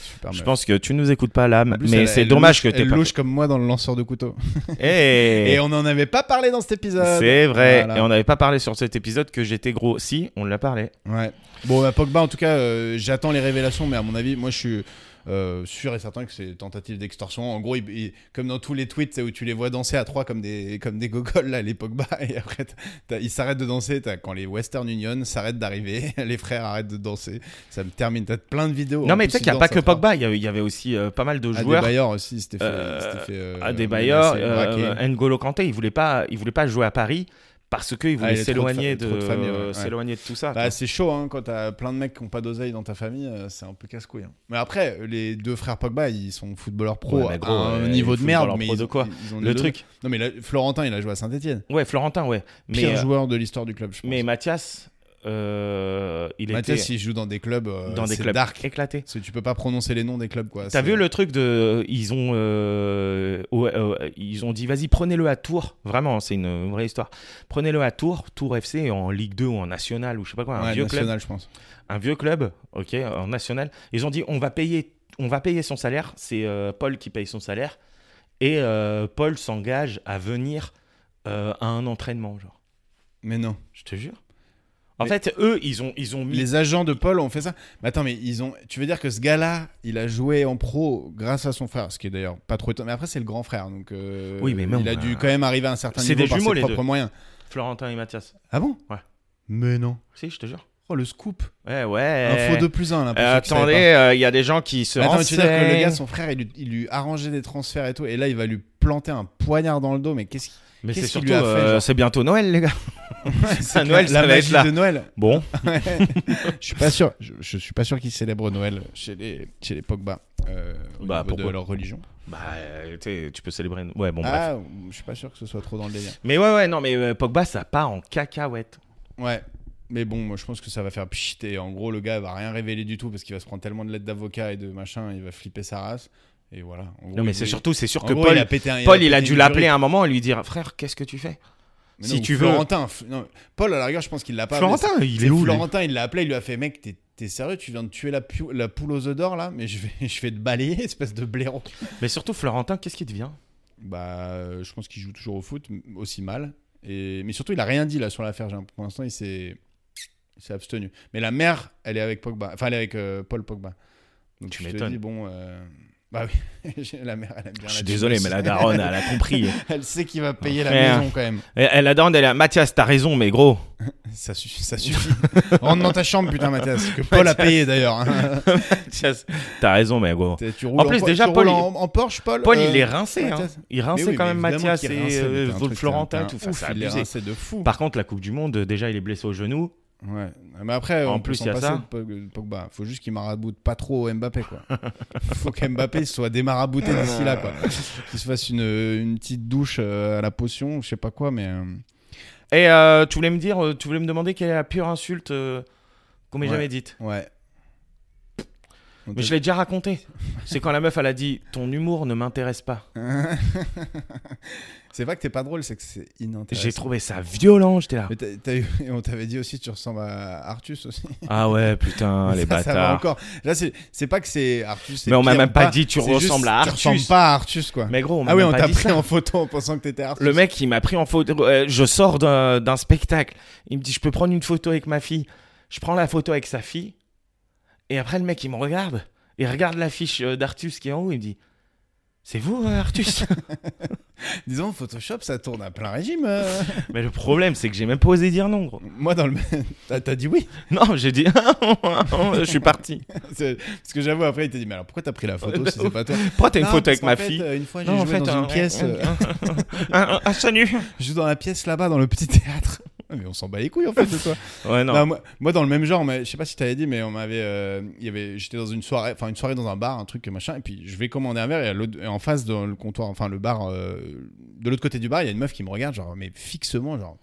[SPEAKER 4] super
[SPEAKER 3] Je
[SPEAKER 4] mal.
[SPEAKER 3] pense que tu nous écoutes pas l'âme,
[SPEAKER 4] En plus,
[SPEAKER 3] mais
[SPEAKER 4] elle-
[SPEAKER 3] c'est
[SPEAKER 4] elle
[SPEAKER 3] dommage que
[SPEAKER 4] louche-
[SPEAKER 3] t'aies
[SPEAKER 4] Elle
[SPEAKER 3] pas.
[SPEAKER 4] louche comme moi dans le lanceur de couteau.
[SPEAKER 3] Eh
[SPEAKER 4] Et on n'en avait pas parlé dans cet épisode.
[SPEAKER 3] C'est vrai,
[SPEAKER 4] Voilà.
[SPEAKER 3] et on n'avait pas parlé sur cet épisode que j'étais gros. Si, on l'a parlé.
[SPEAKER 4] Ouais. Bon, bah, Pogba, en tout cas, euh, j'attends les révélations, mais à mon avis, moi, je suis euh, sûr et certain que c'est tentative d'extorsion. En gros, il- il- comme dans tous les tweets c'est où tu les vois danser à trois comme des, comme des gogoles, là, les Pogba, et après, t'as- t'as- ils s'arrêtent de danser t'as- quand les Western Union s'arrêtent d'arriver, les frères arrêtent de danser. Ça me termine. T'as plein de vidéos.
[SPEAKER 3] non,
[SPEAKER 4] Oh, En
[SPEAKER 3] mais
[SPEAKER 4] plus,
[SPEAKER 3] tu sais
[SPEAKER 4] ils
[SPEAKER 3] qu'il n'y a pas
[SPEAKER 4] dansent
[SPEAKER 3] que
[SPEAKER 4] à trois.
[SPEAKER 3] Pogba, il y avait- il y avait aussi euh, pas mal de joueurs.
[SPEAKER 4] Adebayor Ah, aussi, c'était fait.
[SPEAKER 3] Euh,
[SPEAKER 4] s'était fait, euh,
[SPEAKER 3] Adebayor,
[SPEAKER 4] menacer,
[SPEAKER 3] euh,
[SPEAKER 4] braquer.
[SPEAKER 3] N'Golo Kanté, il voulait pas, il voulait pas jouer à Paris parce qu'il
[SPEAKER 4] Ah,
[SPEAKER 3] voulait
[SPEAKER 4] il est trop de
[SPEAKER 3] s'éloigner
[SPEAKER 4] fa-
[SPEAKER 3] de, euh,
[SPEAKER 4] trop de famille, ouais, ouais.
[SPEAKER 3] s'éloigner de tout ça.
[SPEAKER 4] Bah,
[SPEAKER 3] quoi.
[SPEAKER 4] c'est chaud hein, quand t'as plein de mecs qui n'ont pas d'oseille dans ta famille, euh, c'est un peu casse-couille. hein. Mais après, les deux frères Pogba, ils sont footballeurs pro
[SPEAKER 3] Ouais, mais
[SPEAKER 4] à
[SPEAKER 3] gros,
[SPEAKER 4] un
[SPEAKER 3] ouais,
[SPEAKER 4] niveau de merde.
[SPEAKER 3] footballeurs
[SPEAKER 4] Mais
[SPEAKER 3] pro de
[SPEAKER 4] ils-
[SPEAKER 3] quoi
[SPEAKER 4] ils ont des
[SPEAKER 3] le
[SPEAKER 4] deux-
[SPEAKER 3] truc,
[SPEAKER 4] Non, mais là, Florentin, il a joué à Saint-Etienne.
[SPEAKER 3] ouais, Florentin, ouais.
[SPEAKER 4] Pire
[SPEAKER 3] Mais, euh,
[SPEAKER 4] joueur de l'histoire du club, je pense.
[SPEAKER 3] mais Mathias, euh, il
[SPEAKER 4] Mathias,
[SPEAKER 3] était
[SPEAKER 4] il joue dans des clubs. euh,
[SPEAKER 3] dans des
[SPEAKER 4] c'est
[SPEAKER 3] clubs
[SPEAKER 4] Dark.
[SPEAKER 3] éclatés.
[SPEAKER 4] C'est- Tu peux pas prononcer les noms des clubs, quoi.
[SPEAKER 3] T'as
[SPEAKER 4] C'est-
[SPEAKER 3] vu le truc de, ils ont, euh, ouais, euh, ils ont dit vas-y prenez-le à Tours, vraiment, c'est une vraie histoire. Prenez-le à Tours, Tours FC en Ligue 2 ou en National ou je sais pas quoi, un
[SPEAKER 4] Ouais,
[SPEAKER 3] vieux club.
[SPEAKER 4] national, je pense.
[SPEAKER 3] un vieux club, ok, en national. Ils ont dit on va payer, on va payer son salaire. C'est euh, Paul qui paye son salaire et euh, Paul s'engage à venir euh, à un entraînement, genre.
[SPEAKER 4] Mais non.
[SPEAKER 3] Je te jure. En
[SPEAKER 4] Mais-
[SPEAKER 3] fait, eux, ils ont, ils ont mis.
[SPEAKER 4] Les agents de Paul ont fait ça. Mais attends, mais ils ont. Tu veux dire que ce gars-là, il a joué en pro grâce à son frère, ce qui est d'ailleurs pas trop étonnant. Mais après, c'est le grand frère, donc. euh,
[SPEAKER 3] Oui, mais même,
[SPEAKER 4] Il a
[SPEAKER 3] euh,
[SPEAKER 4] dû quand même arriver à un certain
[SPEAKER 3] c'est
[SPEAKER 4] niveau
[SPEAKER 3] des
[SPEAKER 4] par
[SPEAKER 3] jumeaux,
[SPEAKER 4] ses
[SPEAKER 3] les
[SPEAKER 4] propres
[SPEAKER 3] deux.
[SPEAKER 4] moyens.
[SPEAKER 3] Florentin et Mathias.
[SPEAKER 4] Ah bon
[SPEAKER 3] Ouais.
[SPEAKER 4] Mais non.
[SPEAKER 3] Si, je te jure.
[SPEAKER 4] Oh le scoop.
[SPEAKER 3] Ouais, ouais.
[SPEAKER 4] Info 2 plus 1 là. pour
[SPEAKER 3] Euh,
[SPEAKER 4] ceux qui savaient
[SPEAKER 3] Eh. attendez,
[SPEAKER 4] pas.
[SPEAKER 3] euh, il y a des gens qui se
[SPEAKER 4] Mais attends, mais tu veux dire que le
[SPEAKER 3] renseignent.
[SPEAKER 4] gars, son frère, il lui, il lui arrangeait des transferts et tout, et là il va lui planter un poignard dans le dos. Mais qu'est-ce qu'il
[SPEAKER 3] Mais c'est
[SPEAKER 4] qu'est-ce qu'il
[SPEAKER 3] surtout,
[SPEAKER 4] lui a fait,
[SPEAKER 3] euh,
[SPEAKER 4] genre
[SPEAKER 3] c'est bientôt Noël, les gars.
[SPEAKER 4] C'est clair,
[SPEAKER 3] Noël, ça
[SPEAKER 4] la
[SPEAKER 3] va
[SPEAKER 4] magie
[SPEAKER 3] être là.
[SPEAKER 4] de Noël.
[SPEAKER 3] Bon,
[SPEAKER 4] Ouais. je suis pas sûr. Je, je suis pas sûr qu'ils célèbrent Noël chez les chez les Pogba. euh, au
[SPEAKER 3] Bah,
[SPEAKER 4] niveau de
[SPEAKER 3] pourquoi
[SPEAKER 4] leur religion.
[SPEAKER 3] bah, euh, tu sais, tu peux célébrer. Ouais, bon, bref.
[SPEAKER 4] ah, je suis pas sûr que ce soit trop dans le délire.
[SPEAKER 3] Mais ouais, ouais, non, mais euh, Pogba, ça part en cacahuète.
[SPEAKER 4] Ouais. Mais bon, moi je pense que ça va faire pchit et en gros le gars va rien révéler du tout parce qu'il va se prendre tellement de lettres d'avocat et de machin, il va flipper sa race et voilà. En gros,
[SPEAKER 3] Non, mais
[SPEAKER 4] il
[SPEAKER 3] c'est
[SPEAKER 4] voulait-
[SPEAKER 3] surtout, c'est sûr
[SPEAKER 4] en
[SPEAKER 3] que
[SPEAKER 4] gros,
[SPEAKER 3] Paul,
[SPEAKER 4] a pété un-
[SPEAKER 3] Paul, il a
[SPEAKER 4] pété
[SPEAKER 3] dû
[SPEAKER 4] une
[SPEAKER 3] l'appeler
[SPEAKER 4] durite.
[SPEAKER 3] à un moment et lui dire Frère, qu'est-ce que tu fais
[SPEAKER 4] Mais
[SPEAKER 3] si
[SPEAKER 4] non,
[SPEAKER 3] tu veux-
[SPEAKER 4] Florentin, F- non, Paul à la rigueur, je pense qu'il l'a pas.
[SPEAKER 3] Florentin,
[SPEAKER 4] mais c'est-
[SPEAKER 3] il
[SPEAKER 4] c'est
[SPEAKER 3] est où, lui
[SPEAKER 4] Florentin, il l'a appelé, il lui a fait mec, t'es t'es sérieux, tu viens de tuer la, pu- la poule aux œufs d'or là, mais je vais, je vais te balayer, espèce de blaireau.
[SPEAKER 3] Mais surtout, Florentin, qu'est-ce qui devient
[SPEAKER 4] Bah, euh, je pense qu'il joue toujours au foot m- aussi mal, et mais surtout il a rien dit là sur l'affaire. j'ai l'impression. Pour l'instant, il s'est, il s'est abstenu. Mais la mère, elle est avec Pogba, enfin elle est avec euh, Paul Pogba. Donc
[SPEAKER 3] Tu
[SPEAKER 4] je te
[SPEAKER 3] m'étonnes.
[SPEAKER 4] dis, Bon, euh, bah oui, j'ai- la mère, elle aime bien.
[SPEAKER 3] Je suis
[SPEAKER 4] la
[SPEAKER 3] désolé, mais
[SPEAKER 4] Juventus.
[SPEAKER 3] la daronne, elle a compris.
[SPEAKER 4] elle sait qu'il va payer
[SPEAKER 3] Frère.
[SPEAKER 4] la maison quand même.
[SPEAKER 3] Et- et Eh, la daronne, elle a Mathias, t'as raison, mais gros.
[SPEAKER 4] Ça, suffit- ça suffit. Rentre dans ta chambre, putain, Mathias. Que Paul a payé d'ailleurs. hein.
[SPEAKER 3] Mathias, t'as raison, mais gros.
[SPEAKER 4] T'es- tu roules
[SPEAKER 3] plus,
[SPEAKER 4] po-
[SPEAKER 3] déjà,
[SPEAKER 4] tu roules
[SPEAKER 3] Paul,
[SPEAKER 4] en, en Porsche, Paul.
[SPEAKER 3] Paul,
[SPEAKER 4] euh,
[SPEAKER 3] il est rincé. hein.
[SPEAKER 4] Mathias.
[SPEAKER 3] Il
[SPEAKER 4] Mais
[SPEAKER 3] rinçait
[SPEAKER 4] oui,
[SPEAKER 3] quand
[SPEAKER 4] mais
[SPEAKER 3] même
[SPEAKER 4] évidemment
[SPEAKER 3] Mathias
[SPEAKER 4] qu'il
[SPEAKER 3] et
[SPEAKER 4] rinçait, mais
[SPEAKER 3] euh,
[SPEAKER 4] t'as un truc,
[SPEAKER 3] Florentin
[SPEAKER 4] t'as
[SPEAKER 3] et
[SPEAKER 4] un
[SPEAKER 3] tout. Enfin,
[SPEAKER 4] ouf,
[SPEAKER 3] c'est
[SPEAKER 4] il est
[SPEAKER 3] abusé.
[SPEAKER 4] rincé de fou.
[SPEAKER 3] Par contre, la Coupe du Monde, déjà, il est blessé au genou.
[SPEAKER 4] Ouais. Mais après,
[SPEAKER 3] En
[SPEAKER 4] on peut
[SPEAKER 3] plus,
[SPEAKER 4] s'en
[SPEAKER 3] il y a
[SPEAKER 4] passer
[SPEAKER 3] ça.
[SPEAKER 4] de Pog- Pogba. Faut juste qu'il maraboute pas trop Mbappé, quoi. Faut qu'Mbappé soit démarabouté d'ici là, quoi. Qu'il se fasse une, une petite douche euh, à la potion, je sais pas quoi, mais. euh,
[SPEAKER 3] Et euh, tu voulais me dire, euh, tu voulais me demander quelle est la pure insulte euh, qu'on m'ait
[SPEAKER 4] Ouais.
[SPEAKER 3] jamais dite.
[SPEAKER 4] Ouais.
[SPEAKER 3] Mais je l'ai déjà raconté. C'est quand la meuf, elle a dit Ton humour ne m'intéresse pas.
[SPEAKER 4] c'est pas que t'es pas drôle, c'est que c'est inintéressant.
[SPEAKER 3] J'ai trouvé ça violent, j'étais là.
[SPEAKER 4] Mais t'as- t'as eu- on t'avait dit aussi, tu ressembles à Artus aussi.
[SPEAKER 3] Ah ouais, putain, les
[SPEAKER 4] ça, ça va
[SPEAKER 3] bâtards.
[SPEAKER 4] encore. Là, c'est c'est pas que c'est Artus. c'est
[SPEAKER 3] Mais on m'a
[SPEAKER 4] pire
[SPEAKER 3] même
[SPEAKER 4] ou
[SPEAKER 3] pas dit, tu
[SPEAKER 4] c'est juste,
[SPEAKER 3] ressembles à
[SPEAKER 4] Tu
[SPEAKER 3] Artus.
[SPEAKER 4] ressembles pas à Artus, quoi.
[SPEAKER 3] Mais gros, on m'a
[SPEAKER 4] ah oui,
[SPEAKER 3] même
[SPEAKER 4] on
[SPEAKER 3] pas
[SPEAKER 4] t'a
[SPEAKER 3] dit
[SPEAKER 4] pris
[SPEAKER 3] ça.
[SPEAKER 4] en photo en pensant que t'étais Artus.
[SPEAKER 3] Le mec, il m'a pris en photo. Euh, je sors d'un d'un spectacle. Il me dit Je peux prendre une photo avec ma fille. Je prends la photo avec sa fille. Et après, le mec, il me regarde. Il regarde l'affiche euh, d'Artus qui est en haut. Il me dit C'est vous, euh, Artus
[SPEAKER 4] Disons, Photoshop, ça tourne à plein régime. euh.
[SPEAKER 3] Mais le problème, c'est que j'ai même pas osé dire non, gros.
[SPEAKER 4] Moi, dans le. T'as t'as dit oui.
[SPEAKER 3] Non, j'ai dit Ah, Je suis parti.
[SPEAKER 4] C'est- Parce que j'avoue, après, il t'a dit, mais alors pourquoi t'as pris la photo si c'est pas toi
[SPEAKER 3] Pourquoi t'as une
[SPEAKER 4] Non,
[SPEAKER 3] photo
[SPEAKER 4] parce
[SPEAKER 3] avec
[SPEAKER 4] qu'en
[SPEAKER 3] ma
[SPEAKER 4] fait,
[SPEAKER 3] fille
[SPEAKER 4] euh, Une fois, j'ai
[SPEAKER 3] Non,
[SPEAKER 4] joué
[SPEAKER 3] en fait,
[SPEAKER 4] dans une
[SPEAKER 3] un-
[SPEAKER 4] pièce.
[SPEAKER 3] un-
[SPEAKER 4] euh,
[SPEAKER 3] Ah, ah, ça nu
[SPEAKER 4] Je joue dans la pièce là-bas, dans le petit théâtre. Mais on s'en bat les couilles en fait de toi.
[SPEAKER 3] Ouais, non.
[SPEAKER 4] Non, moi, moi, dans le même genre, mais je sais pas si t'avais dit, mais on m'avait, euh, il y avait, j'étais dans une soirée, enfin une soirée dans un bar, un truc machin, et puis je vais commander un verre et, à l'autre- et en face dans le comptoir, enfin le bar, euh, de l'autre côté du bar, il y a une meuf qui me regarde genre mais fixement genre.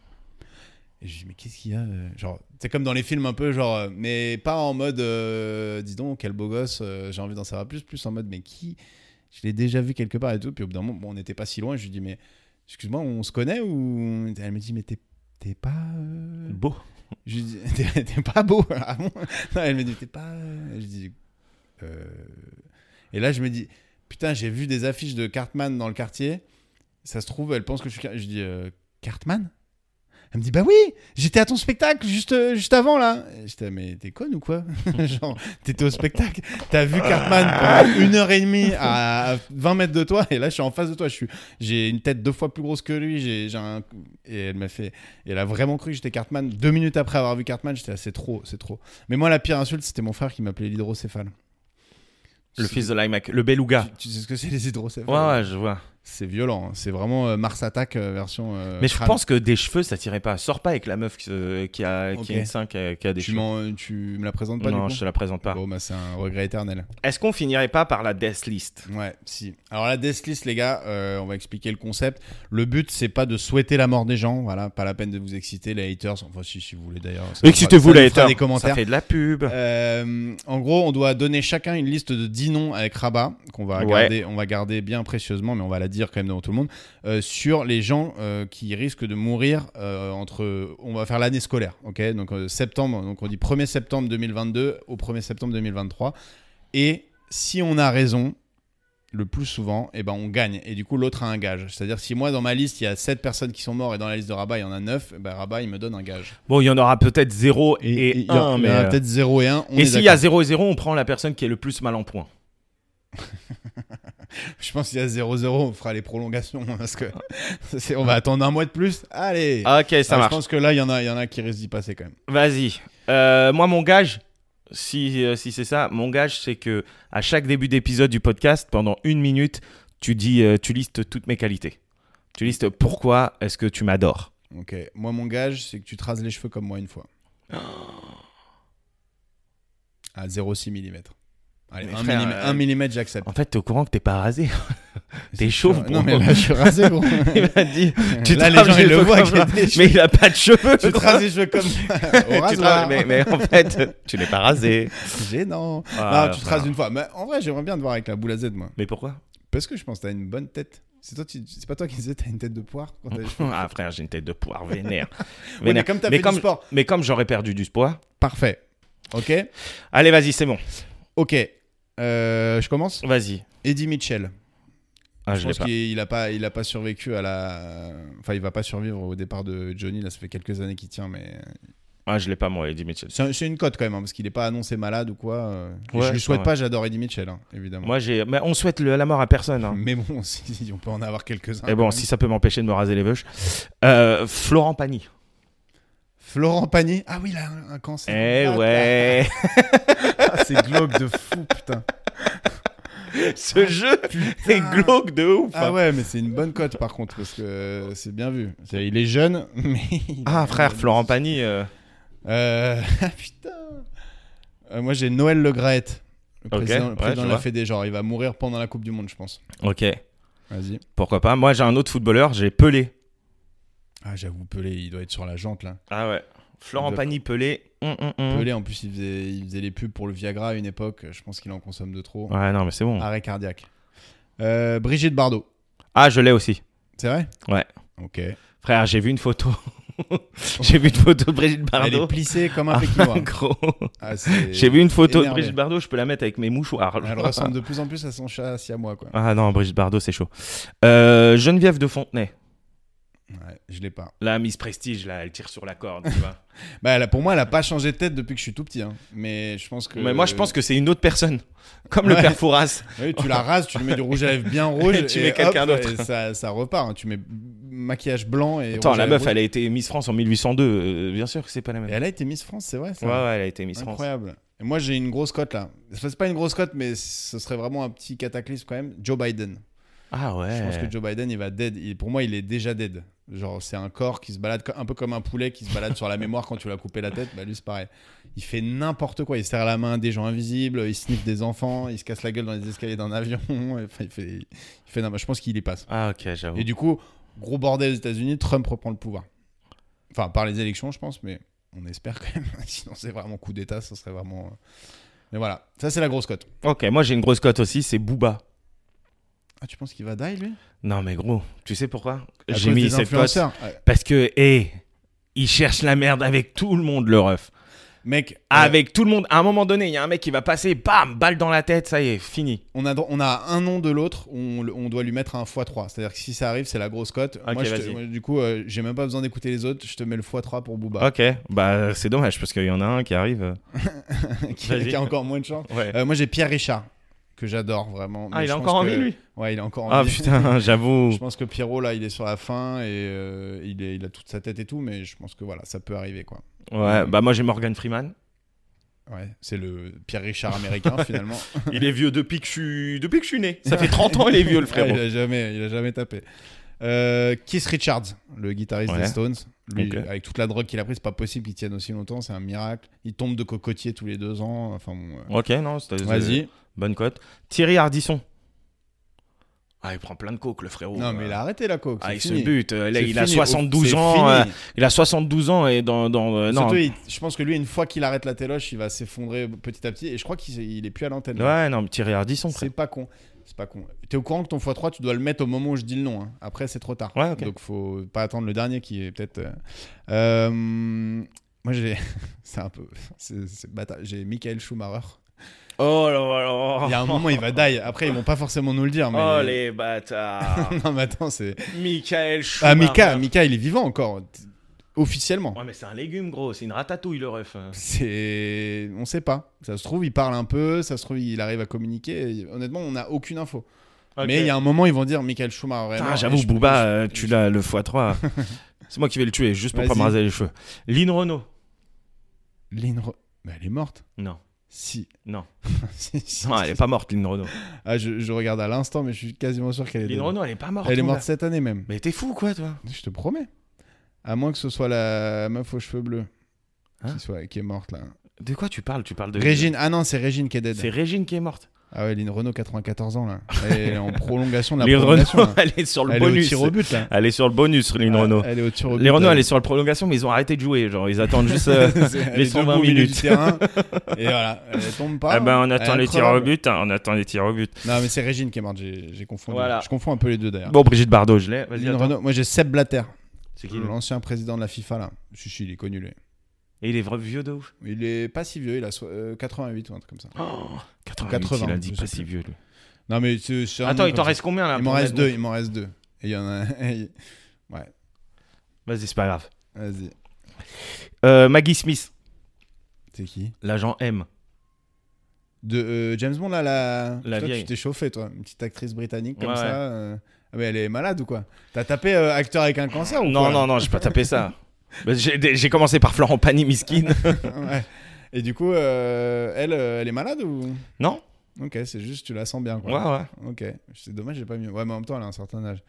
[SPEAKER 4] Et je dis mais qu'est-ce qu'il y a euh Genre c'est comme dans les films un peu genre euh, mais pas en mode euh, dis donc quel beau gosse, euh, j'ai envie d'en savoir plus, plus en mode mais qui Je l'ai déjà vu quelque part et tout. Puis au bout d'un moment, bon, on n'était pas si loin, je lui dis mais excuse-moi, on se connaît ou Elle me dit mais t'es T'es pas. euh,
[SPEAKER 3] Beau.
[SPEAKER 4] Je lui dis, t'es t'es pas beau. Ah bon Non, elle me dit, t'es pas. euh, Je dis, euh... Et là, je me dis, putain, j'ai vu des affiches de Cartman dans le quartier. Ça se trouve, elle pense que je suis. Car- Je dis, euh, Cartman Elle me dit, bah oui, j'étais à ton spectacle juste, euh, juste avant là. Et J'étais, mais t'es conne ou quoi Genre, t'étais au spectacle, t'as vu Cartman pendant une heure et demie à 20 mètres de toi, et là, je suis en face de toi. Je suis, j'ai une tête deux fois plus grosse que lui. J'ai, j'ai un... Et elle m'a fait. Et elle a vraiment cru que j'étais Cartman. Deux minutes après avoir vu Cartman, j'étais assez trop, c'est trop. Mais moi, la pire insulte, c'était mon frère qui m'appelait l'hydrocéphale.
[SPEAKER 3] Le
[SPEAKER 4] Tu-
[SPEAKER 3] fils de l'iMac, le beluga.
[SPEAKER 4] Tu, tu sais ce que c'est les hydrocéphales
[SPEAKER 3] Ah. Ouais, ouais, je vois.
[SPEAKER 4] C'est violent. hein. C'est vraiment euh, Mars Attack euh, version. euh,
[SPEAKER 3] Mais je
[SPEAKER 4] crâne.
[SPEAKER 3] pense que des cheveux, ça tirait pas. Sors pas avec la meuf qui, se- qui a, qui
[SPEAKER 4] Ok.
[SPEAKER 3] a une seins, qui a, qui a des
[SPEAKER 4] Tu,
[SPEAKER 3] cheveux.
[SPEAKER 4] m'en- tu me la présentes pas
[SPEAKER 3] non,
[SPEAKER 4] du
[SPEAKER 3] je
[SPEAKER 4] coup
[SPEAKER 3] te la présente pas.
[SPEAKER 4] Bon, bah, c'est un regret éternel.
[SPEAKER 3] Est-ce qu'on finirait pas par la death list
[SPEAKER 4] Ouais, si. Alors la death list, les gars, euh, on va expliquer le concept. Le but, c'est pas de souhaiter la mort des gens. Voilà, pas la peine de vous exciter, les haters. Enfin, si, si vous voulez d'ailleurs. ça nous fera- ça nous fera
[SPEAKER 3] Ça
[SPEAKER 4] Des commentaires.
[SPEAKER 3] fait de la pub.
[SPEAKER 4] Euh, en gros, on doit donner chacun une liste de 10 noms avec Rabat, qu'on va,
[SPEAKER 3] Ouais.
[SPEAKER 4] garder, on va garder bien précieusement, mais on va la dire quand même devant tout le monde, euh, sur les gens euh, qui risquent de mourir euh, entre. On va faire l'année scolaire, ok Donc euh, septembre, donc on dit 1er septembre 2022 au 1er septembre 2023. Et si on a raison, le plus souvent, eh ben on gagne. Et du coup, l'autre a un gage. C'est-à-dire, si moi, dans ma liste, il y a 7 personnes qui sont mortes et dans la liste de Rabat, il y en a 9, eh ben, Rabat, il me donne un gage.
[SPEAKER 3] Bon, il y en aura peut-être 0 et
[SPEAKER 4] il y en
[SPEAKER 3] 1,
[SPEAKER 4] il
[SPEAKER 3] mais.
[SPEAKER 4] y en a
[SPEAKER 3] euh,
[SPEAKER 4] peut-être 0 et 1.
[SPEAKER 3] Et s'il y a 0 et 0, on prend la personne qui est le plus mal en point.
[SPEAKER 4] Je pense qu'il y a 0-0, on fera les prolongations hein, parce que c'est- on va attendre un mois de plus. Allez,
[SPEAKER 3] Ok, ça
[SPEAKER 4] Ah,
[SPEAKER 3] marche.
[SPEAKER 4] Je pense que là, il y en a, il y en a qui risquent d'y passer quand même.
[SPEAKER 3] Vas-y. Euh, moi, mon gage, si, euh, si c'est ça, mon gage, c'est que à chaque début d'épisode du podcast, pendant une minute, tu dis, euh, tu listes toutes mes qualités. Tu listes pourquoi est-ce que tu m'adores.
[SPEAKER 4] Ok, moi mon gage, c'est que tu te rases les cheveux comme moi une fois.
[SPEAKER 3] Oh.
[SPEAKER 4] À 0,6 mm. Allez,
[SPEAKER 3] Mais
[SPEAKER 4] 1
[SPEAKER 3] frère,
[SPEAKER 4] mm,
[SPEAKER 3] euh,
[SPEAKER 4] j'accepte.
[SPEAKER 3] En fait, t'es au courant que t'es pas rasé.
[SPEAKER 4] C'est
[SPEAKER 3] chauve,
[SPEAKER 4] sûr.
[SPEAKER 3] gros.
[SPEAKER 4] Non, mais là, je suis rasé, gros.
[SPEAKER 3] il m'a dit, tu te
[SPEAKER 4] là, les
[SPEAKER 3] rases
[SPEAKER 4] gens, ils le
[SPEAKER 3] cheveux
[SPEAKER 4] voient
[SPEAKER 3] comme ça.
[SPEAKER 4] que t'es-
[SPEAKER 3] mais il a pas de cheveux.
[SPEAKER 4] Tu te
[SPEAKER 3] gros.
[SPEAKER 4] rases les cheveux comme ça.
[SPEAKER 3] Tu
[SPEAKER 4] Au
[SPEAKER 3] te
[SPEAKER 4] rasoir.
[SPEAKER 3] rases- mais, mais en fait, tu n'es pas rasé.
[SPEAKER 4] Gênant.
[SPEAKER 3] Ah,
[SPEAKER 4] non, tu te
[SPEAKER 3] voilà.
[SPEAKER 4] rases une fois. Mais en vrai, j'aimerais bien te voir avec la boule à Z, moi.
[SPEAKER 3] Mais pourquoi
[SPEAKER 4] Parce que je pense que t'as une bonne tête. C'est toi, tu- c'est pas toi qui disais t'as une tête de poire quand t'as les cheveux.
[SPEAKER 3] Ah frère, j'ai une tête de poire vénère.
[SPEAKER 4] Ouais, mais comme t'as fait
[SPEAKER 3] mais
[SPEAKER 4] du
[SPEAKER 3] comme,
[SPEAKER 4] sport.
[SPEAKER 3] mais comme j'aurais perdu du poids.
[SPEAKER 4] Parfait. Ok.
[SPEAKER 3] Allez, vas-y, c'est bon.
[SPEAKER 4] Ok. Euh, je commence.
[SPEAKER 3] Vas-y.
[SPEAKER 4] Eddie Mitchell.
[SPEAKER 3] Ah,
[SPEAKER 4] je
[SPEAKER 3] je l'ai
[SPEAKER 4] pense
[SPEAKER 3] pas.
[SPEAKER 4] qu'il a pas, il a pas survécu à la. Enfin, il va pas survivre au départ de Johnny. Là, ça fait quelques années qu'il tient, mais
[SPEAKER 3] Ah, je l'ai pas moi, Eddie Mitchell.
[SPEAKER 4] c'est un- c'est une cote quand même, hein, parce qu'il est pas annoncé malade ou quoi. euh. Et
[SPEAKER 3] Ouais,
[SPEAKER 4] je lui souhaite
[SPEAKER 3] ouais.
[SPEAKER 4] pas. J'adore Eddie Mitchell, hein, évidemment.
[SPEAKER 3] Moi, j'ai. Mais on souhaite le- la mort à personne. hein.
[SPEAKER 4] Mais bon, si on peut en avoir quelques uns.
[SPEAKER 3] Et bon, si ça peut m'empêcher de me raser les veuches. Euh, Florent Pagny.
[SPEAKER 4] Florent Pagny. Ah oui, il a un, un cancer.
[SPEAKER 3] Eh
[SPEAKER 4] Ah,
[SPEAKER 3] ouais. Ah,
[SPEAKER 4] putain, C'est glauque de fou, putain.
[SPEAKER 3] Ce jeu est glauque de ouf.
[SPEAKER 4] Ah ouais, mais c'est une bonne cote par contre, parce que euh, c'est bien vu. C'est- Il est jeune, mais. il a-
[SPEAKER 3] Ah, frère, Florent Pagny. euh,
[SPEAKER 4] Euh, ah, putain. Euh, moi j'ai Noël Le Graët. Le
[SPEAKER 3] Ok,
[SPEAKER 4] président, le
[SPEAKER 3] ouais,
[SPEAKER 4] président
[SPEAKER 3] je
[SPEAKER 4] de la
[SPEAKER 3] vois.
[SPEAKER 4] Fédé, genre il va mourir pendant la Coupe du Monde, je pense.
[SPEAKER 3] Ok.
[SPEAKER 4] Vas-y.
[SPEAKER 3] Pourquoi pas Moi, j'ai un autre footballeur. J'ai Pelé.
[SPEAKER 4] Ah, j'avoue, Pelé, il doit être sur la jante là.
[SPEAKER 3] Ah ouais. Florent
[SPEAKER 4] De-
[SPEAKER 3] Pagny, Pelé. Hum, hum, hum.
[SPEAKER 4] Pelé, en plus, il faisait, il faisait les pubs pour le Viagra à une époque. Je pense qu'il en consomme de trop.
[SPEAKER 3] Ouais, non, mais c'est bon.
[SPEAKER 4] Arrêt cardiaque. Euh, Brigitte Bardot.
[SPEAKER 3] Ah, je l'ai aussi.
[SPEAKER 4] C'est vrai
[SPEAKER 3] Ouais.
[SPEAKER 4] Ok.
[SPEAKER 3] Frère, j'ai vu une photo. j'ai vu une photo de Brigitte
[SPEAKER 4] Elle est
[SPEAKER 3] Bardot.
[SPEAKER 4] plissée comme un
[SPEAKER 3] Ah,
[SPEAKER 4] Pékinois.
[SPEAKER 3] gros.
[SPEAKER 4] Ah, c'est-
[SPEAKER 3] J'ai vu une photo de
[SPEAKER 4] énervé.
[SPEAKER 3] Brigitte Bardot, je peux la mettre avec mes mouchoirs.
[SPEAKER 4] Elle ressemble de plus en plus à son chat siamois, quoi.
[SPEAKER 3] Ah non, Brigitte Bardot, c'est chaud. Euh, Geneviève de Fontenay,
[SPEAKER 4] Ouais, je l'ai pas.
[SPEAKER 3] la Miss Prestige, là, elle tire sur la corde, tu vois.
[SPEAKER 4] Bah, elle a- pour moi, elle a pas changé de tête depuis que je suis tout petit. hein. Mais je pense que.
[SPEAKER 3] Mais moi, je pense que c'est une autre personne, comme le
[SPEAKER 4] Ouais.
[SPEAKER 3] père Fouras.
[SPEAKER 4] Oui, tu la rases, tu lui mets du rouge à lèvres bien rouge.
[SPEAKER 3] Et tu mets quelqu'un
[SPEAKER 4] hop,
[SPEAKER 3] d'autre.
[SPEAKER 4] et Ça, ça repart. hein. Tu mets maquillage blanc et.
[SPEAKER 3] Attends,
[SPEAKER 4] rouge à
[SPEAKER 3] la meuf,
[SPEAKER 4] lèvres
[SPEAKER 3] elle a été Miss France en 1802, euh, bien sûr que c'est pas la
[SPEAKER 4] rouge.
[SPEAKER 3] même.
[SPEAKER 4] Et elle a été Miss France, c'est vrai ça
[SPEAKER 3] Ouais, ouais, elle a été Miss France.
[SPEAKER 4] Incroyable. Et moi, j'ai une grosse cote là. Enfin, C'est pas une grosse cote, mais ce serait vraiment un petit cataclysme quand même. Joe Biden.
[SPEAKER 3] Ah ouais.
[SPEAKER 4] Je pense que Joe Biden, il va dead. Il- pour moi, il est déjà dead. Genre, c'est un corps qui se balade co- un peu comme un poulet qui se balade sur la mémoire quand tu l'as coupé la tête. Bah, lui, c'est pareil. Il fait n'importe quoi. Il serre la main à des gens invisibles, il sniffe des enfants, il se casse la gueule dans les escaliers d'un avion. Enfin, il fait, il fait n'importe- Je pense qu'il y passe.
[SPEAKER 3] Ah ok, j'avoue.
[SPEAKER 4] Et du coup, gros bordel aux États-Unis, Trump reprend le pouvoir. Enfin, par les élections, je pense, mais on espère quand même. Sinon, c'est vraiment coup d'État, ça serait vraiment. euh. Mais voilà, ça, c'est la grosse cote.
[SPEAKER 3] Ok, moi j'ai une grosse cote aussi, c'est Booba.
[SPEAKER 4] Ah, tu penses qu'il va die, lui
[SPEAKER 3] Non mais gros, tu sais pourquoi
[SPEAKER 4] À
[SPEAKER 3] J'ai
[SPEAKER 4] cause
[SPEAKER 3] mis
[SPEAKER 4] des
[SPEAKER 3] cette cote
[SPEAKER 4] influenceurs. Ouais.
[SPEAKER 3] parce que hé, il cherche la merde avec tout le monde, le ref.
[SPEAKER 4] Mec, euh,
[SPEAKER 3] Avec tout le monde. À un moment donné, il y a un mec qui va passer, bam, balle dans la tête, ça y est, fini.
[SPEAKER 4] on, a, dro- on a un nom de l'autre, on, le- on doit lui mettre un x3. C'est-à-dire que si ça arrive, c'est la grosse cote.
[SPEAKER 3] Ok,
[SPEAKER 4] moi, je te-
[SPEAKER 3] vas-y.
[SPEAKER 4] moi, du coup, euh, j'ai même pas besoin d'écouter les autres, je te mets le x3 pour Booba,
[SPEAKER 3] Ok, bah c'est dommage parce qu'il y en a un qui arrive. euh,
[SPEAKER 4] qui,
[SPEAKER 3] vas-y.
[SPEAKER 4] qui a encore moins de chance.
[SPEAKER 3] Ouais.
[SPEAKER 4] Euh, moi, j'ai Pierre Richard, que j'adore vraiment.
[SPEAKER 3] ah,
[SPEAKER 4] mais
[SPEAKER 3] il
[SPEAKER 4] je
[SPEAKER 3] a
[SPEAKER 4] pense
[SPEAKER 3] encore envie,
[SPEAKER 4] que-
[SPEAKER 3] lui
[SPEAKER 4] Ouais, il est encore en
[SPEAKER 3] Ah
[SPEAKER 4] vie.
[SPEAKER 3] putain, j'avoue.
[SPEAKER 4] Je pense que Pierrot, là, il est sur la fin et euh, il, est, il a toute sa tête et tout, mais je pense que voilà, ça peut arriver, quoi.
[SPEAKER 3] Ouais, bah moi j'ai Morgan Freeman.
[SPEAKER 4] Ouais, c'est le Pierre Richard américain, finalement.
[SPEAKER 3] Il est vieux depuis que je suis, depuis que je suis né. Ça fait 30 ans, il est vieux, le
[SPEAKER 4] Ouais,
[SPEAKER 3] frérot.
[SPEAKER 4] il, a jamais, il a jamais tapé. Euh, Keith Richards, le guitariste
[SPEAKER 3] Ouais.
[SPEAKER 4] des Stones. Lui,
[SPEAKER 3] Ok.
[SPEAKER 4] avec toute la drogue qu'il a prise, c'est pas possible qu'il tienne aussi longtemps, c'est un miracle. Il tombe de cocotier tous les deux ans. Enfin, bon, euh,
[SPEAKER 3] Ok, non, c'était.
[SPEAKER 4] Vas-y.
[SPEAKER 3] Bonne cote. Thierry Hardisson. Ah, il prend plein de coke, le frérot.
[SPEAKER 4] non, mais il a arrêté la coke.
[SPEAKER 3] Ah,
[SPEAKER 4] c'est
[SPEAKER 3] il
[SPEAKER 4] fini.
[SPEAKER 3] se bute. Euh, Là,
[SPEAKER 4] C'est
[SPEAKER 3] il a
[SPEAKER 4] fini.
[SPEAKER 3] 72
[SPEAKER 4] C'est
[SPEAKER 3] ans.
[SPEAKER 4] fini.
[SPEAKER 3] euh, il a 72 ans et dans. dans euh, non.
[SPEAKER 4] Surtout, il- je pense que lui, une fois qu'il arrête la téloche, il va s'effondrer petit à petit. Et je crois qu'il il est plus à l'antenne. là.
[SPEAKER 3] Ouais, non, mais Thierry Hardisson, frère.
[SPEAKER 4] C'est pas con. C'est pas con. T'es au courant que ton x3, tu dois le mettre au moment où je dis le nom. hein. Après, c'est trop tard.
[SPEAKER 3] Ouais, ok.
[SPEAKER 4] Donc, faut pas attendre le dernier qui est peut-être. euh, euh, Moi, j'ai. c'est un peu. C'est c'est bâtard. J'ai Michael Schumacher.
[SPEAKER 3] Oh là là là.
[SPEAKER 4] Il y a un moment, il va die. Après, ils vont pas forcément nous le dire. Mais...
[SPEAKER 3] Oh les bâtards.
[SPEAKER 4] non, mais attends, c'est.
[SPEAKER 3] Michael
[SPEAKER 4] Ah,
[SPEAKER 3] Schumacher.
[SPEAKER 4] Mika, Mika, il est vivant encore. t- Officiellement.
[SPEAKER 3] Ouais, mais c'est un légume, gros. C'est une ratatouille, le ref.
[SPEAKER 4] C'est. On sait pas. Ça se trouve, il parle un peu. Ça se trouve, il arrive à communiquer. Et Honnêtement, on n'a aucune info. Mais il y a un moment, ils vont dire Michael Schumacher. est
[SPEAKER 3] Putain,
[SPEAKER 4] mort. Et
[SPEAKER 3] j'avoue,
[SPEAKER 4] je-
[SPEAKER 3] Booba,
[SPEAKER 4] je-
[SPEAKER 3] euh,
[SPEAKER 4] je-
[SPEAKER 3] tu l'as le x3. c'est moi qui vais le tuer, juste pour pas
[SPEAKER 4] Vas-y.
[SPEAKER 3] me raser les cheveux. Lynn Renault.
[SPEAKER 4] Lynn Re- Mais elle est morte.
[SPEAKER 3] Non.
[SPEAKER 4] Si.
[SPEAKER 3] Non.
[SPEAKER 4] Si, si,
[SPEAKER 3] Non, elle
[SPEAKER 4] si.
[SPEAKER 3] est pas morte, Lynn Renault.
[SPEAKER 4] Ah, je, je regarde à l'instant, mais je suis quasiment sûr qu'elle est.
[SPEAKER 3] Lynn
[SPEAKER 4] dedans.
[SPEAKER 3] Renault, elle est pas morte.
[SPEAKER 4] elle est
[SPEAKER 3] Booba.
[SPEAKER 4] morte cette année même.
[SPEAKER 3] Mais t'es fou, quoi, toi
[SPEAKER 4] Je te promets. À moins que ce soit la meuf aux cheveux bleus
[SPEAKER 3] Hein
[SPEAKER 4] qui, soit, qui est morte là.
[SPEAKER 3] De quoi tu parles Tu parles de.
[SPEAKER 4] Régine. Ah non, c'est Régine qui est dead.
[SPEAKER 3] C'est Régine qui est morte.
[SPEAKER 4] Ah ouais, Lynn Renault, 94 ans là. Elle est en prolongation de la
[SPEAKER 3] Lynn
[SPEAKER 4] prolongation.
[SPEAKER 3] Renault,
[SPEAKER 4] là.
[SPEAKER 3] elle est sur le
[SPEAKER 4] Elle est au
[SPEAKER 3] bonus.
[SPEAKER 4] tir au but là.
[SPEAKER 3] Elle est sur le bonus, Lynn Renault.
[SPEAKER 4] Elle est au tir au but. euh.
[SPEAKER 3] Les Renault,
[SPEAKER 4] là.
[SPEAKER 3] elle est sur la prolongation, mais ils ont arrêté de jouer. Genre, ils attendent juste euh,
[SPEAKER 4] C'est- elle
[SPEAKER 3] les
[SPEAKER 4] est debout
[SPEAKER 3] 120
[SPEAKER 4] au milieu du
[SPEAKER 3] minutes.
[SPEAKER 4] terrain. et voilà, elle tombe pas.
[SPEAKER 3] Ah ben, on
[SPEAKER 4] Elle est
[SPEAKER 3] attend les tirs au
[SPEAKER 4] incroyable.
[SPEAKER 3] but. hein, on attend les tirs au but.
[SPEAKER 4] Non, mais c'est Régine qui est morte, j'ai j'ai confondu.
[SPEAKER 3] Voilà.
[SPEAKER 4] Je confonds un peu les deux d'ailleurs.
[SPEAKER 3] Bon, Brigitte Bardot, je l'ai. Vas-y,
[SPEAKER 4] Lynn
[SPEAKER 3] attends.
[SPEAKER 4] Renault. Moi j'ai Seb Blatter,
[SPEAKER 3] C'est qui lui
[SPEAKER 4] l'ancien président de la FIFA là. Si, si, il est connu lui.
[SPEAKER 3] Et il est vrai vieux de ouf.
[SPEAKER 4] Il est pas si vieux, il a so- euh, 88 ou un truc comme ça.
[SPEAKER 3] 88,
[SPEAKER 4] 80,
[SPEAKER 3] il a dit
[SPEAKER 4] Oh, je
[SPEAKER 3] pas
[SPEAKER 4] sais
[SPEAKER 3] si
[SPEAKER 4] plus.
[SPEAKER 3] vieux. Lui.
[SPEAKER 4] Non mais c'est c'est un
[SPEAKER 3] Attends,
[SPEAKER 4] nom
[SPEAKER 3] il t'en
[SPEAKER 4] comme ça.
[SPEAKER 3] reste combien là
[SPEAKER 4] Il
[SPEAKER 3] pour
[SPEAKER 4] m'en reste
[SPEAKER 3] mettre
[SPEAKER 4] deux,
[SPEAKER 3] bon
[SPEAKER 4] il m'en reste deux. Et il y en a. ouais,
[SPEAKER 3] Vas-y, c'est pas grave.
[SPEAKER 4] vas-y.
[SPEAKER 3] Euh, Maggie Smith,
[SPEAKER 4] C'est qui
[SPEAKER 3] l'agent M.
[SPEAKER 4] De euh, James Bond là, la.
[SPEAKER 3] La
[SPEAKER 4] toi,
[SPEAKER 3] vieille.
[SPEAKER 4] Tu t'es chauffé toi, une petite actrice britannique comme
[SPEAKER 3] Ouais, ouais.
[SPEAKER 4] ça. euh. Ah, mais elle est malade ou quoi T'as tapé euh, acteur avec un cancer ou
[SPEAKER 3] Non,
[SPEAKER 4] quoi, là
[SPEAKER 3] non, non, j'ai pas tapé ça. Bah, J'ai j'ai commencé par Florent Pagny, Miskin.
[SPEAKER 4] Ouais. Et du coup, euh, elle, euh, elle est malade ou
[SPEAKER 3] non
[SPEAKER 4] Ok, c'est juste tu la sens bien.
[SPEAKER 3] Ouais,
[SPEAKER 4] Quoi.
[SPEAKER 3] ouais.
[SPEAKER 4] Ok, c'est dommage, j'ai pas mis. Ouais, mais en même temps, elle a un certain âge.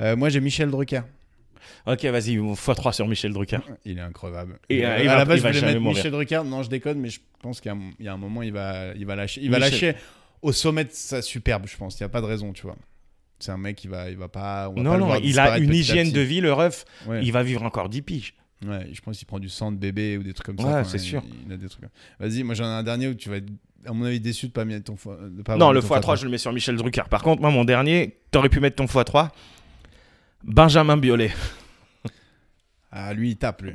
[SPEAKER 4] Euh, moi, j'ai Michel Drucker.
[SPEAKER 3] Ok, vas-y, x3 sur Michel Drucker.
[SPEAKER 4] Il est increvable.
[SPEAKER 3] Et, euh,
[SPEAKER 4] à
[SPEAKER 3] il va-
[SPEAKER 4] la base,
[SPEAKER 3] il va
[SPEAKER 4] je voulais
[SPEAKER 3] jamais
[SPEAKER 4] mettre
[SPEAKER 3] mourir.
[SPEAKER 4] Michel Drucker. Non, je déconne, mais je pense qu'il y a un- il y, a un moment, il va, il va lâcher. Il va
[SPEAKER 3] Michel-
[SPEAKER 4] lâcher au sommet de sa superbe, je pense. Il y a pas de raison, tu vois. C'est un mec qui va, il va pas. on va pas
[SPEAKER 3] Non,
[SPEAKER 4] le
[SPEAKER 3] non,
[SPEAKER 4] voir
[SPEAKER 3] il a
[SPEAKER 4] disparaître
[SPEAKER 3] une
[SPEAKER 4] petit à
[SPEAKER 3] hygiène
[SPEAKER 4] petit.
[SPEAKER 3] de vie, le ref.
[SPEAKER 4] Ouais.
[SPEAKER 3] Il va vivre encore 10 piges.
[SPEAKER 4] Ouais, je pense qu'il prend du sang de bébé ou des trucs comme ça.
[SPEAKER 3] Ouais,
[SPEAKER 4] Enfin,
[SPEAKER 3] c'est
[SPEAKER 4] il-
[SPEAKER 3] sûr.
[SPEAKER 4] Il, a des trucs. comme- Vas-y, moi j'en ai un dernier où tu vas être, à mon avis, déçu de pas mettre ton fo- de pas
[SPEAKER 3] non,
[SPEAKER 4] avoir
[SPEAKER 3] le
[SPEAKER 4] mis ton
[SPEAKER 3] x3, je le mets sur Michel Drucker. Par contre, moi, mon dernier, t'aurais pu mettre ton x3. Benjamin Biolay.
[SPEAKER 4] Ah, lui, il tape, lui.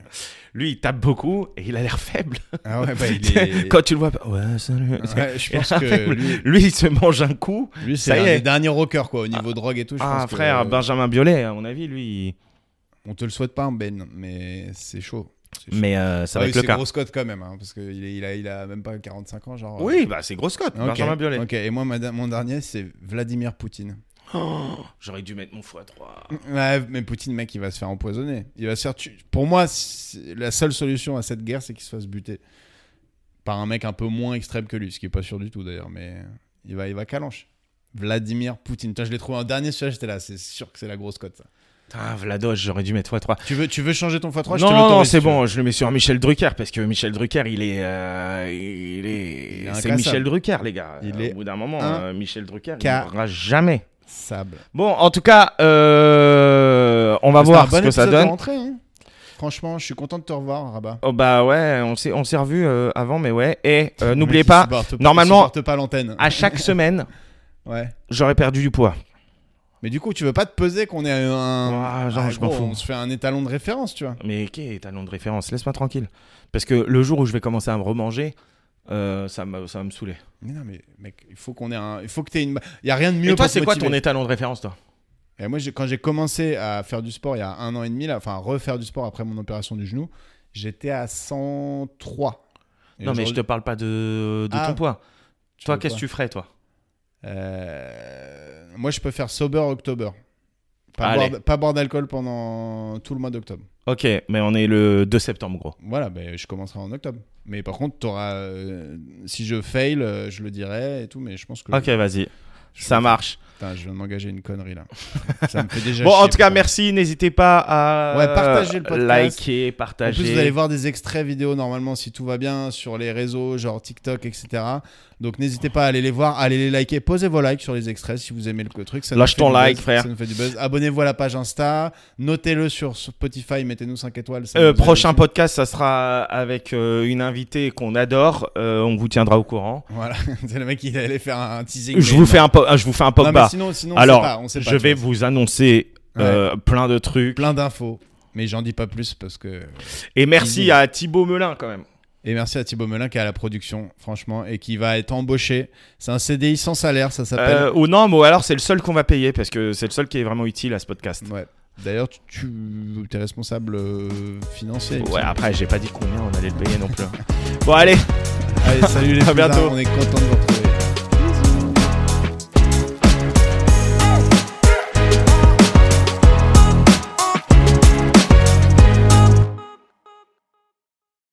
[SPEAKER 3] Lui, il tape beaucoup et il a l'air faible.
[SPEAKER 4] Ah ouais, bah, il est.
[SPEAKER 3] Quand tu le vois, pas- ouais, salut.
[SPEAKER 4] Ouais, je
[SPEAKER 3] Il a
[SPEAKER 4] pense
[SPEAKER 3] l'air
[SPEAKER 4] que
[SPEAKER 3] faible.
[SPEAKER 4] lui,
[SPEAKER 3] Lui, il se mange un coup.
[SPEAKER 4] lui c'est
[SPEAKER 3] Ça y
[SPEAKER 4] un
[SPEAKER 3] est.
[SPEAKER 4] des derniers rockers, quoi, au niveau drogue et tout. Je
[SPEAKER 3] Ah,
[SPEAKER 4] pense que- euh,
[SPEAKER 3] frère, Benjamin Biolay, à mon avis, lui. il-
[SPEAKER 4] On te le souhaite pas, Ben, mais c'est chaud. C'est chaud.
[SPEAKER 3] Mais euh, ça
[SPEAKER 4] Ah
[SPEAKER 3] va
[SPEAKER 4] oui,
[SPEAKER 3] être le
[SPEAKER 4] c'est
[SPEAKER 3] cas.
[SPEAKER 4] gros Scott quand même, hein, parce qu'il est- il a, il a même pas 45 ans, genre. euh,
[SPEAKER 3] Oui, bah c'est grosse cote,
[SPEAKER 4] Ok,
[SPEAKER 3] Benjamin Biolay.
[SPEAKER 4] Ok, et moi, ma- mon dernier, c'est Vladimir Poutine.
[SPEAKER 3] Oh, J'aurais dû mettre mon x3.
[SPEAKER 4] Ouais, mais Poutine, mec, il va se faire empoisonner. Il va se faire tu- Pour moi, c'est- la seule solution à cette guerre, c'est qu'il se fasse buter par un mec un peu moins extrême que lui, ce qui est pas sûr du tout d'ailleurs, mais il va, il va calanche. Vladimir Poutine. Putain, je l'ai trouvé en dernier, celui-là, j'étais là. C'est sûr que c'est la grosse cote. ça.
[SPEAKER 3] Putain, Vlados, j'aurais dû mettre x3.
[SPEAKER 4] Tu veux, tu veux changer ton x3 je
[SPEAKER 3] non,
[SPEAKER 4] te
[SPEAKER 3] non,
[SPEAKER 4] l'autorise,
[SPEAKER 3] c'est
[SPEAKER 4] si tu veux.
[SPEAKER 3] bon, je le mets sur Michel Drucker parce que Michel Drucker, il est. euh, il
[SPEAKER 4] Il est
[SPEAKER 3] est. C'est
[SPEAKER 4] incassable.
[SPEAKER 3] Michel Drucker, les gars.
[SPEAKER 4] Il
[SPEAKER 3] Euh,
[SPEAKER 4] est
[SPEAKER 3] Au bout d'un moment,
[SPEAKER 4] un-
[SPEAKER 3] euh, Michel Drucker, il
[SPEAKER 4] Ca-
[SPEAKER 3] mourra jamais.
[SPEAKER 4] Sable.
[SPEAKER 3] Bon, en tout cas, euh, on va
[SPEAKER 4] Bah, C'était
[SPEAKER 3] voir
[SPEAKER 4] un
[SPEAKER 3] ce
[SPEAKER 4] bon
[SPEAKER 3] que ça
[SPEAKER 4] épisode de
[SPEAKER 3] donne.
[SPEAKER 4] rentrée, hein. Franchement, je suis content de te revoir, Rabat.
[SPEAKER 3] Oh, bah ouais, on s'est on s'est revus euh, avant, mais ouais. Et euh, n'oubliez pas, normalement-
[SPEAKER 4] Porte pas l'antenne.
[SPEAKER 3] à chaque semaine,
[SPEAKER 4] Ouais.
[SPEAKER 3] j'aurais perdu du poids.
[SPEAKER 4] Mais du coup, tu veux pas te peser qu'on est un.
[SPEAKER 3] Ah, genre, je m'en
[SPEAKER 4] gros,
[SPEAKER 3] fous.
[SPEAKER 4] On se fait un étalon de référence, tu vois.
[SPEAKER 3] Mais ok, étalon de référence, laisse-moi tranquille. Parce que le jour où je vais commencer à me remanger, euh, ça, me- ça va me saouler.
[SPEAKER 4] Mais non, mais mec, il faut qu'on ait un. Il faut que t'aies une. Il y a rien de
[SPEAKER 3] Mais
[SPEAKER 4] mieux
[SPEAKER 3] toi,
[SPEAKER 4] pour
[SPEAKER 3] c'est
[SPEAKER 4] te
[SPEAKER 3] quoi
[SPEAKER 4] motiver.
[SPEAKER 3] ton étalon de référence, toi
[SPEAKER 4] Et moi, j'ai- quand j'ai commencé à faire du sport il y a un an et demi, là, enfin, à refaire du sport après mon opération du genou, j'étais à 103. Et
[SPEAKER 3] Non, mais je
[SPEAKER 4] aujourd'hui-
[SPEAKER 3] te parle pas de, de
[SPEAKER 4] Ah,
[SPEAKER 3] ton poids.
[SPEAKER 4] tu
[SPEAKER 3] Toi,
[SPEAKER 4] veux
[SPEAKER 3] qu'est-ce que
[SPEAKER 4] quoi
[SPEAKER 3] tu ferais, toi
[SPEAKER 4] Euh, Moi, je peux faire sober octobre. Pas
[SPEAKER 3] Allez.
[SPEAKER 4] boire, pas boire d'alcool pendant tout le mois d'octobre.
[SPEAKER 3] Ok, mais on est le 2 septembre, gros.
[SPEAKER 4] Voilà, ben, je commencerai en octobre. Mais par contre, t'auras, euh, si je fail, euh, je le dirai et tout, mais je pense que.
[SPEAKER 3] Ok, vas-y,
[SPEAKER 4] je-
[SPEAKER 3] ça marche.
[SPEAKER 4] Putain, je viens de m'engager une connerie là. ça me fait déjà.
[SPEAKER 3] Bon, en
[SPEAKER 4] chier,
[SPEAKER 3] tout cas,
[SPEAKER 4] putain.
[SPEAKER 3] merci. N'hésitez pas à euh,
[SPEAKER 4] Ouais, partagez le podcast.
[SPEAKER 3] liker,
[SPEAKER 4] En
[SPEAKER 3] partager.
[SPEAKER 4] plus, vous allez voir des extraits vidéo normalement si tout va bien sur les réseaux, genre TikTok, etc. Donc n'hésitez pas à aller les voir, allez les liker, posez vos likes sur les extraits si vous aimez le truc. Ça nous
[SPEAKER 3] Lâche
[SPEAKER 4] fait
[SPEAKER 3] ton
[SPEAKER 4] du
[SPEAKER 3] like,
[SPEAKER 4] buzz,
[SPEAKER 3] frère.
[SPEAKER 4] Ça nous fait du buzz. Abonnez-vous à la page Insta, notez-le sur Spotify, mettez-nous 5 étoiles. ça
[SPEAKER 3] Euh,
[SPEAKER 4] nous aide
[SPEAKER 3] prochain
[SPEAKER 4] aussi.
[SPEAKER 3] podcast, ça sera avec euh, une invitée qu'on adore. Euh, on vous tiendra au courant.
[SPEAKER 4] Voilà, c'est le mec qui allait faire un teasing.
[SPEAKER 3] Je
[SPEAKER 4] mais
[SPEAKER 3] vous,
[SPEAKER 4] non.
[SPEAKER 3] fais un po- ah, je vous fais un
[SPEAKER 4] Non,
[SPEAKER 3] Pogba.
[SPEAKER 4] mais sinon, sinon, on
[SPEAKER 3] Alors,
[SPEAKER 4] sait pas, on sait pas,
[SPEAKER 3] je
[SPEAKER 4] tu
[SPEAKER 3] vais
[SPEAKER 4] vois.
[SPEAKER 3] vous annoncer euh, plein de trucs.
[SPEAKER 4] plein d'infos, mais j'en dis pas plus parce que.
[SPEAKER 3] Et merci
[SPEAKER 4] Bisous.
[SPEAKER 3] à Thibaut Melin quand même.
[SPEAKER 4] Et merci à Thibaut Melin qui est à la production, franchement, et qui va être embauché. C'est un CDI sans salaire, ça s'appelle.
[SPEAKER 3] Euh, ou non, mais alors c'est le seul qu'on va payer parce que c'est le seul qui est vraiment utile à ce podcast.
[SPEAKER 4] Ouais. D'ailleurs, tu, tu es responsable euh, financier. il me
[SPEAKER 3] Ouais,
[SPEAKER 4] semble.
[SPEAKER 3] après j'ai pas dit combien on allait le payer non plus. hein. bon allez.
[SPEAKER 4] Allez, salut les
[SPEAKER 3] À bientôt.
[SPEAKER 4] On est content de vous retrouver.